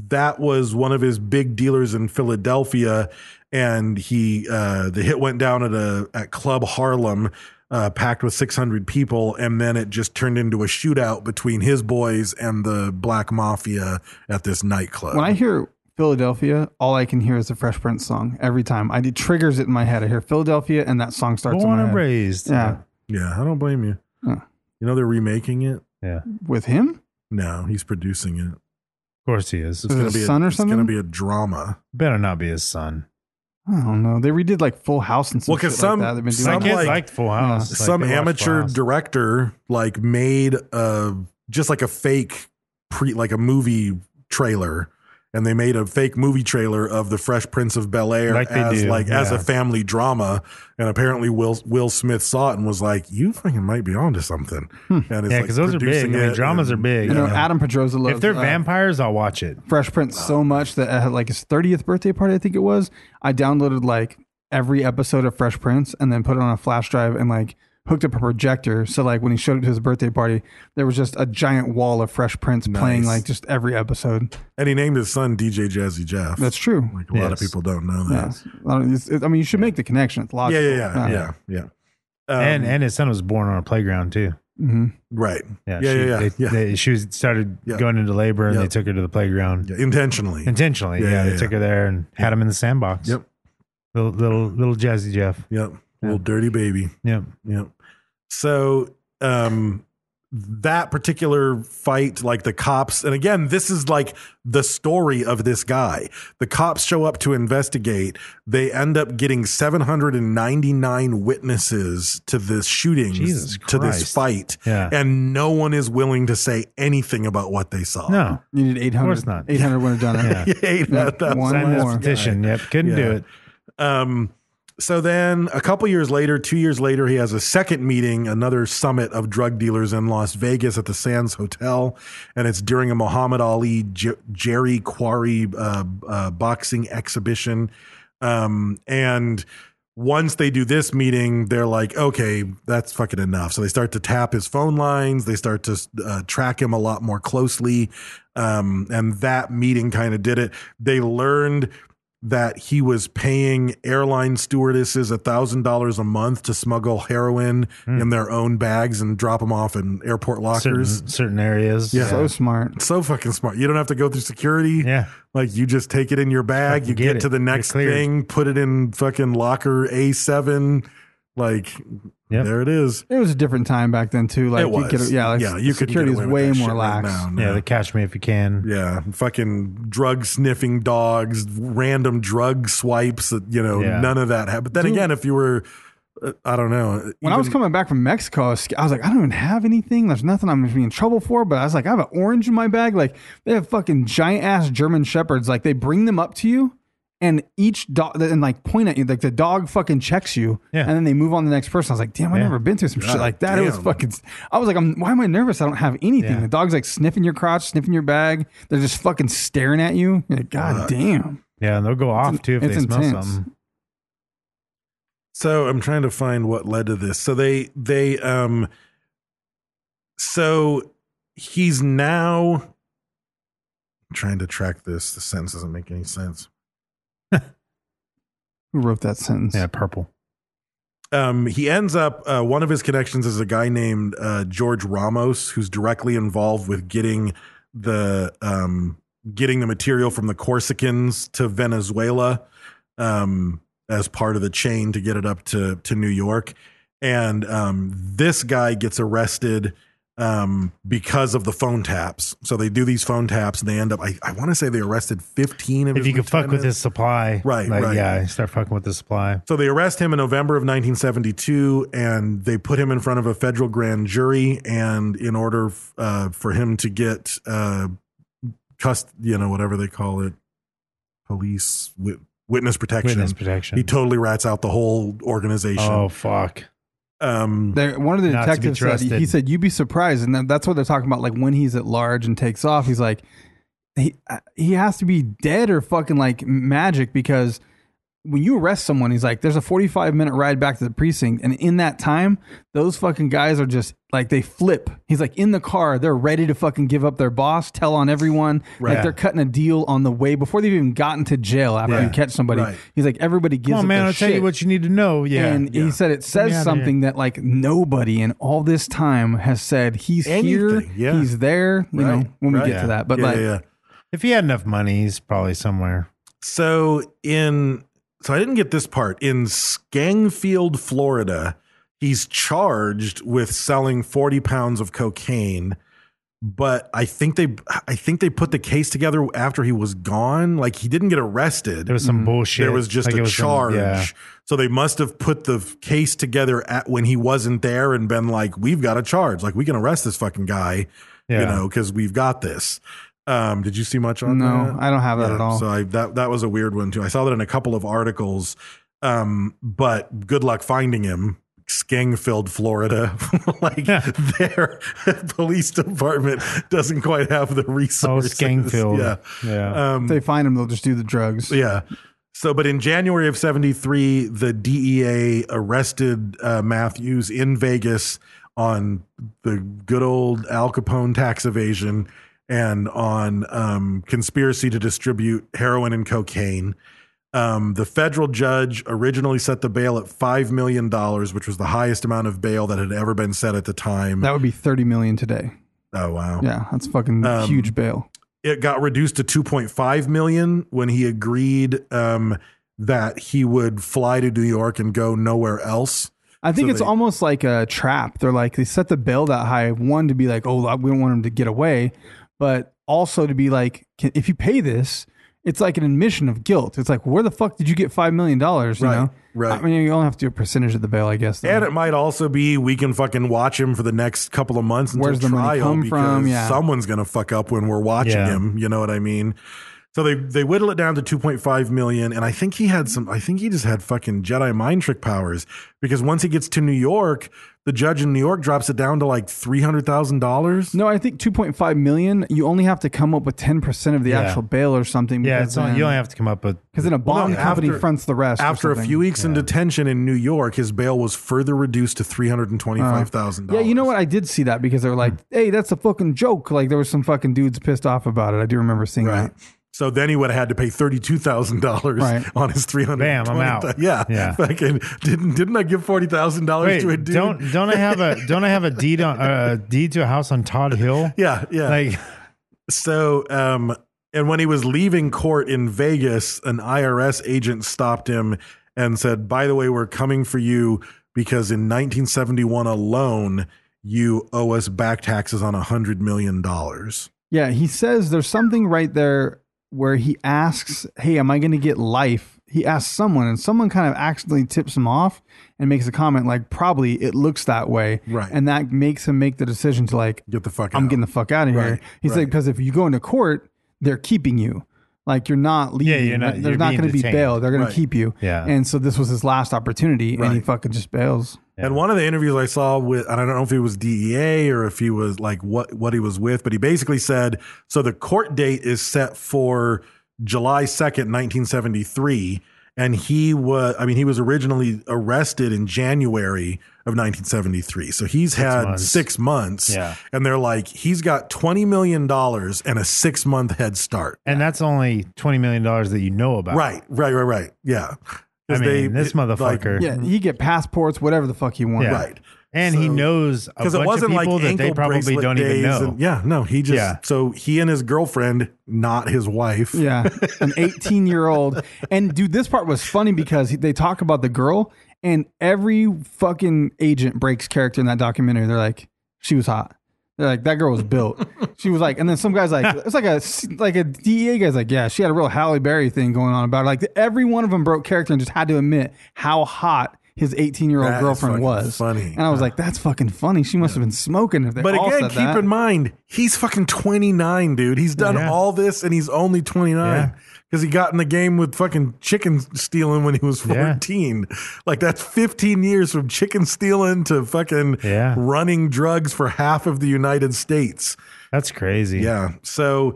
Speaker 2: that was one of his big dealers in Philadelphia and he uh the hit went down at a at Club Harlem uh packed with 600 people and then it just turned into a shootout between his boys and the black mafia at this nightclub.
Speaker 4: When I hear Philadelphia, all I can hear is the Fresh Prince song every time. I it triggers it in my head. I hear Philadelphia and that song starts. in
Speaker 3: Born
Speaker 4: my
Speaker 3: and
Speaker 4: head.
Speaker 3: raised.
Speaker 4: Yeah.
Speaker 2: yeah, I don't blame you.
Speaker 4: Huh.
Speaker 2: You know they're remaking it?
Speaker 3: Yeah.
Speaker 4: With him?
Speaker 2: No, he's producing it.
Speaker 3: course he is.
Speaker 2: It's
Speaker 4: Is it
Speaker 2: gonna
Speaker 4: his
Speaker 2: be
Speaker 4: son
Speaker 2: a,
Speaker 4: or
Speaker 2: It's
Speaker 4: something?
Speaker 2: gonna be a drama.
Speaker 3: Better not be his son.
Speaker 4: I don't know. They redid like Full House and some
Speaker 2: Well, 'cause
Speaker 4: shit
Speaker 2: some-
Speaker 4: like that. They've been doing
Speaker 2: some
Speaker 3: My
Speaker 2: I'm
Speaker 3: kids
Speaker 2: like-
Speaker 3: liked Full House. Like,
Speaker 2: Some
Speaker 3: they watched Full
Speaker 2: amateur
Speaker 3: House.
Speaker 2: director like made a just like a fake pre like a movie trailer. And they made a fake movie trailer of the Fresh Prince of Bel Air
Speaker 3: Like they
Speaker 2: as
Speaker 3: do,
Speaker 2: like as a
Speaker 3: yeah.
Speaker 2: family drama, and apparently Will Will Smith saw it and was like, "You fucking might be onto something." And it's
Speaker 3: Hmm. Yeah, 'cause those are big.
Speaker 2: producing
Speaker 3: I mean,
Speaker 2: it
Speaker 3: dramas
Speaker 2: and-
Speaker 3: are big.
Speaker 4: you know,
Speaker 3: Yeah.
Speaker 4: Adam Pedrosa loves
Speaker 3: If they're
Speaker 4: uh,
Speaker 3: vampires, I'll watch it.
Speaker 4: Fresh Prince so much that at like his 30th birthday party, I think it was, I downloaded like every episode of Fresh Prince and then put it on a flash drive and like hooked up a projector. So like when he showed it to his birthday party, there was just a giant wall of Fresh Prince playing like just every episode.
Speaker 2: And he named his son DJ Jazzy Jeff.
Speaker 4: That's true.
Speaker 3: Oh
Speaker 2: Like a lot of
Speaker 3: Yes.
Speaker 2: people don't know
Speaker 4: Yeah.
Speaker 2: that.
Speaker 4: I don't- it's- it- I mean, you should make the connection. It's
Speaker 2: Yeah,
Speaker 4: logical.
Speaker 2: yeah, yeah, yeah, yeah. Um,
Speaker 3: and and his son was born on a playground too.
Speaker 4: Mm-hmm.
Speaker 2: right, yeah, yeah,
Speaker 3: she,
Speaker 2: yeah,
Speaker 3: They,
Speaker 2: yeah.
Speaker 3: They, she was started
Speaker 2: Yeah.
Speaker 3: going into labor, and
Speaker 2: Yeah.
Speaker 3: they took her to the playground
Speaker 2: Yeah, intentionally.
Speaker 3: intentionally.
Speaker 2: Yeah,
Speaker 3: Yeah,
Speaker 2: yeah,
Speaker 3: they
Speaker 2: yeah.
Speaker 3: took her there and had him in the sandbox.
Speaker 2: Yep.
Speaker 3: little little little jazzy Jeff.
Speaker 2: Yep, little dirty baby.
Speaker 3: Yep.
Speaker 2: Yep. So, um, that particular fight, like the cops, and again, this is like the story of this guy. The cops show up to investigate. They end up getting 799 witnesses to this shooting,
Speaker 3: Jesus
Speaker 2: to this
Speaker 3: Christ.
Speaker 2: fight,
Speaker 3: Yeah.
Speaker 2: and no one is willing to say anything about what they saw. <laughs>
Speaker 3: No,
Speaker 4: You need 800.
Speaker 3: course not.
Speaker 4: 800 would have done it. <laughs>
Speaker 3: Yeah.
Speaker 2: Eight hundred thousand.
Speaker 4: One
Speaker 3: sign this
Speaker 4: more.
Speaker 3: petition. Yep, couldn't
Speaker 2: Yeah.
Speaker 3: do it.
Speaker 2: Um, so then a couple years later, two years later, he has a second meeting, another summit of drug dealers in Las Vegas at the Sands Hotel. And it's during a Muhammad Ali, J- Jerry Quarry uh, uh, boxing exhibition. Um, and once they do this meeting, they're like, okay, that's fucking enough. So they start to tap his phone lines. They start to uh, track him a lot more closely. Um, and that meeting kind of did it. They learned that he was paying airline stewardesses $1,000 a month to smuggle heroin
Speaker 3: Hmm.
Speaker 2: in their own bags and drop them off in airport
Speaker 3: Certain
Speaker 2: lockers.
Speaker 3: certain areas.
Speaker 2: Yeah.
Speaker 4: So smart.
Speaker 2: So fucking smart. You don't have to go through security.
Speaker 3: Yeah.
Speaker 2: Like you just take it in your bag,
Speaker 3: Fucking
Speaker 2: you
Speaker 3: get
Speaker 2: get,
Speaker 3: it.
Speaker 2: to the
Speaker 3: You're
Speaker 2: next
Speaker 3: cleared.
Speaker 2: thing, put it in fucking locker A7. Like
Speaker 3: Yep.
Speaker 2: there it is.
Speaker 4: It was a different time back then too. Like
Speaker 2: it was.
Speaker 4: You could, yeah, like
Speaker 2: yeah, you could get
Speaker 4: security
Speaker 2: away
Speaker 4: is
Speaker 2: with
Speaker 4: way
Speaker 2: that
Speaker 4: more
Speaker 2: shit right
Speaker 4: lax.
Speaker 2: now.
Speaker 3: Yeah, the catch me if you can.
Speaker 2: Yeah, fucking drug sniffing dogs, random drug swipes. that, You know,
Speaker 3: Yeah.
Speaker 2: none of that happened. But then again, if you were, uh, I don't know.
Speaker 4: When I was coming back from Mexico, I was, sca- I was like, I don't even have anything. There's nothing I'm gonna be in trouble for. But I was like, I have an orange in my bag. Like they have fucking giant ass German shepherds. Like they bring them up to you, and each dog and like point at you. Like the dog fucking checks you,
Speaker 3: Yeah.
Speaker 4: and then they move on to the next person. I was like, damn, I've
Speaker 3: Yeah.
Speaker 4: never been through some shit like that. It was
Speaker 2: damn.
Speaker 4: fucking. I was like, I'm, why am I nervous? I don't have anything.
Speaker 3: Yeah.
Speaker 4: The dog's like sniffing your crotch, sniffing your bag. They're just fucking staring at you. You're like, God damn.
Speaker 3: Yeah, and they'll go off too if they
Speaker 4: it's
Speaker 3: smell
Speaker 4: intense.
Speaker 3: something.
Speaker 2: So I'm trying to find what led to this. So they they um so he's now I'm trying to track this. The sentence doesn't make any sense.
Speaker 4: Who wrote that sentence?
Speaker 3: Yeah, purple.
Speaker 2: Um, he ends up uh, one of his connections is a guy named uh, George Ramos, who's directly involved with getting the um, getting the material from the Corsicans to Venezuela um, as part of the chain to get it up to to New York. And um, this guy gets arrested um, because of the phone taps. So they do these phone taps, and they end up. I, I want to say they arrested fifteen. Of
Speaker 3: If
Speaker 2: his
Speaker 3: you could fuck with
Speaker 2: lieutenants.
Speaker 3: his supply,
Speaker 2: Right,
Speaker 3: Like,
Speaker 2: right.
Speaker 3: Yeah, start fucking with the supply.
Speaker 2: So they arrest him in November of 1972, and they put him in front of a federal grand jury. And in order uh, for him to get uh, cust, you know, whatever they call it, police wit- witness protection,
Speaker 3: Witness protection.
Speaker 2: he totally rats out the whole organization.
Speaker 3: Oh fuck.
Speaker 2: um,
Speaker 4: There, one of the
Speaker 3: Not to be
Speaker 4: detectives said,
Speaker 3: trusted.
Speaker 4: he said, you'd be surprised. And that- that's what they're talking about. Like when he's at large and takes off, he's like, he, uh, he has to be dead or fucking like magic because when you arrest someone, he's like, there's a 45 minute ride back to the precinct. And in that time, those fucking guys are just like, they flip. He's like, in the car, they're ready to fucking give up their boss, tell on everyone.
Speaker 3: Right.
Speaker 4: Like they're cutting a deal on the way before they've even gotten to jail after
Speaker 3: Yeah.
Speaker 4: you catch somebody.
Speaker 2: Right.
Speaker 4: He's like, everybody gives
Speaker 3: Come on,
Speaker 4: up
Speaker 3: man.
Speaker 4: their
Speaker 3: I'll tell you
Speaker 4: shit."
Speaker 3: what you need to know. Yeah.
Speaker 4: and he said it
Speaker 3: me out
Speaker 4: says
Speaker 3: of
Speaker 4: something that like nobody in all this time has said. He's here,
Speaker 2: Anything, yeah.
Speaker 4: he's there. You
Speaker 2: Right,
Speaker 4: know, when
Speaker 2: right.
Speaker 4: we get to that, but
Speaker 2: yeah,
Speaker 4: like,
Speaker 2: yeah.
Speaker 3: if he had enough money, he's probably somewhere.
Speaker 2: So in so I didn't get this part in Skangfield, Florida. He's charged with selling 40 pounds of cocaine, but I think they I think they put the case together after he was gone. Like he didn't get arrested.
Speaker 3: There was some bullshit.
Speaker 2: Mm-hmm. There was just
Speaker 3: Like,
Speaker 2: a
Speaker 3: it was some-
Speaker 2: charge. <laughs>
Speaker 3: yeah.
Speaker 2: So they must have put the f- case together at when he wasn't there and been like, we've got a charge. Like we can arrest this fucking guy, you
Speaker 3: Yeah.
Speaker 2: know, because we've got this. Um, did you see much on
Speaker 4: No,
Speaker 2: that?
Speaker 4: I don't have that at all.
Speaker 2: So I, that that was a weird one too. I saw that in a couple of articles. Um, but good luck finding him. Skang-filled Florida, <laughs> like their <laughs> police department doesn't quite have
Speaker 3: Oh,
Speaker 2: the resources.
Speaker 3: Skang-filled.
Speaker 2: Yeah,
Speaker 3: Yeah.
Speaker 2: Um,
Speaker 4: If they find him, they'll just do the drugs.
Speaker 2: yeah. So, but in January of 73, the DEA arrested uh, Matthews in Vegas on the good old Al Capone tax evasion and on um, conspiracy to distribute heroin and cocaine. Um, the federal judge originally set the bail at $5 million, which was the highest amount of bail that had ever been set at the time.
Speaker 4: That would be 30 million today.
Speaker 2: oh, wow.
Speaker 4: Yeah, that's fucking
Speaker 2: Um,
Speaker 4: huge bail.
Speaker 2: it got reduced to 2.5 million when he agreed um, that he would fly to New York and go nowhere else.
Speaker 4: I think
Speaker 2: so
Speaker 4: it's
Speaker 2: they-
Speaker 4: almost like a trap. They're like they set the bail that high one to be like, oh, we don't want him to get away, but also to be like, can, if you pay this, it's like an admission of guilt. It's like, where the fuck did you get five million dollars? You
Speaker 2: Right,
Speaker 4: know,
Speaker 2: right.
Speaker 4: I mean, you only have to do a percentage of the bail, I guess. though.
Speaker 2: And it might also be we can fucking watch him for the next couple of months until
Speaker 4: Where's the money
Speaker 2: trial
Speaker 4: come
Speaker 2: because
Speaker 4: from? Yeah.
Speaker 2: someone's gonna fuck up when we're watching
Speaker 3: Yeah.
Speaker 2: him. You know what I mean? So they they whittle it down to 2.5 million, and I think he had some. I think he just had fucking Jedi mind trick powers because once he gets to New York, the judge in New York drops it down to like three hundred thousand dollars.
Speaker 4: no, I think two point five million. You only have to come up with ten percent of the
Speaker 3: Yeah.
Speaker 4: actual bail or something.
Speaker 3: Yeah,
Speaker 4: because
Speaker 3: it's only,
Speaker 4: then-
Speaker 3: you only have to come up with
Speaker 4: Because then a
Speaker 2: Well,
Speaker 4: bomb
Speaker 2: no,
Speaker 4: company
Speaker 2: after-
Speaker 4: fronts the rest. or
Speaker 2: After a
Speaker 4: something.
Speaker 2: few weeks in detention in New York, his bail was further reduced to three hundred and twenty-five thousand.
Speaker 4: Uh,
Speaker 2: Hmm.
Speaker 4: Yeah, you know what? I did see that because they were like, "Hey, that's a fucking joke." Like there was some fucking dudes pissed off about it. I do remember seeing
Speaker 2: Right.
Speaker 4: that.
Speaker 2: So then he would have had to pay thirty-two thousand dollars
Speaker 4: Right.
Speaker 2: on his three hundred.
Speaker 3: Bam, I'm out.
Speaker 2: Yeah, <laughs>
Speaker 3: Yeah.
Speaker 2: Fucking didn't didn't I give forty thousand dollars to a
Speaker 3: Wait,
Speaker 2: dude?
Speaker 3: don't don't I have a don't I have a deed on uh, a deed to a house on Todd Hill?
Speaker 2: <laughs> Yeah, yeah.
Speaker 3: Like
Speaker 2: so, um, and when he was leaving court in Vegas, an IRS agent stopped him and said, "By the way, we're coming for you because in 1971 alone, you owe us back taxes on a hundred million dollars."
Speaker 4: Yeah, he says there's something right there where he asks, "Hey, am I going to get life?" He asks someone, and someone kind of accidentally tips him off and makes a comment like, "Probably it looks that way,"
Speaker 2: Right.
Speaker 4: And that makes him make the decision to like,
Speaker 2: Get the fuck
Speaker 4: I'm
Speaker 2: out.
Speaker 4: getting the fuck out of
Speaker 2: Right,
Speaker 4: here." He's like,
Speaker 2: right.
Speaker 4: "Because if you go into court, they're keeping you." Like you're not leaving.
Speaker 3: you're not-
Speaker 4: There's
Speaker 3: you're
Speaker 4: not
Speaker 3: being
Speaker 4: going to be
Speaker 3: detained.
Speaker 4: bail. They're going
Speaker 2: Right.
Speaker 4: to keep you.
Speaker 3: Yeah.
Speaker 4: And so this was his last opportunity, and he
Speaker 2: Right.
Speaker 4: fucking just bails.
Speaker 2: And one of the interviews I saw with, and I don't know if he was DEA or if he was like what what he was with, but he basically said, so the court date is set for July second, nineteen seventy three, and he was, I mean, he was originally arrested in January of nineteen seventy three, so he's had
Speaker 3: months.
Speaker 2: six months,
Speaker 3: Yeah.
Speaker 2: and they're like, he's got twenty million dollars and a six month head start,
Speaker 3: and that's only twenty million dollars that you know about.
Speaker 2: right, right, right, right, yeah. 'Cause
Speaker 3: I mean,
Speaker 2: they-
Speaker 3: this
Speaker 2: it- like,
Speaker 3: motherfucker.
Speaker 4: Yeah, he get passports, whatever the fuck he wanted.
Speaker 3: Yeah.
Speaker 2: right.
Speaker 3: And he
Speaker 2: So-
Speaker 3: knows a bunch
Speaker 2: because it wasn't
Speaker 3: of people
Speaker 2: like
Speaker 3: that they
Speaker 2: ankle
Speaker 3: probably
Speaker 2: bracelet
Speaker 3: don't even
Speaker 2: days
Speaker 3: know.
Speaker 2: and- yeah, no, he just
Speaker 3: Yeah.
Speaker 2: so he and his girlfriend, not his wife.
Speaker 4: <laughs> Yeah, an 18 year old. And dude, this part was funny because he- they talk about the girl, and every fucking agent breaks character in that documentary. They're like, she was hot. They're like, that girl
Speaker 2: <laughs>
Speaker 4: was built. She was like, and then some guys like, it's like a like a DEA guy's like, yeah, she had a real Halle Berry thing going on about her. Like every one of them broke character and just had to admit how hot his 18 year
Speaker 2: That
Speaker 4: old
Speaker 2: is
Speaker 4: girlfriend
Speaker 2: fucking
Speaker 4: was.
Speaker 2: funny.
Speaker 4: And I was like, that's fucking funny. She must have been smoking. If they
Speaker 2: But
Speaker 4: all
Speaker 2: again,
Speaker 4: said
Speaker 2: keep
Speaker 4: that.
Speaker 2: in mind, he's fucking 29, dude. He's done
Speaker 3: Yeah.
Speaker 2: all this and he's only 29 because he got in the game with fucking chicken stealing when he was
Speaker 3: Yeah.
Speaker 2: 14. Like, that's 15 years from chicken stealing to fucking
Speaker 3: Yeah.
Speaker 2: running drugs for half of the United States.
Speaker 3: That's crazy.
Speaker 2: Yeah. So,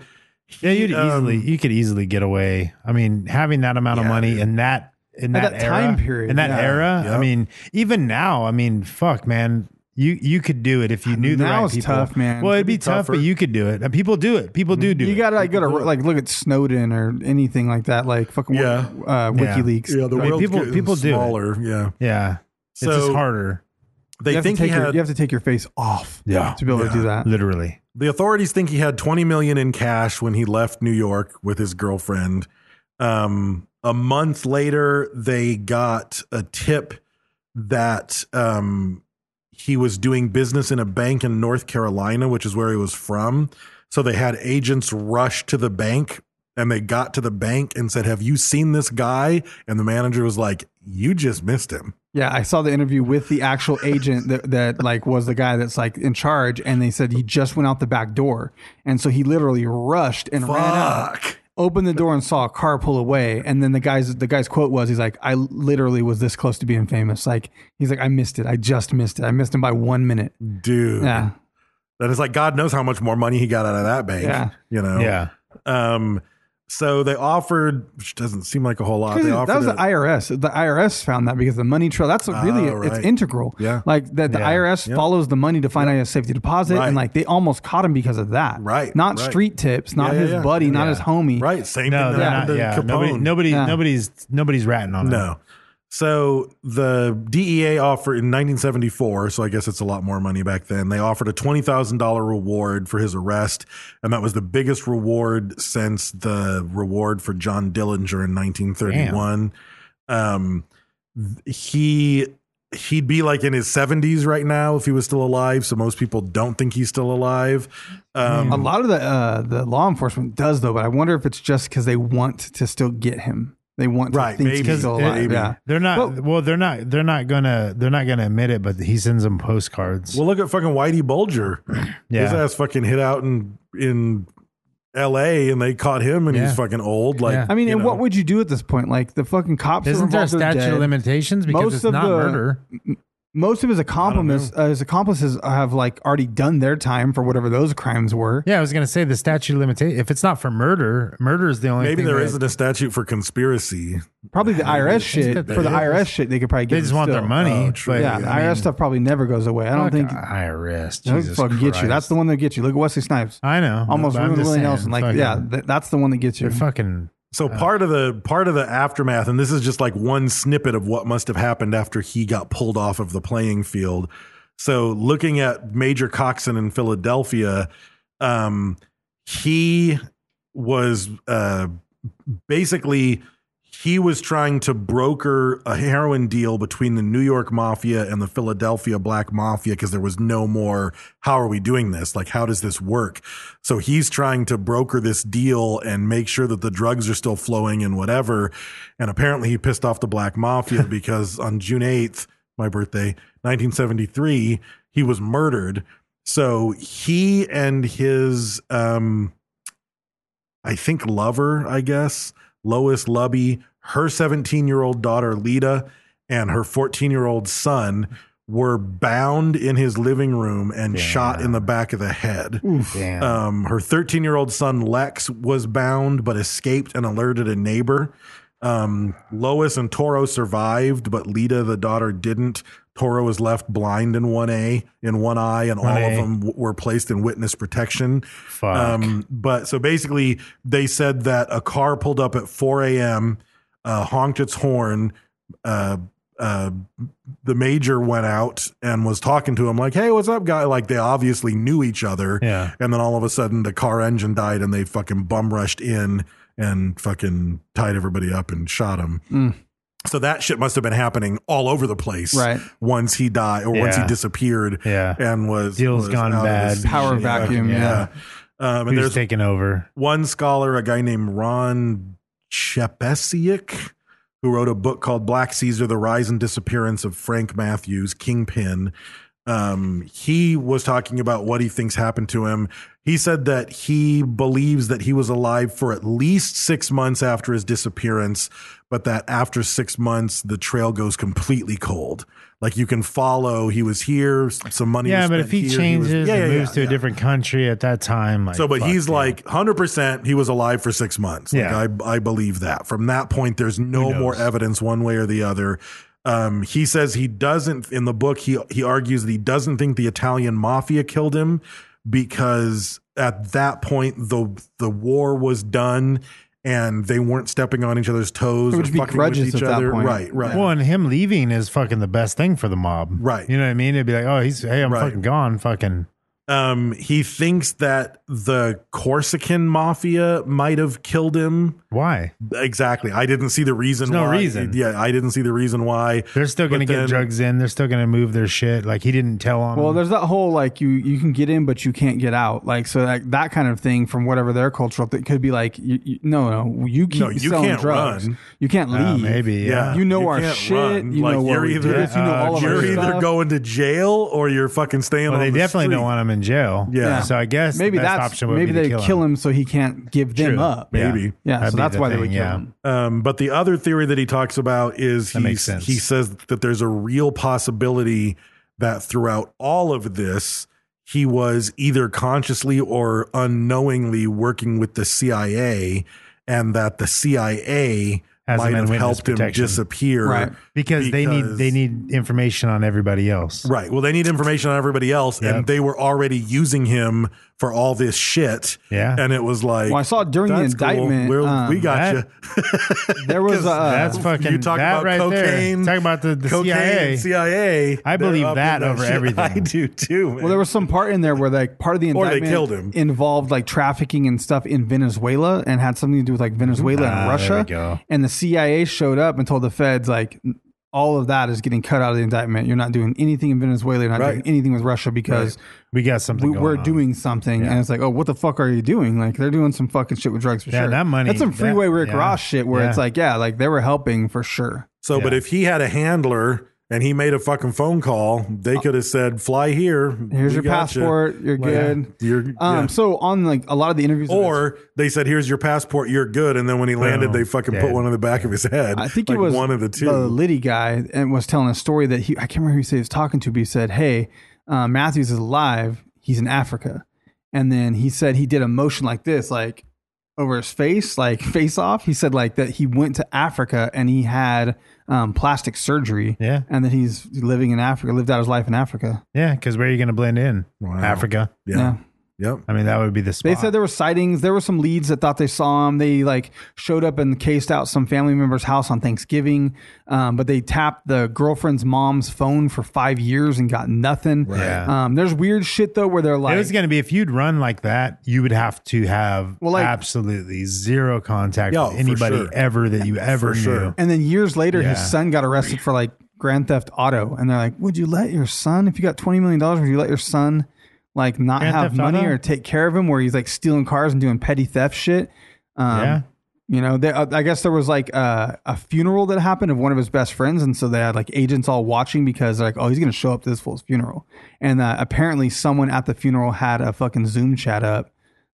Speaker 3: Yeah, you'd
Speaker 2: he, um,
Speaker 3: easily you could easily get away. I mean, having that amount of
Speaker 2: Yeah,
Speaker 3: money
Speaker 2: dude.
Speaker 3: in that in
Speaker 4: At
Speaker 3: that,
Speaker 4: that
Speaker 3: era,
Speaker 4: time period,
Speaker 3: in that
Speaker 4: yeah.
Speaker 3: era. I
Speaker 2: Yep.
Speaker 3: mean, even now, I mean, fuck, man, you you could do it if you knew the
Speaker 4: Now
Speaker 3: right
Speaker 4: it's
Speaker 3: people.
Speaker 4: tough, man.
Speaker 3: Well, it'd
Speaker 4: Could
Speaker 3: be,
Speaker 4: be
Speaker 3: tough, but
Speaker 2: tougher.
Speaker 3: you could do it, and people do it. People do do
Speaker 4: You
Speaker 3: it.
Speaker 4: gotta like go to like look at Snowden or anything like that, like fucking wik-
Speaker 2: Yeah.
Speaker 4: uh, WikiLeaks.
Speaker 2: yeah, the
Speaker 3: I mean,
Speaker 2: world's
Speaker 3: people-
Speaker 2: getting
Speaker 3: people do it.
Speaker 2: smaller. Yeah.
Speaker 3: yeah, it's just
Speaker 2: So-
Speaker 3: harder,
Speaker 2: They
Speaker 4: You have, to
Speaker 2: think he
Speaker 4: take your,
Speaker 2: had-
Speaker 4: you have to take your face off,
Speaker 3: Yeah.
Speaker 4: to be able
Speaker 2: Yeah.
Speaker 4: to do that.
Speaker 3: literally.
Speaker 2: the authorities think he had 20 million in cash when he left New York with his girlfriend. Um, a month later, they got a tip that um, he was doing business in a bank in North Carolina, which is where he was from. So they had agents rush to the bank and they got to the bank and said, Have you seen this guy? And the manager was like, You just missed him.
Speaker 4: Yeah, I saw the interview with the actual agent that, that like was the guy that's like in charge, and they said he just went out the back door, and so he literally rushed and ran out,
Speaker 2: Fuck.
Speaker 4: opened the door, and saw a car pull away, and then the guy's the guy's quote was he's like I literally was this close to being famous, like he's like I missed it, I just missed it, I missed him by one minute.
Speaker 2: Dude.
Speaker 4: Yeah,
Speaker 2: That is like God knows how much more money he got out of that bank.
Speaker 4: Yeah.
Speaker 2: You know?
Speaker 3: Yeah.
Speaker 2: Um, so they offered, which doesn't seem like a whole lot. They offered
Speaker 4: that was the
Speaker 2: a-
Speaker 4: IRS. The IRS found that because the money trail. That's what really
Speaker 2: Oh,
Speaker 4: it's
Speaker 2: right.
Speaker 4: integral.
Speaker 2: Yeah.
Speaker 4: like that the
Speaker 3: Yeah.
Speaker 4: IRS follows the money to find out his safety deposit,
Speaker 2: Right.
Speaker 4: and like they almost caught him because of that.
Speaker 2: Right,
Speaker 4: not
Speaker 2: right.
Speaker 4: street tips, not
Speaker 2: Yeah, yeah,
Speaker 4: his
Speaker 2: yeah.
Speaker 4: buddy, not
Speaker 3: Yeah.
Speaker 4: his homie.
Speaker 2: right. Same
Speaker 3: No,
Speaker 2: thing
Speaker 3: they're
Speaker 2: that
Speaker 3: not.
Speaker 2: happened to
Speaker 3: Yeah.
Speaker 2: Capone.
Speaker 3: Nobody, nobody,
Speaker 4: Yeah.
Speaker 3: nobody's, nobody's ratting on him.
Speaker 2: No. So the DEA offered in 1974, so I guess it's a lot more money back then. They offered a $20,000 reward for his arrest, and that was the biggest reward since the reward for John Dillinger in 1931. Um th- he he'd be like in his 70s right now if he was still alive, so most people don't think he's still alive. Um
Speaker 4: A lot of the uh, the law enforcement does though, but I wonder if it's just because they want to still get him. They want to
Speaker 2: Right,
Speaker 4: think
Speaker 2: maybe,
Speaker 4: he's still alive.
Speaker 2: maybe.
Speaker 4: Yeah.
Speaker 3: They're not.
Speaker 4: Well-
Speaker 3: Well, they're not. They're not gonna. They're not gonna admit it. But he sends them postcards.
Speaker 2: Well, look at fucking Whitey Bulger. <clears throat>
Speaker 3: Yeah.
Speaker 2: His ass fucking hit out in in L.A. and they caught him, and
Speaker 3: Yeah.
Speaker 2: he's fucking old. Like,
Speaker 3: Yeah.
Speaker 4: I mean,
Speaker 2: you
Speaker 4: and
Speaker 2: know.
Speaker 4: what would you do at this point? Like the fucking cops. are
Speaker 3: Isn't there a
Speaker 4: involved, they're
Speaker 3: statute of
Speaker 4: dead.
Speaker 3: limitations because
Speaker 4: Most
Speaker 3: it's
Speaker 4: of
Speaker 3: not
Speaker 4: the-
Speaker 3: murder?
Speaker 4: most of his accomplices uh, his accomplices have like already done their time for whatever those crimes were.
Speaker 3: Yeah, I was gonna say the statute of limitation. If it's not for murder, murder is the only.
Speaker 2: maybe
Speaker 3: thing
Speaker 2: there
Speaker 3: that-
Speaker 2: isn't a statute for conspiracy.
Speaker 4: Probably the IRS
Speaker 3: think
Speaker 4: shit
Speaker 3: that
Speaker 4: for the
Speaker 3: they-
Speaker 4: IRS shit they could probably get.
Speaker 3: They just want their money.
Speaker 2: Oh, true.
Speaker 3: but,
Speaker 4: Yeah, the
Speaker 3: I
Speaker 4: IRS
Speaker 3: mean,
Speaker 4: stuff probably never goes away. I don't
Speaker 3: fuck
Speaker 4: think
Speaker 3: IRS.
Speaker 4: that
Speaker 3: Jesus
Speaker 4: fucking get you.
Speaker 3: Christ.
Speaker 4: That's the one that gets you. Look at Wesley Snipes.
Speaker 3: I know.
Speaker 4: Almost
Speaker 3: but I'm
Speaker 4: ruined
Speaker 3: just
Speaker 4: Willie
Speaker 3: saying,
Speaker 4: Nelson. Like,
Speaker 3: fucking-
Speaker 4: yeah, th- that's the one that gets you.
Speaker 3: They're fucking.
Speaker 2: So part of the part of the aftermath, and this is just like one snippet of what must have happened after he got pulled off of the playing field. So looking at Major Coxon in Philadelphia, um, he was uh, basically he was trying to broker a heroin deal between the New York mafia and the Philadelphia black mafia because there was no more how are we doing this like how does this work so he's trying to broker this deal and make sure that the drugs are still flowing and whatever and apparently he pissed off the black mafia because on June 8th my birthday 1973 he was murdered so he and his um I think lover, I guess, Lois Lubby, her 17 year old daughter Lita, and her 14 year old son were bound in his living room and shot in the back of the head.
Speaker 4: Uh,
Speaker 3: Damn.
Speaker 2: Um, her 13 year old son Lex was bound but escaped and alerted a neighbor. Um, Lois and Toro survived, but Lita, the daughter, didn't. Toro was left blind in one a in one eye, and all of
Speaker 3: 1A.
Speaker 2: them w- were placed in witness protection.
Speaker 3: Fuck.
Speaker 2: Um, but so basically, they said that a car pulled up at 4 a.m., uh, honked its horn. Uh, uh, the major went out and was talking to him like, "Hey, what's up, guy?" Like they obviously knew each other.
Speaker 3: Yeah.
Speaker 2: And then all of a sudden, the car engine died, and they fucking bum rushed in and fucking tied everybody up and shot him.
Speaker 3: Mm.
Speaker 2: So that shit must have been happening all over the place,
Speaker 4: Right.
Speaker 2: Once he died or once he
Speaker 3: Yeah.
Speaker 2: disappeared,
Speaker 3: Yeah.
Speaker 2: and was
Speaker 3: Deal's
Speaker 2: was
Speaker 3: gone
Speaker 2: out of
Speaker 3: bad.
Speaker 2: his-
Speaker 4: Power vacuum, yeah.
Speaker 2: Um, and
Speaker 3: Who's
Speaker 2: there's
Speaker 3: taking over?
Speaker 2: one scholar, a guy named Ron Chepesiak, who wrote a book called Black Caesar The Rise and Disappearance of Frank Matthews, Kingpin. Um, he was talking about what he thinks happened to him. He said that he believes that he was alive for at least six months after his disappearance, but that after six months, the trail goes completely cold. Like you can follow, he was here, s- some money.
Speaker 3: Yeah,
Speaker 2: was
Speaker 3: but if
Speaker 2: spent
Speaker 3: he
Speaker 2: here, was-
Speaker 3: changes
Speaker 2: Yeah,
Speaker 3: and
Speaker 2: yeah,
Speaker 3: moves
Speaker 2: yeah,
Speaker 3: to
Speaker 2: yeah.
Speaker 3: a different country at that time, like,
Speaker 2: So, but
Speaker 3: fuck,
Speaker 2: he's
Speaker 3: yeah.
Speaker 2: like 100%, he was alive for six months.
Speaker 3: Yeah.
Speaker 2: Like, I, I believe that. From that point, there's
Speaker 3: Who
Speaker 2: no
Speaker 3: knows?
Speaker 2: more evidence one way or the other. Um, he says he doesn't, in the book, he, he argues that he doesn't think the Italian mafia killed him because at that point, the, the war was done and they weren't stepping on each other's toes
Speaker 4: There
Speaker 2: or
Speaker 4: would be
Speaker 2: fucking
Speaker 4: grudges
Speaker 2: with each
Speaker 4: at that
Speaker 2: other.
Speaker 4: point.
Speaker 2: Right, right.
Speaker 3: Well, and him leaving is fucking the best thing for the mob,
Speaker 2: Right.
Speaker 3: You know what I mean? It'd be like, oh, he's hey, I'm
Speaker 2: Right.
Speaker 3: fucking gone, fucking
Speaker 2: Um, he thinks that the Corsican mafia might have killed him.
Speaker 3: Why?
Speaker 2: Exactly. I didn't see the reason.
Speaker 3: There's no
Speaker 2: why.
Speaker 3: reason.
Speaker 2: Yeah, I didn't see the reason why.
Speaker 3: They're still going to
Speaker 2: But
Speaker 3: get
Speaker 2: then-
Speaker 3: drugs in. They're still going to move their shit. Like he didn't tell on.
Speaker 4: Well,
Speaker 3: them.
Speaker 4: there's that whole like you you can get in but you can't get out, like so that that kind of thing from whatever their cultural thing could be like. You, you, no, no, you keep
Speaker 2: No, you
Speaker 4: selling
Speaker 2: can't
Speaker 4: drugs.
Speaker 2: run.
Speaker 4: You can't leave.
Speaker 3: Uh, maybe.
Speaker 2: Yeah,
Speaker 3: Yeah.
Speaker 4: You know our
Speaker 2: can't
Speaker 4: shit,
Speaker 2: run.
Speaker 4: you know what
Speaker 2: you're
Speaker 4: we
Speaker 2: either
Speaker 4: did, you know
Speaker 3: all of our
Speaker 2: you're either
Speaker 4: stuff.
Speaker 2: going to jail or you're fucking staying.
Speaker 3: Well,
Speaker 2: on
Speaker 3: they
Speaker 2: the
Speaker 3: definitely
Speaker 2: street.
Speaker 3: don't want him in jail.
Speaker 2: Yeah. Yeah.
Speaker 3: So I guess
Speaker 4: maybe
Speaker 3: the best
Speaker 4: that's
Speaker 3: option would
Speaker 4: maybe
Speaker 3: be to
Speaker 4: they
Speaker 3: kill,
Speaker 4: kill
Speaker 3: him.
Speaker 4: him so he can't give them
Speaker 3: True.
Speaker 4: up.
Speaker 3: Yeah.
Speaker 2: Maybe.
Speaker 4: Yeah,
Speaker 3: That'd be
Speaker 4: so that's
Speaker 3: the
Speaker 4: why they
Speaker 3: thing,
Speaker 4: would kill
Speaker 3: yeah.
Speaker 4: him.
Speaker 2: Um, but the other theory that he talks about is
Speaker 3: That
Speaker 2: he's-
Speaker 3: makes sense.
Speaker 2: he says that there's a real possibility that throughout all of this, he was either consciously or unknowingly working with the CIA, and that the CIA
Speaker 3: Has
Speaker 2: might
Speaker 3: him in
Speaker 2: have
Speaker 3: witness
Speaker 2: helped
Speaker 3: protection.
Speaker 2: him disappear.
Speaker 4: Right.
Speaker 3: because they need
Speaker 2: because-
Speaker 3: they need information on everybody else.
Speaker 2: Right. Well, they need information on everybody else,
Speaker 3: Yeah.
Speaker 2: and they were already using him for all this shit.
Speaker 3: Yeah.
Speaker 2: And it was like,
Speaker 4: Well, I saw during the
Speaker 2: "That's cool.
Speaker 4: indictment,
Speaker 2: We're-
Speaker 4: um,
Speaker 2: we got
Speaker 3: that-
Speaker 2: you.
Speaker 3: <laughs>
Speaker 4: There <laughs> was uh,
Speaker 3: That's fucking
Speaker 2: you talk
Speaker 3: that
Speaker 2: about
Speaker 3: right
Speaker 2: cocaine.
Speaker 3: there. Talk about the, the
Speaker 2: cocaine,
Speaker 3: CIA.
Speaker 2: and CIA.
Speaker 3: I
Speaker 2: They're
Speaker 3: believe
Speaker 2: up in
Speaker 3: that over
Speaker 2: shit. <laughs>
Speaker 3: everything.
Speaker 2: I do too. Man.
Speaker 4: Well, there was some part in there where like part of the
Speaker 2: Or they
Speaker 4: indictment
Speaker 2: killed him.
Speaker 4: involved like trafficking and stuff in Venezuela and had something to do with like Venezuela
Speaker 3: Ah,
Speaker 4: and
Speaker 3: there
Speaker 4: Russia.
Speaker 3: we go.
Speaker 4: And the CIA showed up and told the feds like all of that is getting cut out of the indictment. You're not doing anything in Venezuela. You're not
Speaker 2: Right.
Speaker 4: doing anything with Russia because
Speaker 3: We got something.
Speaker 4: we,
Speaker 3: going
Speaker 4: we're
Speaker 3: on.
Speaker 4: doing something. And it's like, oh, what the fuck are you doing? Like they're doing some fucking shit with drugs for
Speaker 3: Yeah,
Speaker 4: sure.
Speaker 3: that money-
Speaker 4: That's some
Speaker 3: that-
Speaker 4: freeway Rick
Speaker 3: yeah.
Speaker 4: Ross shit where
Speaker 3: Yeah.
Speaker 4: it's like, yeah, like they were helping for sure.
Speaker 2: so, but
Speaker 3: yeah.
Speaker 2: if he had a handler and he made a fucking phone call, they could have said, "Fly here.
Speaker 4: Uh, Here's
Speaker 2: we
Speaker 4: your
Speaker 2: got you."
Speaker 4: passport. You're
Speaker 2: Like,
Speaker 4: good.
Speaker 2: You're
Speaker 4: um,
Speaker 2: yeah.
Speaker 4: so on like a lot of the interviews with-
Speaker 2: Or they said, "Here's your passport. You're good." And then when he landed,
Speaker 3: Boom.
Speaker 2: they fucking put
Speaker 3: Oh, Dead.
Speaker 2: one in the back of his head.
Speaker 4: I think
Speaker 2: Like,
Speaker 4: it was
Speaker 2: one of the two.
Speaker 4: Liddy guy and was telling a story that he I can't remember who he said he was talking to, but he said, "Hey, uh, Matthews is alive. He's in Africa," and then he said he did a motion like this, like over his face, like <laughs> face off. He said like that he went to Africa and he had um, plastic surgery,
Speaker 3: Yeah.
Speaker 4: and that he's living in Africa, lived out his life in Africa.
Speaker 3: Yeah, because where are you going to blend in?
Speaker 2: Wow.
Speaker 3: Africa.
Speaker 2: yeah. Yep.
Speaker 3: I mean, that would be the spot.
Speaker 4: They said there were sightings. There were some leads that thought they saw him. They like showed up and cased out some family member's house on Thanksgiving, um, but they tapped the girlfriend's mom's phone for five years and got nothing.
Speaker 3: Yeah.
Speaker 4: Um, there's weird shit though where they're like,
Speaker 3: it was going to be if you'd run like that, you would have to have
Speaker 4: Well, like-
Speaker 3: absolutely zero contact
Speaker 2: Yeah,
Speaker 3: with
Speaker 2: for
Speaker 3: anybody
Speaker 2: sure.
Speaker 3: ever that you ever knew.
Speaker 2: sure.
Speaker 4: and then years later,
Speaker 3: Yeah.
Speaker 4: his son got arrested for like grand theft auto, and they're like, would you let your son if you got twenty million dollars? Would you let your son like not
Speaker 3: Grand
Speaker 4: have
Speaker 3: Theft
Speaker 4: money
Speaker 3: Auto?
Speaker 4: or take care of him? Where he's like stealing cars and doing petty theft shit. Um,
Speaker 3: Yeah.
Speaker 4: You know, they, I guess there was like a, a funeral that happened of one of his best friends, and so they had like agents all watching because they're like, "Oh, he's gonna show up to this fool's funeral." And uh, apparently, someone at the funeral had a fucking Zoom chat up,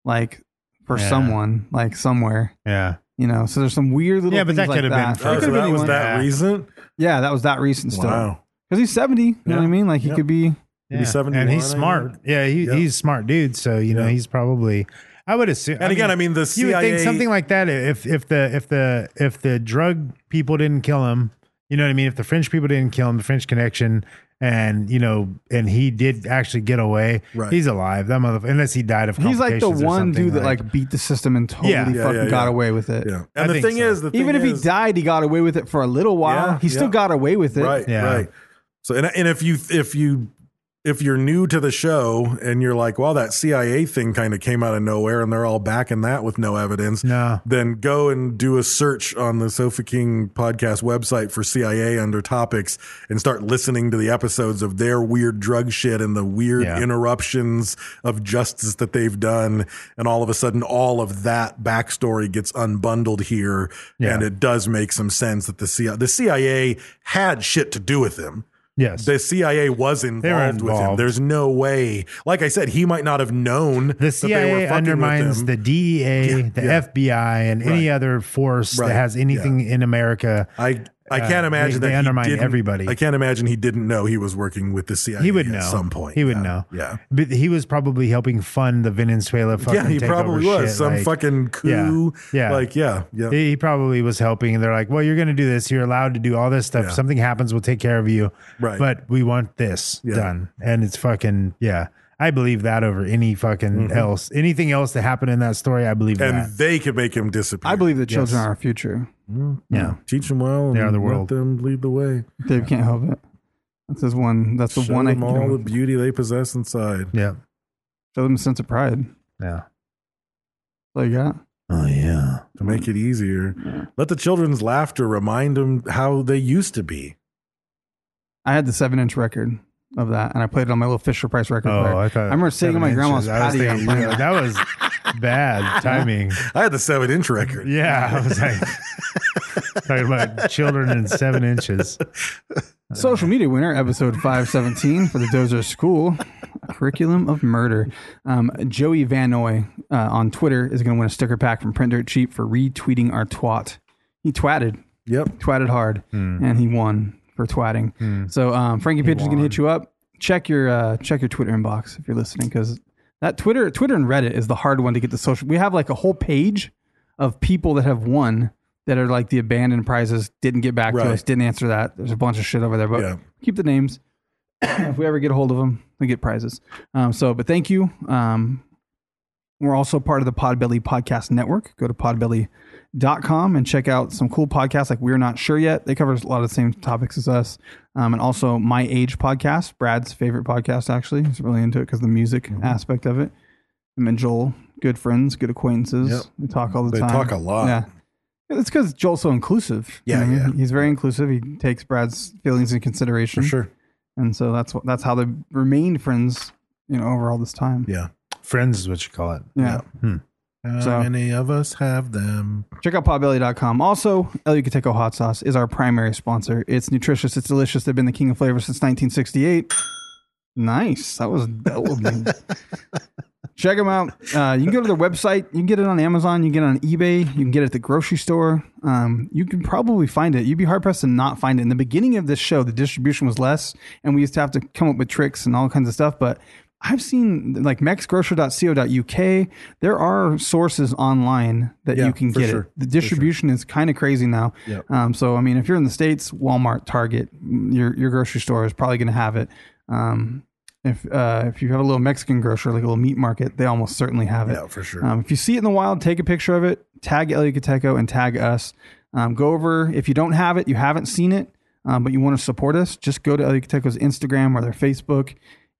Speaker 4: like for
Speaker 3: Yeah.
Speaker 4: someone, like somewhere,
Speaker 3: Yeah.
Speaker 4: you know. So there's some weird little
Speaker 3: Yeah, but that
Speaker 4: things like
Speaker 3: could've been
Speaker 4: that.
Speaker 3: for-
Speaker 2: Oh,
Speaker 4: It
Speaker 2: so
Speaker 4: could've
Speaker 2: that was
Speaker 4: anyone.
Speaker 2: that
Speaker 3: Yeah.
Speaker 2: recent.
Speaker 4: Yeah, that was that recent still.
Speaker 2: Wow.
Speaker 4: Because he's seventy, you know
Speaker 2: Yeah.
Speaker 4: what I mean? Like he
Speaker 2: Yeah.
Speaker 4: could be.
Speaker 2: Maybe
Speaker 3: Yeah.
Speaker 2: 71,
Speaker 3: And
Speaker 2: I
Speaker 3: he's
Speaker 2: think.
Speaker 3: smart. Yeah, he,
Speaker 2: Yeah.
Speaker 3: he's a smart dude. So you know,
Speaker 2: Yeah.
Speaker 3: he's probably. I would assume.
Speaker 2: And again, I mean, the
Speaker 3: you would think
Speaker 2: CIA
Speaker 3: something like that. If if the if the if the drug people didn't kill him, you know what I mean. If the French people didn't kill him, the French connection, and you know, and he did actually get away.
Speaker 2: Right.
Speaker 3: He's alive. That motherfucker. Unless he died of
Speaker 4: He's like the
Speaker 3: complications or
Speaker 4: one
Speaker 3: something,
Speaker 4: dude that like beat the system and totally
Speaker 3: Yeah, yeah,
Speaker 4: fucking
Speaker 2: yeah,
Speaker 4: got
Speaker 2: yeah.
Speaker 4: away with it.
Speaker 2: Yeah.
Speaker 3: I
Speaker 2: And the
Speaker 3: think
Speaker 2: thing
Speaker 3: so.
Speaker 2: is, the
Speaker 4: Even if
Speaker 2: thing
Speaker 4: he
Speaker 2: is-
Speaker 4: died, he got away with it for a little while.
Speaker 2: Yeah,
Speaker 4: he still
Speaker 2: yeah.
Speaker 4: got away with it.
Speaker 2: Right,
Speaker 3: Yeah.
Speaker 2: right. So and and if you if you if you're new to the show and you're like, well, that CIA thing kind of came out of nowhere and they're all backing that with no evidence,
Speaker 3: No.
Speaker 2: then go and do a search on the Sofa King podcast website for CIA under topics and start listening to the episodes of their weird drug shit and the weird
Speaker 3: Yeah.
Speaker 2: interruptions of justice that they've done. And all of a sudden, all of that backstory gets unbundled here.
Speaker 3: Yeah.
Speaker 2: And it does make some sense that the CIA, the CIA had shit to do with him
Speaker 3: yes.
Speaker 2: the CIA was involved,
Speaker 3: were
Speaker 2: with him.
Speaker 3: involved.
Speaker 2: There's no way. Like I said, he might not have known
Speaker 3: the
Speaker 2: that they were
Speaker 3: CIA
Speaker 2: fucking with
Speaker 3: undermines
Speaker 2: him.
Speaker 3: the DEA, the
Speaker 2: yeah.
Speaker 3: FBI, and any
Speaker 2: Right.
Speaker 3: other force
Speaker 2: Right,
Speaker 3: that has anything in America.
Speaker 2: I I
Speaker 3: uh,
Speaker 2: can't
Speaker 3: they-
Speaker 2: imagine
Speaker 3: they
Speaker 2: that he
Speaker 3: undermine
Speaker 2: didn't-
Speaker 3: everybody.
Speaker 2: I can't imagine he didn't know he was working with the CIA.
Speaker 3: he would
Speaker 2: at
Speaker 3: know
Speaker 2: some point.
Speaker 3: He would
Speaker 2: Yeah.
Speaker 3: know.
Speaker 2: Yeah.
Speaker 3: but he was probably helping fund the Venezuela. Fucking
Speaker 2: Yeah, he
Speaker 3: takeover
Speaker 2: probably was
Speaker 3: shit,
Speaker 2: some
Speaker 3: like-
Speaker 2: fucking
Speaker 3: Yeah,
Speaker 2: coup.
Speaker 3: yeah.
Speaker 2: like yeah, yeah.
Speaker 3: He he probably was helping. They're like, "Well, you're going to do this. You're allowed to do all this stuff.
Speaker 2: Yeah.
Speaker 3: Something happens, we'll take care of you.
Speaker 2: Right.
Speaker 3: But we want this
Speaker 2: Yeah.
Speaker 3: done." And it's fucking yeah. I believe that over any fucking else, anything else that happened in that story. I believe
Speaker 2: Mm-hmm. and
Speaker 3: that.
Speaker 2: they could make him disappear.
Speaker 4: I believe the children
Speaker 3: Yes.
Speaker 4: are our future.
Speaker 3: yeah.
Speaker 2: teach him well. And
Speaker 3: They are the world.
Speaker 2: Let them lead the way.
Speaker 4: Dave can't help it. That's his one. That's the
Speaker 2: Show
Speaker 4: one I
Speaker 2: them
Speaker 4: can
Speaker 2: all
Speaker 4: come
Speaker 2: the
Speaker 4: up with.
Speaker 2: beauty they possess inside.
Speaker 3: Yeah.
Speaker 4: Show them a sense of pride.
Speaker 3: Yeah.
Speaker 4: Like that.
Speaker 3: Oh yeah.
Speaker 2: to make it easier. Let the children's laughter remind them how they used to be.
Speaker 4: I had the seven inch record of that, and I played it on my little Fisher Price record
Speaker 3: Oh,
Speaker 4: player.
Speaker 3: I thought.
Speaker 4: remember sitting on my
Speaker 3: seven
Speaker 4: grandma's
Speaker 3: inches. I was
Speaker 4: patio. and
Speaker 3: thinking,
Speaker 4: playing
Speaker 3: yeah,
Speaker 4: that.
Speaker 3: that was bad
Speaker 4: <laughs>
Speaker 3: timing.
Speaker 2: I had the seven inch record.
Speaker 3: Yeah, I was like
Speaker 4: <laughs>
Speaker 3: talking about children and seven inches.
Speaker 4: Social media winner, episode 517 for the Dozer School, a curriculum of murder. Um, Joey Vanoy uh, on Twitter is going to win a sticker pack from Print Dirt Cheap for retweeting our twat. He twatted,
Speaker 2: Yep.
Speaker 4: twatted hard,
Speaker 2: Hmm.
Speaker 4: and he won for twatting. So um, Frankie Pitcher's going to hit you up. Check your uh, check your Twitter inbox if you're listening, because that Twitter Twitter and Reddit is the hard one to get the social. We have like a whole page of people that have won that are like the abandoned prizes didn't get back
Speaker 2: Right.
Speaker 4: to us, didn't answer that. There's a bunch of shit over there, but
Speaker 2: Yeah.
Speaker 4: keep the names. <coughs> if we ever get a hold of them, we get prizes. Um, so, but thank you. Um, we're also part of the Podbelly Podcast Network. Go to podbelly.com and check out some cool podcasts like We're Not Sure Yet. They cover a lot of the same topics as us. Um, and also My Age podcast, Brad's favorite podcast, actually. He's really into it because the music
Speaker 2: Mm-hmm.
Speaker 4: aspect of it. Him and Joel, good friends, good acquaintances.
Speaker 2: Yep.
Speaker 4: We talk all the
Speaker 2: They
Speaker 4: time.
Speaker 2: talk a lot.
Speaker 4: Yeah. It's because Joel's so inclusive.
Speaker 2: Yeah,
Speaker 4: You know,
Speaker 2: yeah.
Speaker 4: he- He's very inclusive. He takes Brad's feelings into consideration.
Speaker 2: For sure.
Speaker 4: And so that's what that's how they remained friends, you know, over all this time.
Speaker 2: Yeah.
Speaker 3: Friends is what you call it.
Speaker 4: Yeah.
Speaker 2: How
Speaker 4: So-
Speaker 2: many of us have them?
Speaker 4: Check out podbelly.com. Also, El Yucateco Hot Sauce is our primary sponsor. It's nutritious, it's delicious. They've been the king of flavor since 1968. Nice. That was that was me. Check them out. Uh, you can go to their website. You can get it on Amazon. You can get it on eBay. You can get it at the grocery store. Um, you can probably find it. You'd be hard pressed to not find it. In the beginning of this show, the distribution was less, and we used to have to come up with tricks and all kinds of stuff. But I've seen like mexgrocer.co.uk. There are sources online that
Speaker 2: Yeah,
Speaker 4: you can
Speaker 2: for
Speaker 4: get
Speaker 2: sure.
Speaker 4: it. The distribution is kind of crazy now.
Speaker 2: Yep.
Speaker 4: Um, so I mean, if you're in the states, Walmart, Target, your your grocery store is probably going to have it. Um, if uh, if you have a little Mexican grocer, like a little meat market, they almost certainly have it.
Speaker 2: Yeah, for sure.
Speaker 4: Um, if you see it in the wild, take a picture of it, tag El Yucateco and tag us. Um, go over, if you don't have it, you haven't seen it, um, but you want to support us, just go to El Yucateco's Instagram or their Facebook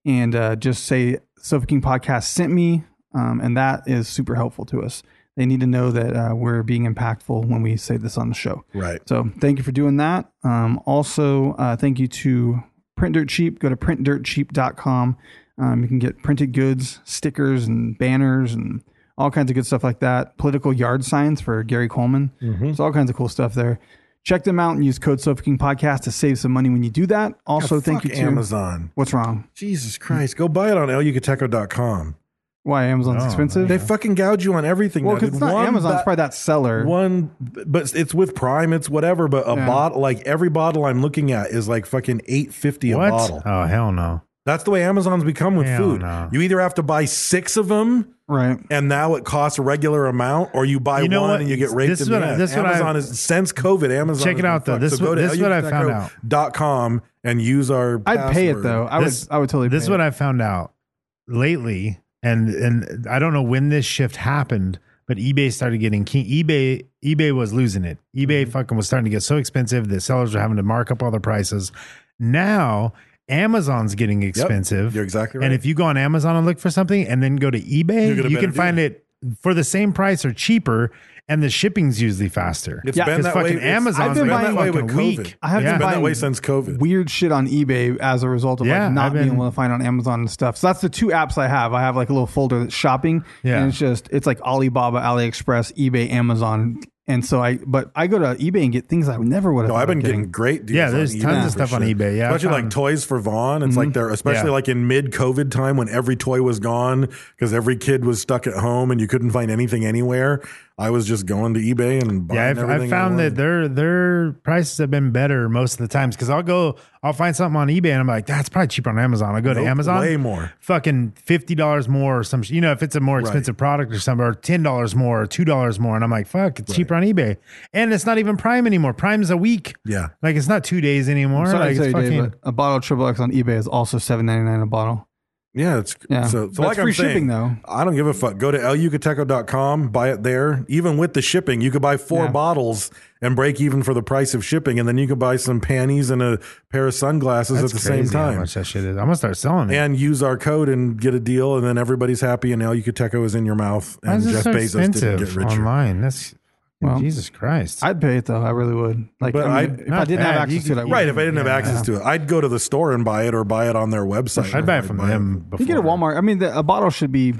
Speaker 4: and uh, just say, Sofa King Podcast sent me. Um, and that is super helpful to us. They need to know that uh, we're being impactful when we say this on the show.
Speaker 2: Right.
Speaker 4: So thank you for doing that. Um, also, uh, thank you to Print Dirt Cheap. Go to printdirtcheap.com. Um, you can get printed goods, stickers, and banners, and all kinds of good stuff like that. Political yard signs for Gary Coleman.
Speaker 2: Mm-hmm.
Speaker 4: There's all kinds of cool stuff there. Check them out and use code Suffoking Podcast to save some money when you do that. Also,
Speaker 2: Yeah,
Speaker 4: thank you
Speaker 2: Ah, fuck
Speaker 4: to
Speaker 2: Amazon.
Speaker 4: What's wrong?
Speaker 2: Jesus Christ. Go buy it on elyucateco.com.
Speaker 4: Why Amazon's
Speaker 3: Oh,
Speaker 4: expensive?
Speaker 2: They fucking gouge you on everything.
Speaker 4: well,
Speaker 2: now,
Speaker 4: because
Speaker 2: dude.
Speaker 4: it's not
Speaker 2: One
Speaker 4: Amazon.
Speaker 2: ba-
Speaker 4: it's probably that seller.
Speaker 2: one but it's with prime it's whatever but a
Speaker 4: Yeah.
Speaker 2: bottle like every bottle i'm looking at is like fucking 850 a
Speaker 3: What?
Speaker 2: bottle
Speaker 3: Oh hell no.
Speaker 2: that's the way amazon's become with
Speaker 3: Hell
Speaker 2: food
Speaker 3: no.
Speaker 2: you either have to buy six of them
Speaker 4: Right.
Speaker 2: and now it costs a regular amount or you buy
Speaker 3: You know
Speaker 2: one
Speaker 3: what?
Speaker 2: and you get raped
Speaker 3: This is
Speaker 2: in the
Speaker 3: what I-
Speaker 2: ass.
Speaker 3: this is what I-
Speaker 2: amazon is since covid amazon
Speaker 3: Check
Speaker 2: has
Speaker 3: it
Speaker 2: been
Speaker 3: out, though.
Speaker 2: fucked.
Speaker 3: This
Speaker 2: so
Speaker 3: is
Speaker 2: go
Speaker 3: what-
Speaker 2: to
Speaker 3: this is what I found out.
Speaker 2: dot com and use our
Speaker 4: I'd pay it
Speaker 2: password.
Speaker 4: though. I
Speaker 3: This-
Speaker 4: would. I would totally.
Speaker 3: This
Speaker 4: pay
Speaker 3: is what
Speaker 4: it.
Speaker 3: I found out lately, and and I don't know when this shift happened, but eBay started getting king. eBay eBay was losing it.
Speaker 4: Mm-hmm.
Speaker 3: eBay fucking was starting to get so expensive that sellers were having to mark up all their prices. Now Amazon's getting expensive.
Speaker 2: you're exactly right.
Speaker 3: And if you go on Amazon and look for something, and then go to
Speaker 2: You'll
Speaker 3: eBay,
Speaker 2: get a
Speaker 3: you
Speaker 2: better
Speaker 3: can find
Speaker 2: deal.
Speaker 3: it for the same price or cheaper, and the shipping's usually faster.
Speaker 2: It's
Speaker 4: Yeah,
Speaker 2: been
Speaker 3: 'Cause
Speaker 2: that way.
Speaker 3: fucking
Speaker 2: it's-
Speaker 3: Amazon's
Speaker 2: I've been
Speaker 3: been
Speaker 2: that way with
Speaker 3: fucking weak.
Speaker 2: COVID.
Speaker 4: I have
Speaker 2: it's
Speaker 4: been
Speaker 2: been that
Speaker 4: buying
Speaker 2: way since COVID.
Speaker 4: weird shit on eBay as a result of
Speaker 3: Yeah,
Speaker 4: like not
Speaker 3: I've been-
Speaker 4: being able to find on Amazon and stuff. So that's the two apps I have. I have like a little folder that's shopping,
Speaker 3: Yeah.
Speaker 4: and it's just it's like Alibaba, AliExpress, eBay, Amazon, and so I. But I go to eBay and get things I never would have.
Speaker 2: No, I've been getting
Speaker 4: getting
Speaker 2: great deals.
Speaker 3: Yeah,
Speaker 2: on
Speaker 3: there's
Speaker 2: eBay
Speaker 3: tons of
Speaker 2: for
Speaker 3: stuff on
Speaker 2: sure.
Speaker 3: eBay, yeah, I
Speaker 2: especially like
Speaker 3: found-
Speaker 2: toys for Vaughn. It's like they're especially
Speaker 3: Yeah.
Speaker 2: like in mid COVID time when every toy was gone because every kid was stuck at home and you couldn't find anything anywhere. I was just going to eBay and buying
Speaker 3: Yeah, I've,
Speaker 2: everything.
Speaker 3: I've
Speaker 2: I
Speaker 3: found that
Speaker 2: wanted.
Speaker 3: their their prices have been better most of the times because I'll go, I'll find something on eBay and I'm like, that's probably cheaper on Amazon. I go
Speaker 2: Nope,
Speaker 3: to Amazon,
Speaker 2: way more.
Speaker 3: fucking fifty dollars more or some. sh- You know, if it's a more expensive product or something, or ten dollars more or two dollars more, and I'm like, fuck, it's cheaper on eBay, and it's not even Prime anymore. Prime's a week.
Speaker 2: Yeah.
Speaker 3: like it's not two days anymore.
Speaker 4: Sorry
Speaker 3: like
Speaker 4: to
Speaker 3: it's
Speaker 4: tell you,
Speaker 3: fucking.
Speaker 4: Dave, but a bottle of Triple X on eBay is also seven ninety nine a bottle.
Speaker 2: Yeah, it's
Speaker 4: Yeah.
Speaker 2: so,
Speaker 4: But
Speaker 2: so like
Speaker 4: it's free
Speaker 2: I'm saying,
Speaker 4: shipping, though.
Speaker 2: I don't give a fuck. Go to lucateco.com, buy it there. Even with the shipping, you could buy four
Speaker 4: Yeah.
Speaker 2: bottles and break even for the price of shipping, and then you could buy some panties and a pair of sunglasses
Speaker 3: That's
Speaker 2: at the
Speaker 3: crazy
Speaker 2: same
Speaker 3: How
Speaker 2: time.
Speaker 3: much that shit is. I'm gonna start selling it.
Speaker 2: And use our code and get a deal, and then everybody's happy, and El Yucateco is in your mouth,
Speaker 3: Why
Speaker 2: and
Speaker 3: is it
Speaker 2: Jeff
Speaker 3: so
Speaker 2: Bezos didn't get
Speaker 3: expensive
Speaker 2: richer.
Speaker 3: online? That's
Speaker 4: Well,
Speaker 3: Jesus Christ.
Speaker 4: I'd pay it though. I really would. Like,
Speaker 2: But
Speaker 4: I
Speaker 2: I-
Speaker 4: mean, if I
Speaker 3: not
Speaker 4: didn't have
Speaker 3: bad. You
Speaker 4: access to it, I
Speaker 3: could-
Speaker 4: would.
Speaker 2: Right, if I didn't have
Speaker 3: Yeah.
Speaker 2: access to it, I'd go to the store and buy it, or buy it on their website.
Speaker 3: I'd buy it from them before.
Speaker 4: You get at Walmart. I mean, the, a bottle should be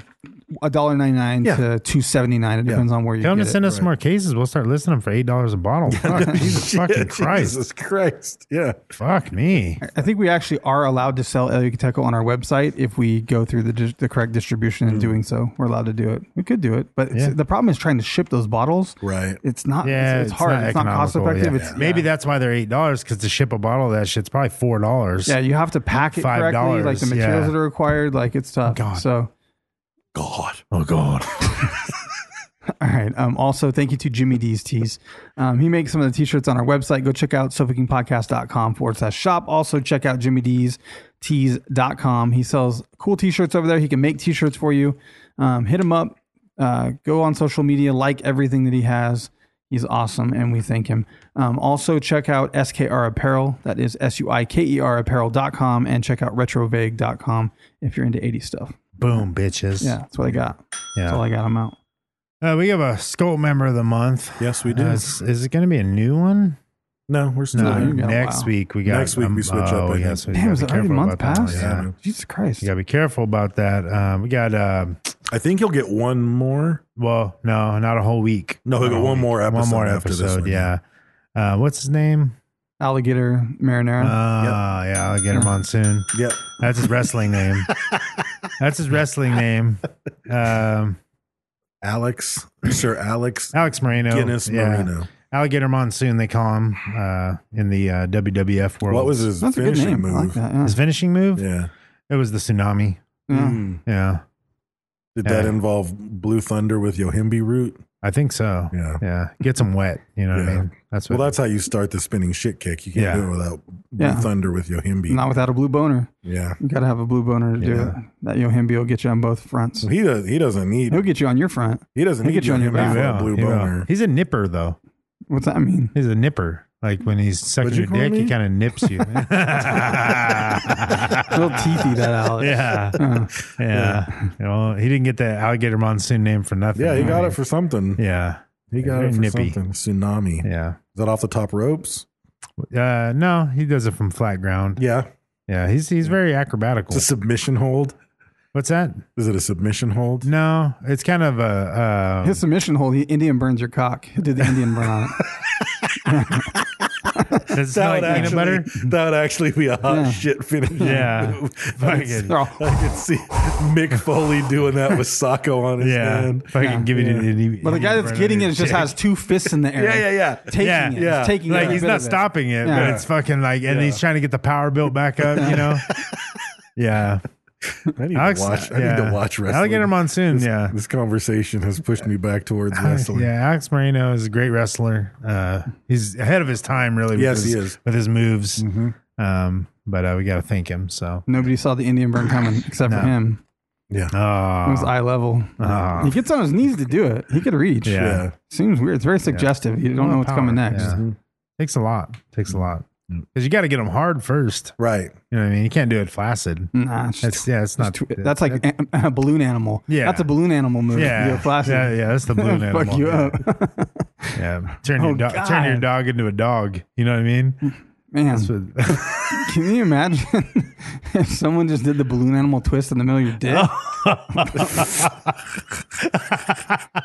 Speaker 4: a dollar ninety nine
Speaker 2: Yeah.
Speaker 4: to two seventy nine. It depends on where you
Speaker 3: Tell them
Speaker 4: get it.
Speaker 3: to send us more cases. We'll start listing them for eight dollars a
Speaker 4: <laughs>
Speaker 3: bottle. Fuck, Jesus fucking
Speaker 2: <laughs>
Speaker 3: Christ!
Speaker 2: Jesus Christ! Yeah,
Speaker 3: Fuck me.
Speaker 4: I think we actually are allowed to sell El Yucateco on our website if we go through the, dis- the correct distribution in doing so. We're allowed to do it. We could do it, but it's-
Speaker 3: Mm. Yeah.
Speaker 4: the problem is trying to ship those bottles.
Speaker 2: Right.
Speaker 4: It's not.
Speaker 3: Yeah,
Speaker 4: it's, it's hard. it's not cost
Speaker 3: economical,
Speaker 4: effective.
Speaker 3: yeah.
Speaker 4: It's
Speaker 3: Maybe
Speaker 4: yeah.
Speaker 3: that's why they're eight dollars because to ship a bottle of that shit's probably four dollars.
Speaker 4: Yeah, you have to pack it
Speaker 3: Five
Speaker 4: correctly, like
Speaker 3: dollars,
Speaker 4: the materials
Speaker 3: yeah.
Speaker 4: that are required. Like it's tough.
Speaker 3: God.
Speaker 4: So
Speaker 2: God.
Speaker 3: Oh god.
Speaker 4: All right. Um, also, thank you to Jimmy D's Tees. Um, he makes some of the t-shirts on our website. Go check out suffolkingpodcast.com forward slash shop. Also, check out Jimmy D's Tees.com. He sells cool t-shirts over there. He can make t-shirts for you. Um, hit him up. Uh, go on social media. Like everything that he has. He's awesome, and we thank him. Um, also, check out SKR Apparel. That is S-U-I-K-E-R apparel.com. And check out retrovague.com if you're into 80s stuff.
Speaker 3: Boom, bitches.
Speaker 4: Yeah, that's what I got. That's all
Speaker 3: Yeah.
Speaker 4: I got. I'm out.
Speaker 3: Uh, we have a Skull member of the month.
Speaker 2: Yes, we do.
Speaker 3: Uh, is, is it going to be a new one?
Speaker 2: No, we're still
Speaker 3: No,
Speaker 4: you got a
Speaker 3: next
Speaker 4: while.
Speaker 3: week we got.
Speaker 2: Next week we switch up, I
Speaker 3: Oh
Speaker 2: think.
Speaker 3: yes, we
Speaker 4: Damn,
Speaker 3: gotta
Speaker 4: is
Speaker 3: be
Speaker 4: it already a
Speaker 3: careful
Speaker 4: month
Speaker 3: about that one,
Speaker 4: past?
Speaker 3: Yeah,
Speaker 4: Jesus Christ.
Speaker 3: you got to be careful about that. Um, we got. Uh,
Speaker 2: I think you'll get one more.
Speaker 3: well, no, not a whole week.
Speaker 2: No, we
Speaker 3: Not
Speaker 2: got
Speaker 3: a
Speaker 2: one
Speaker 3: week.
Speaker 2: more
Speaker 3: One
Speaker 2: episode
Speaker 3: more
Speaker 2: after this
Speaker 3: episode.
Speaker 2: one,
Speaker 3: yeah. Uh, what's his name?
Speaker 4: alligator
Speaker 3: Uh,
Speaker 4: marinara.
Speaker 3: yeah, I'll get him on soon.
Speaker 2: Yep.
Speaker 3: That's his wrestling name. That's his wrestling name. Um,
Speaker 2: Alex, Sir Alex
Speaker 3: Alex Moreno.
Speaker 2: Guinness
Speaker 3: yeah.
Speaker 2: Marino.
Speaker 3: Alligator Monsoon, they call him uh, in the uh, WWF world.
Speaker 2: What was his
Speaker 4: That's a good
Speaker 2: finishing
Speaker 4: name.
Speaker 2: move?
Speaker 4: I like that. Yeah.
Speaker 3: his finishing move?
Speaker 2: Yeah.
Speaker 3: It was the tsunami.
Speaker 4: Yeah.
Speaker 3: Yeah.
Speaker 2: Did that
Speaker 3: Yeah.
Speaker 2: involve Blue Thunder with Yohimbi Root?
Speaker 3: I think so.
Speaker 2: Yeah.
Speaker 3: Yeah. Gets him wet. You know what
Speaker 2: Yeah.
Speaker 3: I mean? That's what
Speaker 2: Well, that's how you start the spinning shit kick. You can't
Speaker 3: Yeah.
Speaker 2: do it without Blue
Speaker 4: Yeah.
Speaker 2: Thunder with Yohimbi.
Speaker 4: Not without a blue boner.
Speaker 2: Yeah.
Speaker 4: You got to have a blue boner to do
Speaker 3: Yeah.
Speaker 4: it. That Yohimbi will get you on both fronts.
Speaker 2: So he does. He doesn't need.
Speaker 4: He'll get you on your front.
Speaker 2: He doesn't
Speaker 4: he'll
Speaker 2: need
Speaker 4: get you on your
Speaker 2: Yohimbi
Speaker 4: back.
Speaker 2: for a
Speaker 3: He
Speaker 2: blue
Speaker 3: will. He will.
Speaker 2: boner.
Speaker 3: He's a nipper though.
Speaker 4: What's that
Speaker 3: <laughs>
Speaker 4: mean?
Speaker 3: He's a nipper. Like when he's sucking
Speaker 2: you
Speaker 3: your
Speaker 2: call
Speaker 3: dick,
Speaker 2: me?
Speaker 3: he kind of nips
Speaker 2: <laughs>
Speaker 3: you. <laughs>
Speaker 4: Real teethy that Alex.
Speaker 3: <laughs> Yeah. yeah. Well, he didn't get that alligator monsoon name for nothing.
Speaker 2: Yeah, he got it for something.
Speaker 3: Yeah.
Speaker 2: He got
Speaker 3: Very
Speaker 2: it for
Speaker 3: nippy.
Speaker 2: something. Tsunami. Is
Speaker 3: Yeah.
Speaker 2: that off the top ropes?
Speaker 3: Uh, no, he does it from flat ground. Yeah.
Speaker 2: Yeah.
Speaker 3: he's he's very acrobatical.
Speaker 2: It's a submission hold.
Speaker 3: What's that?
Speaker 2: Is it a submission hold?
Speaker 3: No, it's kind of a. Um,
Speaker 4: His submission hold, the Indian burns your cock. He did the Indian burn
Speaker 3: <laughs>
Speaker 4: on it.
Speaker 3: does it smell like peanut butter?
Speaker 2: <laughs> that would actually be a hot
Speaker 4: Yeah.
Speaker 2: shit finish.
Speaker 3: Yeah.
Speaker 2: move. <laughs> I,
Speaker 3: Fucking-
Speaker 2: could, I could see Mick Foley doing that with Sacco on his
Speaker 3: Yeah,
Speaker 2: hand.
Speaker 3: fucking give it. an Indian
Speaker 4: But the guy that's
Speaker 3: burn
Speaker 4: getting
Speaker 3: on
Speaker 4: it
Speaker 3: his
Speaker 4: just
Speaker 3: dick.
Speaker 4: has two fists in the air.
Speaker 2: Yeah, yeah, yeah.
Speaker 3: <laughs>
Speaker 4: Taking
Speaker 3: Yeah,
Speaker 4: it.
Speaker 2: yeah.
Speaker 4: He's taking
Speaker 3: like
Speaker 4: it.
Speaker 3: he's not stopping it,
Speaker 4: Yeah.
Speaker 3: but it's fucking like, and he's trying to get the power built back up,
Speaker 2: <laughs>
Speaker 3: you know? yeah.
Speaker 2: I need
Speaker 3: Alex-
Speaker 2: to watch. I need
Speaker 3: yeah.
Speaker 2: to watch wrestling.
Speaker 3: Alligator Monsoon,
Speaker 2: This-
Speaker 3: yeah.
Speaker 2: This conversation has pushed me back towards wrestling.
Speaker 3: Yeah, Alex Moreno is a great wrestler. Uh, he's ahead of his time, really. With
Speaker 2: Yes,
Speaker 3: his,
Speaker 2: he is. Mm-hmm.
Speaker 3: with his moves. Um, but uh, we got to thank him. So,
Speaker 4: Nobody saw the Indian burn coming except for him. It was
Speaker 3: oh,
Speaker 4: eye level. he gets on his knees to do it. He could reach.
Speaker 3: Yeah.
Speaker 2: Yeah. Mm-hmm.
Speaker 4: Seems weird. It's very suggestive. You don't know what's
Speaker 3: Power,
Speaker 4: coming next.
Speaker 3: yeah. Takes a lot. Takes a lot because you got to get them hard first.
Speaker 2: Right.
Speaker 3: You know what I mean? You can't do it flaccid.
Speaker 4: Nah, it's
Speaker 3: That's
Speaker 4: just,
Speaker 3: yeah. It's not.
Speaker 4: tw- that's like a, a balloon animal.
Speaker 3: Yeah.
Speaker 4: that's a balloon animal move.
Speaker 3: yeah,
Speaker 4: You're flaccid.
Speaker 3: yeah,
Speaker 4: <laughs>
Speaker 3: yeah. That's the balloon animal.
Speaker 4: Fuck you
Speaker 3: yeah.
Speaker 4: up, <laughs>
Speaker 3: Yeah. Turn your
Speaker 4: Oh,
Speaker 3: dog. Turn your
Speaker 4: God.
Speaker 3: dog into a dog. You know what I mean?
Speaker 4: man.
Speaker 3: That's what- <laughs>
Speaker 4: Can you imagine <laughs> if someone just did the balloon animal twist in the middle of
Speaker 3: <laughs>
Speaker 4: your dick?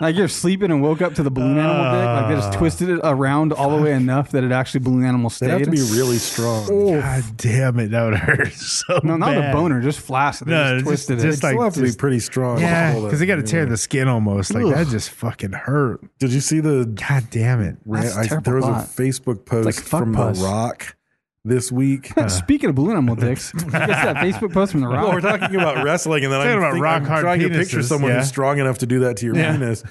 Speaker 4: like you're sleeping and woke up to the balloon animal dick. Like they
Speaker 3: Ah.
Speaker 4: just twisted it around all the way enough that it actually balloon animal stayed.
Speaker 2: They have to be really strong.
Speaker 3: God damn it! That would hurt <laughs> so.
Speaker 4: no, not
Speaker 3: bad.
Speaker 4: the boner, just flaccid. They
Speaker 3: No,
Speaker 4: just
Speaker 3: just-
Speaker 4: twisted
Speaker 3: just
Speaker 4: it.
Speaker 3: like-
Speaker 2: Still have to be
Speaker 3: just-
Speaker 2: pretty strong.
Speaker 3: Yeah,
Speaker 2: Oh, Hold
Speaker 3: because they
Speaker 2: it.
Speaker 3: got to tear the skin almost. Like that just fucking hurt.
Speaker 2: Did you see the
Speaker 3: God damn it.
Speaker 4: That's a
Speaker 2: I-
Speaker 4: terrible
Speaker 2: there was
Speaker 4: thought.
Speaker 2: a Facebook post
Speaker 4: like fuck
Speaker 2: from
Speaker 4: puss.
Speaker 2: The Rock this week.
Speaker 4: <laughs> Speaking of balloon animal dicks, did you
Speaker 3: <laughs>
Speaker 4: guys see that Facebook post from the
Speaker 2: Well, we're
Speaker 4: rock.
Speaker 2: talking about wrestling, and then
Speaker 3: Talking
Speaker 2: I'm,
Speaker 3: about
Speaker 2: think-
Speaker 3: rock
Speaker 2: I'm
Speaker 3: hard
Speaker 2: trying to picture
Speaker 3: penises,
Speaker 2: someone
Speaker 3: yeah.
Speaker 2: who's strong enough to do that to your
Speaker 3: Yeah.
Speaker 2: penis.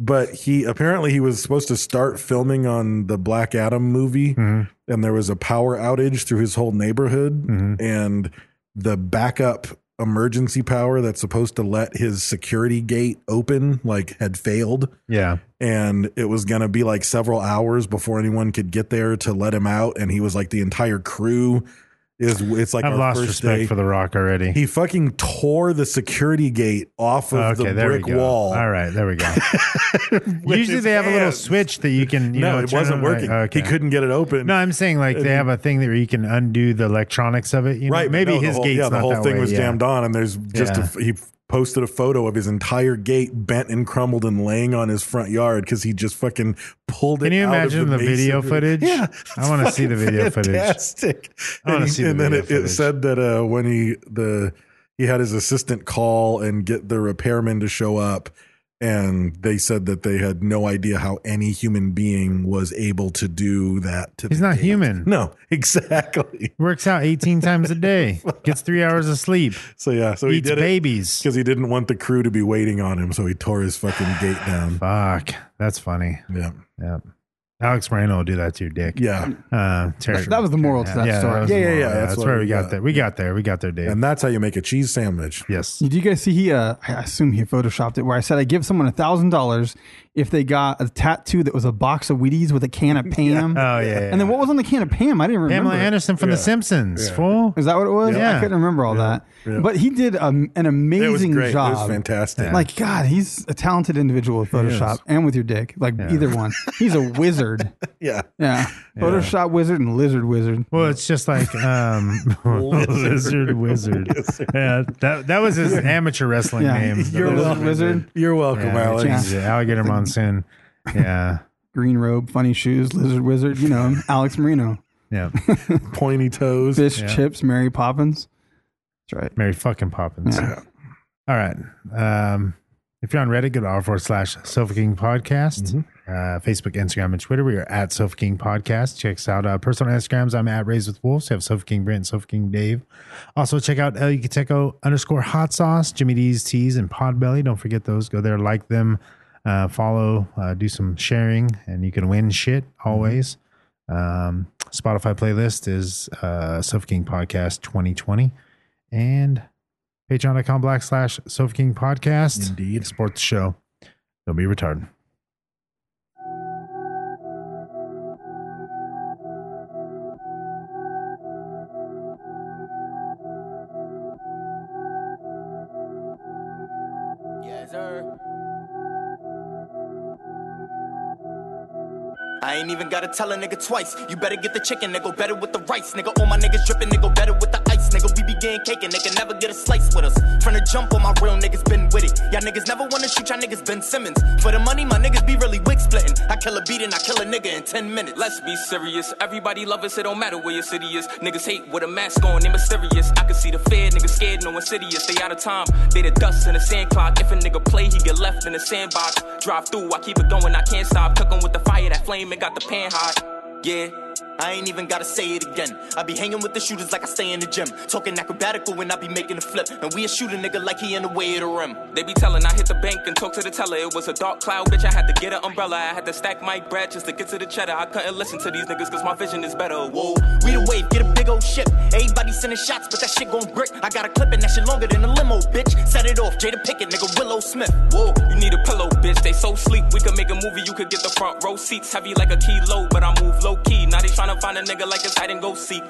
Speaker 2: But he apparently he was supposed to start filming on the Black Adam movie,
Speaker 3: Mm-hmm.
Speaker 2: and there was a power outage through his whole neighborhood, and the backup emergency power that's supposed to let his security gate open like had failed
Speaker 3: Yeah.
Speaker 2: and it was going to be like several hours before anyone could get there to let him out and he was like the entire crew is it's like
Speaker 3: I've
Speaker 2: our
Speaker 3: lost
Speaker 2: first
Speaker 3: respect
Speaker 2: day.
Speaker 3: for The Rock already.
Speaker 2: he fucking tore the security gate off of
Speaker 3: okay,
Speaker 2: the
Speaker 3: there we
Speaker 2: brick
Speaker 3: go.
Speaker 2: wall
Speaker 3: All right, there we go.
Speaker 2: <laughs> with
Speaker 3: Usually
Speaker 2: his
Speaker 3: they have a little
Speaker 2: hands.
Speaker 3: switch that you can. You
Speaker 2: no
Speaker 3: know,
Speaker 2: it
Speaker 3: turn
Speaker 2: wasn't
Speaker 3: on, like-
Speaker 2: working
Speaker 3: okay.
Speaker 2: he couldn't get it open
Speaker 3: No, I'm saying like they
Speaker 2: And-
Speaker 3: have a thing that you can undo the electronics of it. You know?
Speaker 2: right but
Speaker 3: Maybe
Speaker 2: no, the
Speaker 3: his
Speaker 2: whole,
Speaker 3: gate's
Speaker 2: yeah the
Speaker 3: not
Speaker 2: whole
Speaker 3: that
Speaker 2: thing
Speaker 3: way,
Speaker 2: was
Speaker 3: yeah.
Speaker 2: jammed on and there's just
Speaker 3: Yeah.
Speaker 2: a, he posted a photo of his entire gate bent and crumbled and laying on his front yard because he just fucking pulled it
Speaker 3: Can you
Speaker 2: out of
Speaker 3: imagine the video
Speaker 2: masonry.
Speaker 3: footage?
Speaker 2: yeah
Speaker 3: I want to see the video footage.
Speaker 2: fantastic.
Speaker 3: I wanna
Speaker 2: And, he-
Speaker 3: see the
Speaker 2: and then
Speaker 3: video
Speaker 2: it, it
Speaker 3: footage.
Speaker 2: said that uh, when he the he had his assistant call and get the repairman to show up, and they said that they had no idea how any human being was able to do that. To
Speaker 3: He's
Speaker 2: the
Speaker 3: not
Speaker 2: gate.
Speaker 3: human.
Speaker 2: <laughs> No, exactly.
Speaker 3: Works
Speaker 2: <laughs>
Speaker 3: out 18 times a day. Gets three hours of sleep.
Speaker 2: So yeah, so he
Speaker 3: eats
Speaker 2: did
Speaker 3: babies.
Speaker 2: because he didn't want the crew to be waiting on him, so he tore his fucking
Speaker 3: <sighs>
Speaker 2: gate down.
Speaker 3: Fuck, that's funny.
Speaker 2: Yeah,
Speaker 3: Yep. Alex Moreno will do that too, Dick.
Speaker 2: yeah,
Speaker 3: Uh, Terry-
Speaker 4: That was the moral to that story.
Speaker 3: was the
Speaker 2: Yeah, yeah,
Speaker 3: moral.
Speaker 2: yeah,
Speaker 3: That's,
Speaker 2: that's what
Speaker 3: where
Speaker 2: we
Speaker 3: we got
Speaker 2: got.
Speaker 3: there. We got there. We got there, Dave.
Speaker 2: and that's how you make a cheese sandwich.
Speaker 3: yes.
Speaker 4: Did you guys see he? Uh, I assume he photoshopped it. Where I said I give someone a thousand dollars if they got a tattoo that was a box of Wheaties with a
Speaker 2: <laughs>
Speaker 4: can of Pam.
Speaker 3: Oh, yeah, yeah,
Speaker 4: And then what was on the can of Pam? I didn't remember.
Speaker 3: Pamela Anderson from The Simpsons.
Speaker 2: Yeah. <laughs>
Speaker 3: Fool.
Speaker 4: Is that what it was?
Speaker 3: Yeah.
Speaker 4: I couldn't remember all that.
Speaker 2: Yeah.
Speaker 4: But he did um, an amazing
Speaker 2: It was great.
Speaker 4: job.
Speaker 2: It was fantastic.
Speaker 4: Like God, he's a talented individual with Photoshop and with your dick. Like either one, he's
Speaker 2: <laughs>
Speaker 4: a wizard.
Speaker 2: yeah.
Speaker 4: Yeah. Photoshop wizard and lizard wizard.
Speaker 3: Well, it's just like um, <laughs> lizard
Speaker 2: <laughs>
Speaker 3: wizard. Yeah, that that was his amateur wrestling
Speaker 4: Yeah.
Speaker 3: name.
Speaker 2: <laughs>
Speaker 3: The
Speaker 4: You're
Speaker 3: Lizard
Speaker 4: welcome. Wizard.
Speaker 2: You're welcome,
Speaker 3: Yeah,
Speaker 2: Alex.
Speaker 3: which is, uh, Alligator monsoon. Yeah,
Speaker 4: Green robe, funny shoes, lizard wizard. You
Speaker 2: <laughs>
Speaker 4: know him, Alex Marino.
Speaker 3: yeah.
Speaker 2: Pointy toes.
Speaker 4: Fish chips, Mary Poppins. That's right.
Speaker 3: Mary fucking Poppins.
Speaker 4: Yeah.
Speaker 3: All right. Um, if you're on Reddit, go to r forward slash Sofa King Podcast. Uh, Facebook, Instagram, and Twitter. We are at Sofa King Podcast. Check us out. Uh, personal Instagrams, I'm at Raised with Wolves. We have Sofa King Brent, Sofa King Dave. Also, check out El Yucateco underscore hot sauce, Jimmy D's Teas, and Podbelly. Don't forget those. Go there, like them, uh, follow, uh, do some sharing, and you can win shit always. Um, Spotify playlist is uh, Sofa King Podcast 2020. And patreon.com backslash Sofa King Podcast.
Speaker 2: Indeed.
Speaker 3: Support the show. Don't be retarded.
Speaker 5: Yes, sir. I ain't even gotta tell a nigga twice. You better get the chicken, nigga. Better with the rice, nigga. All my niggas drippin', nigga. Better with the ice, nigga. We be getting cake and nigga never get a slice with us. From the jump, all my real niggas been with it. Y'all niggas never wanna shoot y'all niggas Ben Simmons. For the money, my niggas be really wig splitting. I kill a beat and I kill a nigga in 10 minutes. Let's be serious. Everybody love us, it don't matter where your city is. Niggas hate with a mask on, they mysterious. I can see the fear, niggas scared, no insidious. They out of time, they the dust in the sand clock. If a nigga play, he get left in the sandbox. Drive through, I keep it going, I can't stop. Cooking with the fire, that flame, it got the pan hot. Yeah, I ain't even gotta say it again. I be hanging with the shooters like I stay in the gym. Talking acrobatical when I be making a flip. And we a shooter nigga like he in the way of the rim. They be telling I hit the bank and talk to the teller. It was a dark cloud, bitch. I had to get an umbrella. I had to stack my bread just to get to the cheddar. I couldn't listen to these niggas cause my vision is better. Whoa, we the wave, get a big old ship. Everybody sending shots, but that shit gon' brick. I got a clip and that shit longer than a limo, bitch. Set it off, Jada Pickett, nigga Willow Smith. Whoa, you need a pillow, bitch. They so sleep. We could make a movie, you could get the front row seats. Heavy like a kilo, but I move low key. Now they tryna find a nigga like it's hide and go seek.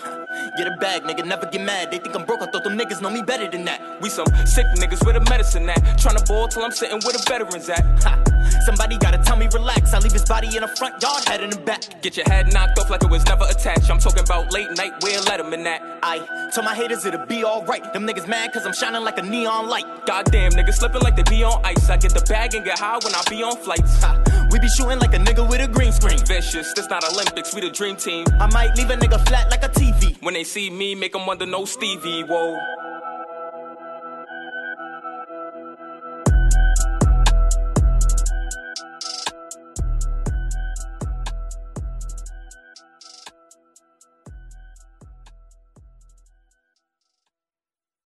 Speaker 5: Get a bag, nigga, never get mad. They think I'm broke, I thought them niggas know me better than that. We some sick niggas with a medicine at. Tryna ball till I'm sitting where the veterans at. Ha. Somebody gotta tell me relax. I leave his body in the front yard, head in the back. Get your head knocked off like it was never attached. I'm talking about late night, where let him in that. I told my haters it'll be alright. Them niggas mad cause I'm shining like a neon light. Goddamn, niggas slipping like they be on ice. I get the bag and get high when I be on flights. Ha. We be shooting like a nigga with a green screen. Vicious, this not Olympics, we the dream team. I might leave a nigga flat like a TV. When they see me, make them wonder no Stevie, whoa.